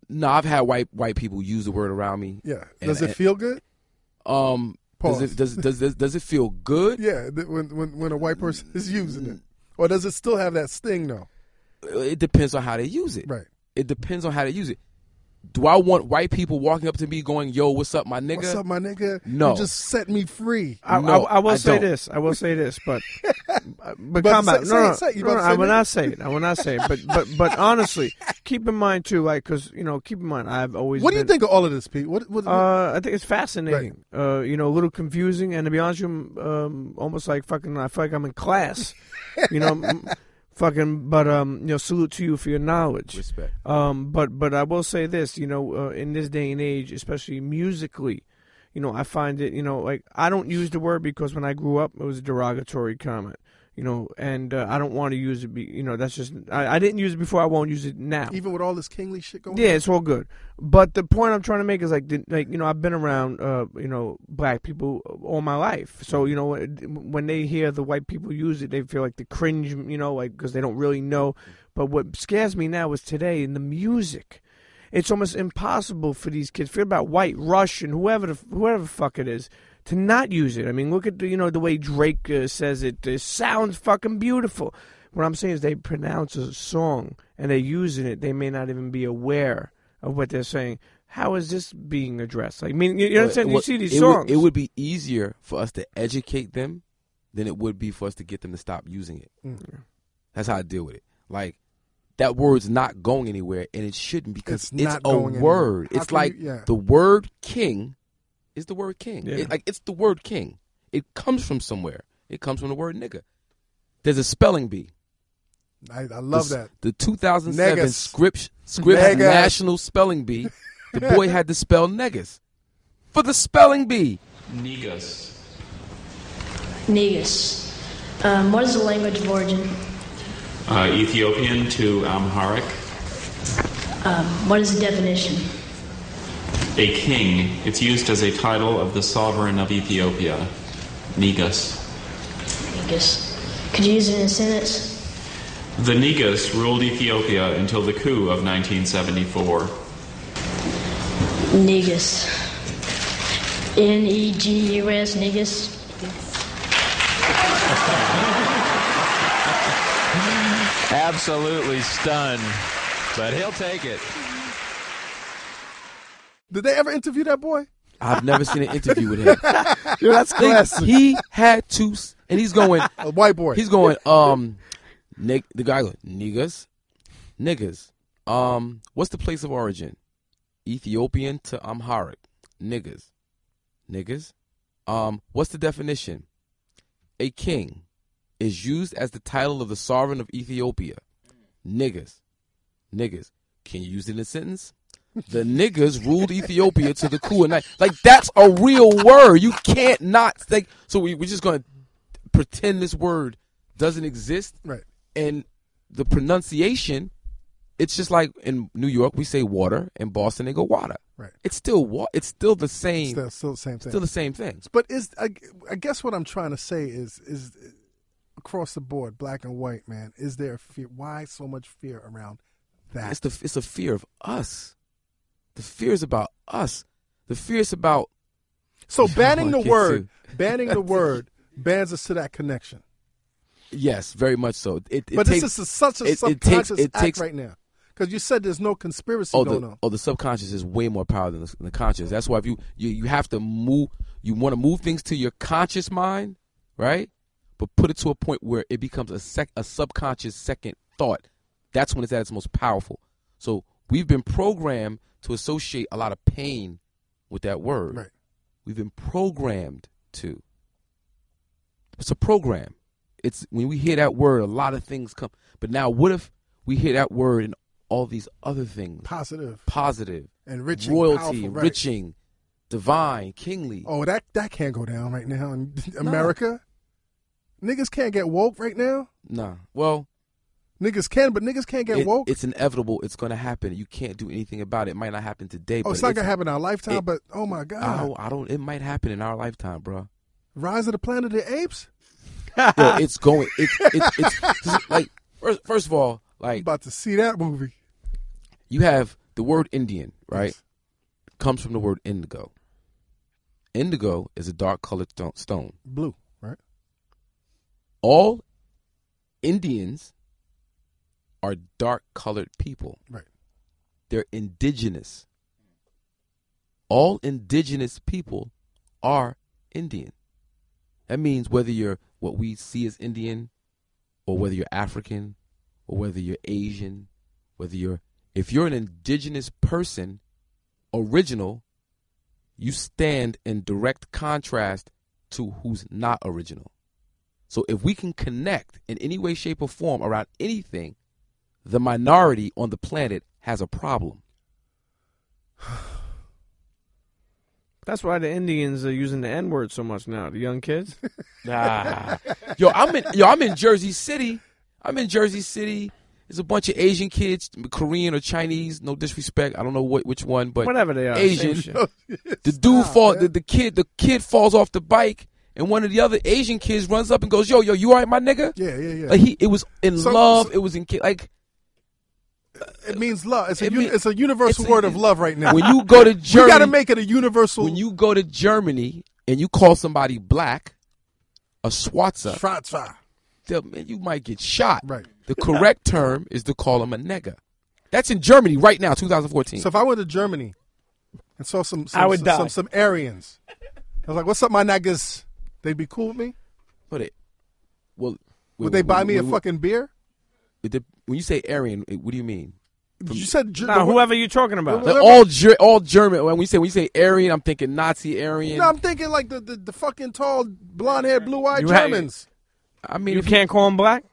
G: No, I've had white white people use the word around me.
A: Yeah.
G: And-
A: Does it
G: and-
A: feel good?
G: Um, does
A: Pause.
G: it does, does does does it feel good?
A: Yeah, th- when when when a white person is using it, or does it still have that sting though?
G: It depends on how they use it.
A: Right.
G: It depends on how they use it. Do I want white people walking up to me going, "Yo, what's up, my nigga?"
A: What's up, my nigga?
G: No.
A: you just set me free.
C: I,
G: No,
C: I, I will
G: I
C: say
G: don't.
C: this. I will say this, but but,
A: But
C: combat.
A: say-
C: no, no,
A: say it, say it. You
C: no,
A: about
C: no,
A: to say
C: I will
A: it?
C: not say it. I will not say it. But but but honestly, keep in mind too, like because you know, keep in mind, I've always.
A: What do you
C: been-
A: think of all of this, Pete? What, what,
C: Uh, I think it's fascinating. Uh, you know, a little confusing, and to be honest, with you, um, almost like fucking. I feel like I'm in class. you know, m- fucking. But um, you know, salute to you for your knowledge.
G: Respect.
C: Um, but but I will say this, you know, uh, in this day and age, especially musically, you know, I find it, you know, like I don't use the word because when I grew up, it was a derogatory comment, you know, and uh, I don't want to use it. Be, you know, that's just I, I didn't use it before. I won't use it now.
A: even with all this kingly shit going
C: Yeah, it's all good. But the point I'm trying to make is like, the, like you know, I've been around, uh, you know, black people all my life. So you know, when they hear the white people use it, they feel like the cringe, you know, like because they don't really know. But what scares me now is today in the music, it's almost impossible for these kids. Forget about white, Russian, whoever, the, whoever the fuck it is. To not use it, I mean, look at the, you know the way Drake uh, says it. It sounds fucking beautiful. What I'm saying is they pronounce a song and they're using it. They may not even be aware of what they're saying. How is this being addressed? Like, I mean, you, you know what I'm saying? You
G: Well,
C: see these
G: it would-
C: songs.
G: it would be easier for us to educate them than it would be for us to get them to stop using it.
C: Mm.
G: That's how I deal with it. Like that word's not going anywhere, and it shouldn't because
A: It's
G: it's,
A: not
G: a
A: going anywhere.
G: word.
A: How
G: It's
A: can you-
G: like
A: yeah.
G: the word "king" is the word "king."
C: Yeah.
G: It- like it's the word "king." It comes from somewhere. It comes from the word "nigga." There's a spelling bee.
A: on? I, I love
G: the,
A: that.
G: The 2007
A: Niggas.
G: Scripps, Scripps
A: Niggas.
G: National Spelling Bee. The boy had to spell niggas for the spelling bee.
I: Negus. Um, what is the language of origin?
J: Uh, Ethiopian to Amharic,
I: Um, What is the definition?
J: a king. It's used as a title of the sovereign of Ethiopia, Negus.
I: Negus. Could you use it in a sentence?
J: The Negus ruled Ethiopia until the coup of 1974.
I: Negus. N E G U S, Negus.
J: Absolutely stunned, but he'll take it.
A: Did they ever interview that boy?
G: I've never seen an interview with him.
C: Yo, that's
G: They- he had to, s- and he's going,
A: A white boy.
G: he's going, um, nig, the guy goes, niggas, niggas. Um, what's the place of origin? Ethiopian to Amharic, niggas, niggas. Um, what's the definition? A king is used as the title of the sovereign of Ethiopia, niggas, niggas. Can you use it in a sentence? The niggas ruled Ethiopia to the coup at night. Like that's a real word. You can't not like. So we we're just gonna pretend this word doesn't exist
A: right.
G: and the pronunciation it's just like in New York we say water in Boston they go water
A: Right.
G: it's still wa- it's still the same
A: Still, still the same thing.
G: still the same thing
A: but is I, I guess what I'm trying to say is is across the board, black and white, man. Is there fear? Why so much fear around that?
G: it's the it's a fear of us the fear is about us the fear is about
A: so banning the
G: Like it
A: word,
G: too.
A: banning the word, bans us to that connection.
G: yes very much so it, it
A: but
G: takes,
A: this is a- such a
G: it- it
A: subconscious
G: takes, it
A: act
G: takes
A: right now. Because you said there's no conspiracy
G: oh,
A: going
G: the,
A: on.
G: oh, the subconscious is way more powerful than the, than the conscious. That's why if you, you you have to move, you want to move things to your conscious mind, right? But put it to a point where it becomes a sec, a subconscious second thought. That's when it's at its most powerful. So we've been programmed to associate a lot of pain with that word.
A: Right.
G: We've been programmed to. It's a program. It's when we hear that word, a lot of things come. But now, what if we hear that word and all these other things?
A: Positive,
G: positive,
A: enriching,
G: royalty,
A: powerful, right.
G: enriching, divine, kingly.
A: Oh, that that can't go down right now in America. Niggas can't get woke right now.
G: Nah. Well,
A: Niggas can, but niggas can't get
G: it-
A: woke.
G: it's inevitable. It's going to happen. You can't do anything about it. It might not happen today.
A: oh,
G: but
A: it's not gonna
G: it's-
A: happen in our lifetime.
G: it-
A: but oh my god,
G: Oh, I don't. It might happen in our lifetime, bro.
A: Rise of the Planet of the Apes.
G: Yo, it's going. It's it's, it's, it's like first, first of all,
A: I'm
G: like
A: about to see that movie.
G: you have The word Indian, right, comes from the word indigo. Indigo is a dark colored sto- stone.
A: Blue, right?
G: All Indians are dark colored people.
A: Right.
G: They're indigenous. All indigenous people are Indian. That means whether you're what we see as Indian, or whether you're African, or whether you're Asian, whether you're if you're an indigenous person, original, you stand in direct contrast to who's not original. So if we can connect in any way, shape, or form around anything, the minority on the planet has a problem.
C: That's why the Indians are using the N word so much now. The young kids.
G: Nah. yo, I'm in yo, I'm in Jersey City. I'm in Jersey City. There's a bunch of Asian kids, Korean or Chinese. No disrespect, I don't know what which one, but
C: Whatever they are, same
G: Asian.
C: shit.
G: the dude fall, the, the kid, the kid falls off the bike, and one of the other Asian kids runs up and goes, "Yo, yo, you alright, my nigga?"
A: Yeah, yeah, yeah.
G: Like he, it was in
A: So-
G: love.
A: so-
G: it was in ki- like
A: It means love. It's a
G: It
A: uni-
G: mean-
A: it's a universal
G: it's a-
A: word of love right now.
G: when you go to Germany,
A: we got to make it a universal.
G: when you go to Germany and you call somebody black, a Schwarzer,
A: Schwarzer.
G: they'll- man, you might get shot.
A: Right.
G: The correct term is to call him a nigger. That's in Germany right now, 2014.
A: So if I went to Germany and saw some some
K: I would
A: some,
K: die.
A: some, some Aryans, I was like, "What's up, my niggas?" They'd be cool with me.
G: Put it. Well,
A: Would they buy me a
G: wait, wait.
A: fucking beer?
G: It dep- When you say Aryan, it- what do you mean?
A: You said Ger-
C: Nah, whoever you're talking about.
A: Well,
G: Like
A: let
G: all Ger- all German. When we say when you say Aryan, I'm thinking Nazi Aryan.
A: No, I'm thinking like the the, the fucking tall, blonde haired, blue eyed
C: You had-
A: Germans.
G: I mean,
C: You
G: if
C: can't call them black.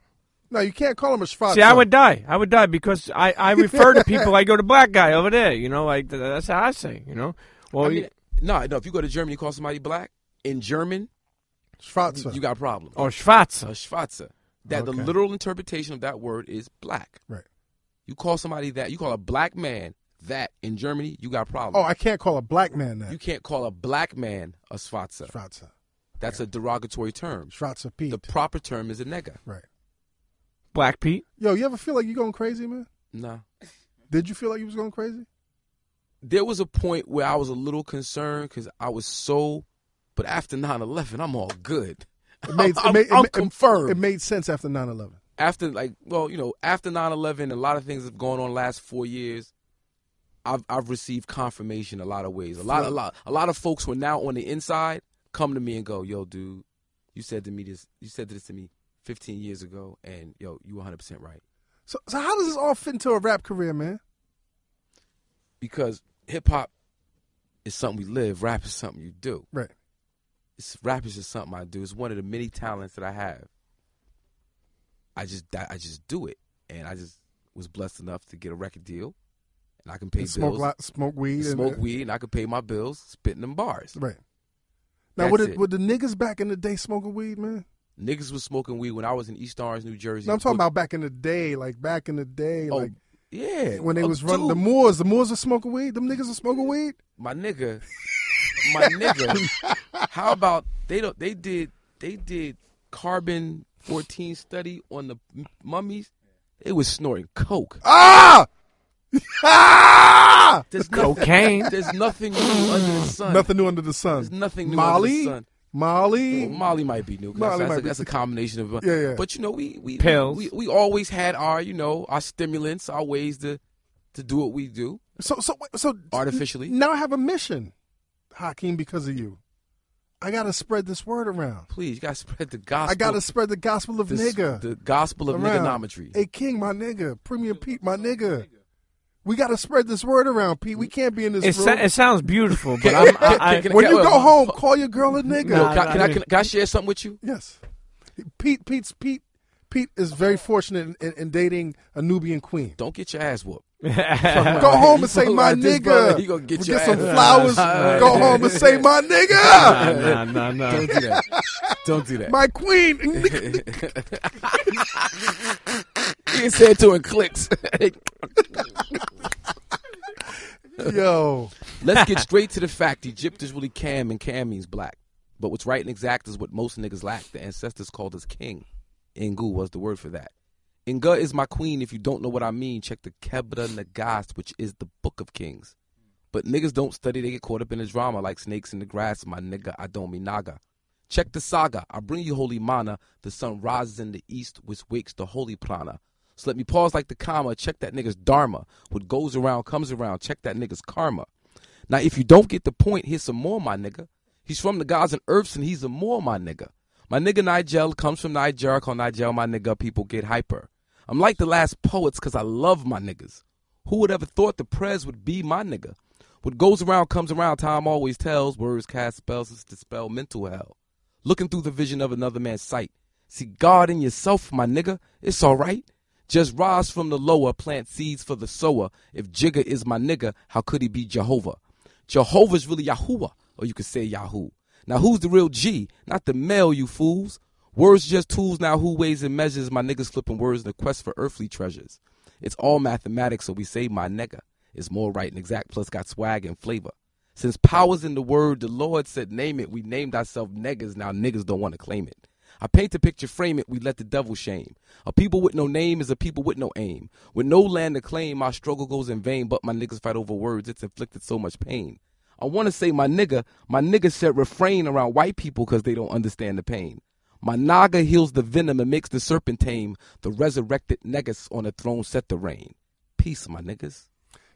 A: No, you can't call them a Schwarzer.
C: See, I would die. I would die because I, I refer to people. I go to black guy over there. You know, like th- that's how I say. You know, well,
G: I
A: Oh,
G: mean,
C: you-
G: no, no. If you go to Germany, you call somebody black in German,
A: Schwarzer.
G: you got a problem.
C: or
G: A
C: Schwarzer.
G: Schwarzer. That the
A: Oh, Okay.
G: literal interpretation of that word is black.
A: Right.
G: You call somebody that. You call a black man that in Germany, you got a problem.
A: Oh, I can't call a black man that.
G: You can't call a black man a Schwarzer.
A: Schwarzer.
G: That's a derogatory term.
A: Schwarzer Pete.
G: The proper term is a nigger.
A: right.
C: Black Pete.
A: Yo, you ever feel like you going crazy, man?
G: Nah.
A: Did you feel like you was going crazy?
G: there was a point where I was a little concerned because I was so, but after 9-11, I'm all good.
A: It made,
G: I'm,
A: it made, it
G: I'm
A: ma- it-
G: confirmed.
A: It made sense after 9-11.
G: after like, well, you know, after 9-11, a lot of things have gone on the last four years. I've I've received confirmation a lot of ways. A lot, a lot, a lot of folks who are now on the inside come to me and go, "Yo, dude, you said to me this. You said this to me 15 years ago, and yo, you 100 percent right."
A: So, so how does this all fit into a rap career, man?
G: Because hip hop is something we live. Rap is something you do.
A: Right.
G: it's rap is just something I do. It's one of the many talents that I have. I just that- I just do it, and I just was blessed enough to get a record deal, and I can pay
A: And
G: bills,
A: smoke, lot, smoke weed.
G: and
A: and- uh,
G: smoke weed, and I can pay my bills spitting them bars.
A: Right. Now,
G: That's
A: would, it,
G: it.
A: would the niggas back in the day smoking weed, man?
G: Niggas was smoking weed when I was in East Orange, New Jersey.
A: No, I'm talking
G: But-
A: about back in the day, like back in the day,
G: oh,
A: like
G: yeah,
A: when they
G: Oh,
A: was running
G: dude,
A: the Moors. The Moors were smoking weed. Them niggas were smoking weed.
G: my nigga, my nigga. How about they don't? They did they did carbon 14 study on the m- mummies. They was snorting coke.
A: Ah! ah!
G: There's nothing,
C: Cocaine.
G: There's nothing new under the sun.
A: Nothing new under the sun.
G: There's nothing new
A: Molly?
G: under the sun. Oh,
A: Molly?
G: Well, Molly might be new. 'cause
A: Molly
G: that's, that's
A: might
G: a,
A: be.
G: that's a combination of.
A: Yeah, yeah.
G: But you know, we we
C: Pills.
G: We, we always had our you know our stimulants, our ways to to do what we do.
A: So, so, so
G: Artificially.
A: Now I have a mission, Hakeem, because of you. I gotta spread this word around.
G: Please, you gotta spread the gospel.
A: I gotta spread the gospel of
G: the,
A: nigga
G: the gospel of
A: around.
G: niggonometry.
A: Hey, King, my nigga, Premier Pete, my nigga. We gotta spread this word around, Pete. We can't be in this
C: It,
A: room.
C: sa- it sounds beautiful, but I'm, I, I,
G: Can-
A: when
G: can-
A: you
G: well,
A: go home, call your girl a nigga.
G: Yo, can,
C: nah,
G: I- can I,
C: nah.
G: can, I- can I share something with you?
A: Yes, Pete. Pete's Pete. Pete is very fortunate in, in, in dating a Nubian queen.
G: Don't get your ass whooped.
A: Go home and say
G: Fuck
A: my
G: like this, brother.
A: nigga.
G: You gonna get
A: We'll
G: your
A: some
G: ass.
A: flowers. Go home and say my nigga.
C: nah, nah, nah.
G: Don't do that. Don't do that.
A: My queen.
G: you said to in clicks.
A: Yo.
G: Let's get straight to the fact Egypt is really Cam and Cam means black. But what's right and exact is what most niggas lack. The ancestors called us king. Ingu was the word for that. Nga is my queen. If you don't know what I mean, check the Kebra Nagas, which is the Book of Kings. But niggas don't study; they get caught up in the drama, like snakes in the grass. My nigga, I don't mean naga. Check the saga. I bring you holy mana. The sun rises in the east, which wakes the holy prana. So let me pause like the comma. Check that nigga's dharma. What goes around comes around. Check that nigga's karma. Now, if you don't get the point, here's some more, my nigga. He's from the gods and earths, and he's a more, my nigga. My nigga Nigel comes from Niger. I call Nigel my nigga. People get hyper. I'm like the last poets because I love my niggas. Who would ever thought the prez would be my nigga? What goes around comes around. Time always tells. Words cast spells to dispel mental hell. Looking through the vision of another man's sight. See God in yourself, my nigga. It's all right. Just rise from the lower, plant seeds for the sower. If Jigga is my nigga, how could he be Jehovah? Jehovah's really Yahuwah, or you could say Yahoo. Now who's the real G? Not the male, you fools. Words just tools now who weighs and measures my niggas flipping words in the quest for earthly treasures. It's all mathematics, so we say my nigga. It's more right and exact, plus got swag and flavor. Since power's in the word, the Lord said name it, we named ourselves niggas, now niggas don't want to claim it. I paint a picture, frame it, we let the devil shame. A people with no name is a people with no aim. With no land to claim, my struggle goes in vain, but my niggas fight over words, it's inflicted so much pain. I want to say my nigga, my nigga said refrain around white people because they don't understand the pain. My naga heals the venom and makes the serpent tame. The resurrected negus on the throne set the reign. Peace, my niggas.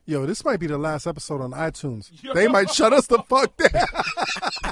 A: Yo, this might be the last episode on iTunes. They might shut us the fuck down.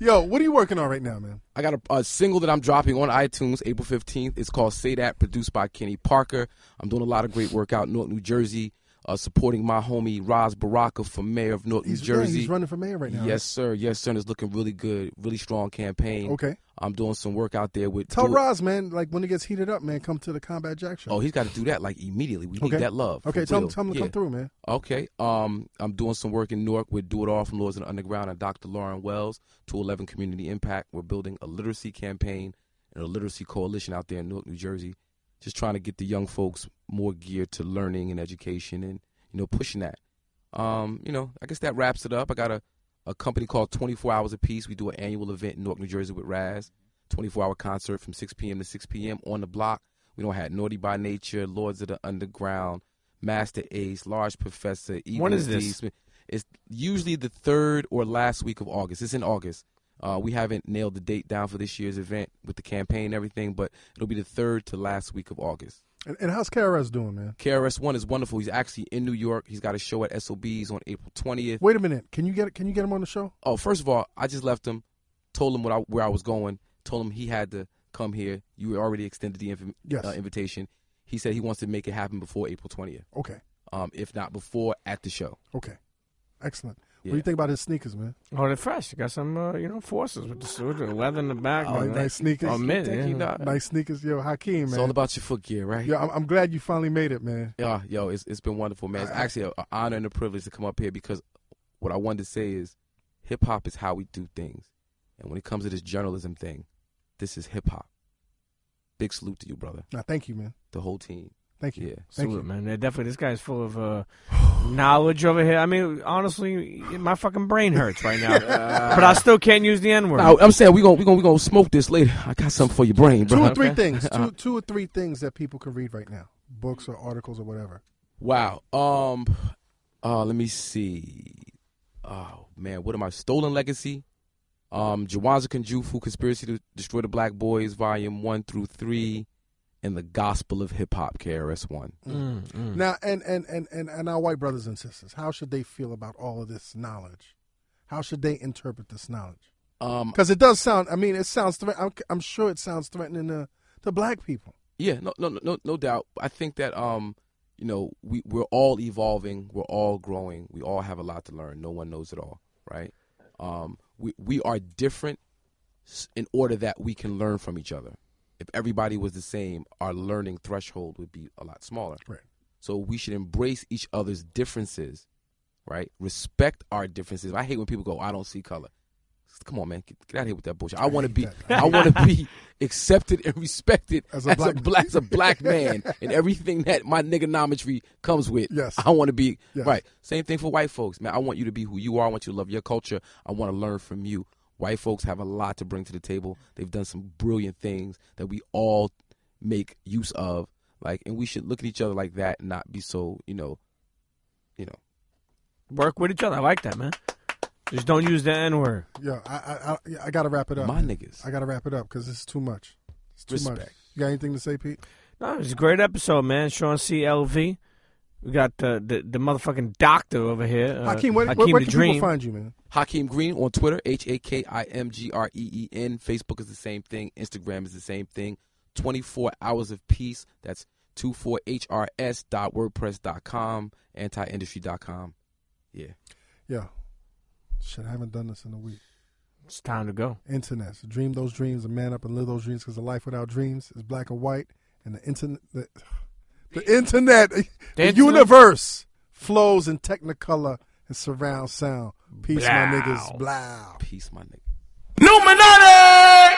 A: Yo, what are you working on right now, man?
G: I got a, a single that I'm dropping on iTunes April 15th. It's called Say That, produced by Kenny Parker. I'm doing a lot of great work out in North New Jersey, uh, supporting my homie Roz Baraka for mayor of North
A: He's-
G: New
A: yeah,
G: Jersey.
A: he's running for mayor right now, right?
G: Yes, sir. Yes, sir. And it's looking really good. Really strong campaign.
A: Okay.
G: I'm doing some work out there with.
A: Tell
G: do it-
A: Roz, man, like when it gets heated up, man, come to the Combat Jack show.
G: Oh, he's got to do that like immediately. We
A: Okay.
G: need that love. for
A: Okay, tell him-
G: real.
A: tell him to come through, man.
G: Okay. Um, I'm doing some work in Newark with Do It All from Lords and Underground and Dr. Lauren Wells, 211 Community Impact. We're building a literacy campaign and a literacy coalition out there in Newark, New Jersey. Just trying to get the young folks more geared to learning and education and, you know, pushing that. Um, you know, I guess that wraps it up. I got a, a company called 24 Hours Apiece. We do an annual event in Newark, New Jersey with Raz. 24 hour concert from 6 p.m. to 6 p.m. on the block. We don't have Naughty by Nature, Lords of the Underground, Master Ace, Large Professor, Evil
C: When is
G: D.
C: this?
G: Smith. It's usually the third or last week of August. It's in August. Uh, we haven't nailed the date down for this year's event with the campaign and everything, but it'll be the third to last week of August.
A: And, and how's KRS doing, man?
G: KRS One is wonderful. He's actually in New York. He's got a show at SOB's on April twentieth.
A: Wait a minute. Can you get can you get him on the show?
G: Oh, first of all, I just left him, told him what I, where I was going, told him he had to come here. You already extended the inv-
A: Yes.
G: uh, invitation. He said he wants to make it happen before April twentieth.
A: Okay.
G: Um, if not before, at the show.
A: Okay. Excellent. What do
G: Yeah.
A: you think about his sneakers, man?
C: Oh, they're fresh. You got some, uh, you know, forces with the, with the leather in the back.
A: Oh,
C: man.
A: nice sneakers.
C: Oh, man,
A: Thank you,
C: yeah.
A: dog. Nice sneakers, yo, Hakeem,
G: It's
A: man.
G: all about your footgear, right?
A: Yo, I'm, I'm glad you finally made it, man.
G: Yeah, yo, it's it's been wonderful, man. It's actually an honor and a privilege to come up here because what I wanted to say is hip hop is how we do things, and when it comes to this journalism thing, this is hip hop. Big salute to you, brother.
A: Nah, thank you, man.
G: The whole team.
A: Thank you.
G: Yeah.
A: Thank
C: Salute,
A: you.
C: man. Yeah, definitely, this guy's full of uh, knowledge over here. I mean, honestly, my fucking brain hurts right now, but I still can't use the N word.
G: Now, I'm saying we gonna we gonna we gonna smoke this later. I got something for your brain,
A: Two
G: bro.
A: or three things. Two, two or three things that people can read right now. Books or articles or whatever.
G: Wow. Um. Uh. Let me see. Oh man, what am I? Stolen Legacy. Um. Jawaza Kanjufu, Conspiracy to Destroy the Black Boys, Volume One through Three, and the Gospel of Hip Hop, KRS One.
C: Mm, mm.
A: Now, and and, and and and our white brothers and sisters, how should they feel about all of this knowledge? How should they interpret this knowledge?
G: Um.
A: Because it does sound. I mean, it sounds. Thre- I'm, I'm sure it sounds threatening to to black people.
G: Yeah, no, no, no- no, no doubt. I think that um, you know, we we're all evolving, we're all growing, we all have a lot to learn. No one knows it all, right? Um, we we are different s- in order that we can learn from each other. If everybody was the same, our learning threshold would be a lot smaller.
A: Right.
G: So we should embrace each other's differences, right? Respect our differences. I hate when people go, "I don't see color." Come on, man, get, get out of here with that bullshit. I, want to be, I want to be accepted and respected as
A: As a
G: a,
A: black-
G: black, as a black man and everything that my niggonometry comes with.
A: Yes.
G: I want to be
A: Yes.
G: right. Same thing for white folks, man. I want you to be who you are. I want you to love your culture. I want to learn from you. White folks have a lot to bring to the table. They've done some brilliant things that we all make use of.
F: Like, and we should look at each other like that, and not be so, you know, you know.
C: Work with each other. I like that, man. Just don't use the N word.
A: Yeah, I I, I, yeah, I gotta wrap it up.
C: My
F: niggas.
A: I gotta wrap it up because this is too much. It's too much.
C: Respect.
A: You got anything to say, Pete?
C: No, it was a great episode, man. Sean C. L. V. We got uh, the the motherfucking doctor over here. Uh,
A: Hakeem, where- where-
C: Hakeem
A: where
C: the
A: can people
C: Dream.
A: find you, man?
F: Hakeem Green on Twitter, H A K I M G R E E N. Facebook is the same thing. Instagram is the same thing. 24 Hours of Peace. That's 24hrs.wordpress.com, antiindustry.com. Yeah.
A: Yeah. Shit, I haven't done this in a week.
C: It's time to go.
A: Internet. dream those dreams and man up and live those dreams because a life without dreams is black and white. And the internet, the, the internet, the,
C: internet.
A: universe flows in technicolor and surround sound. Peace, my niggas. Blow.
F: Peace, my niggas.
A: Numinati!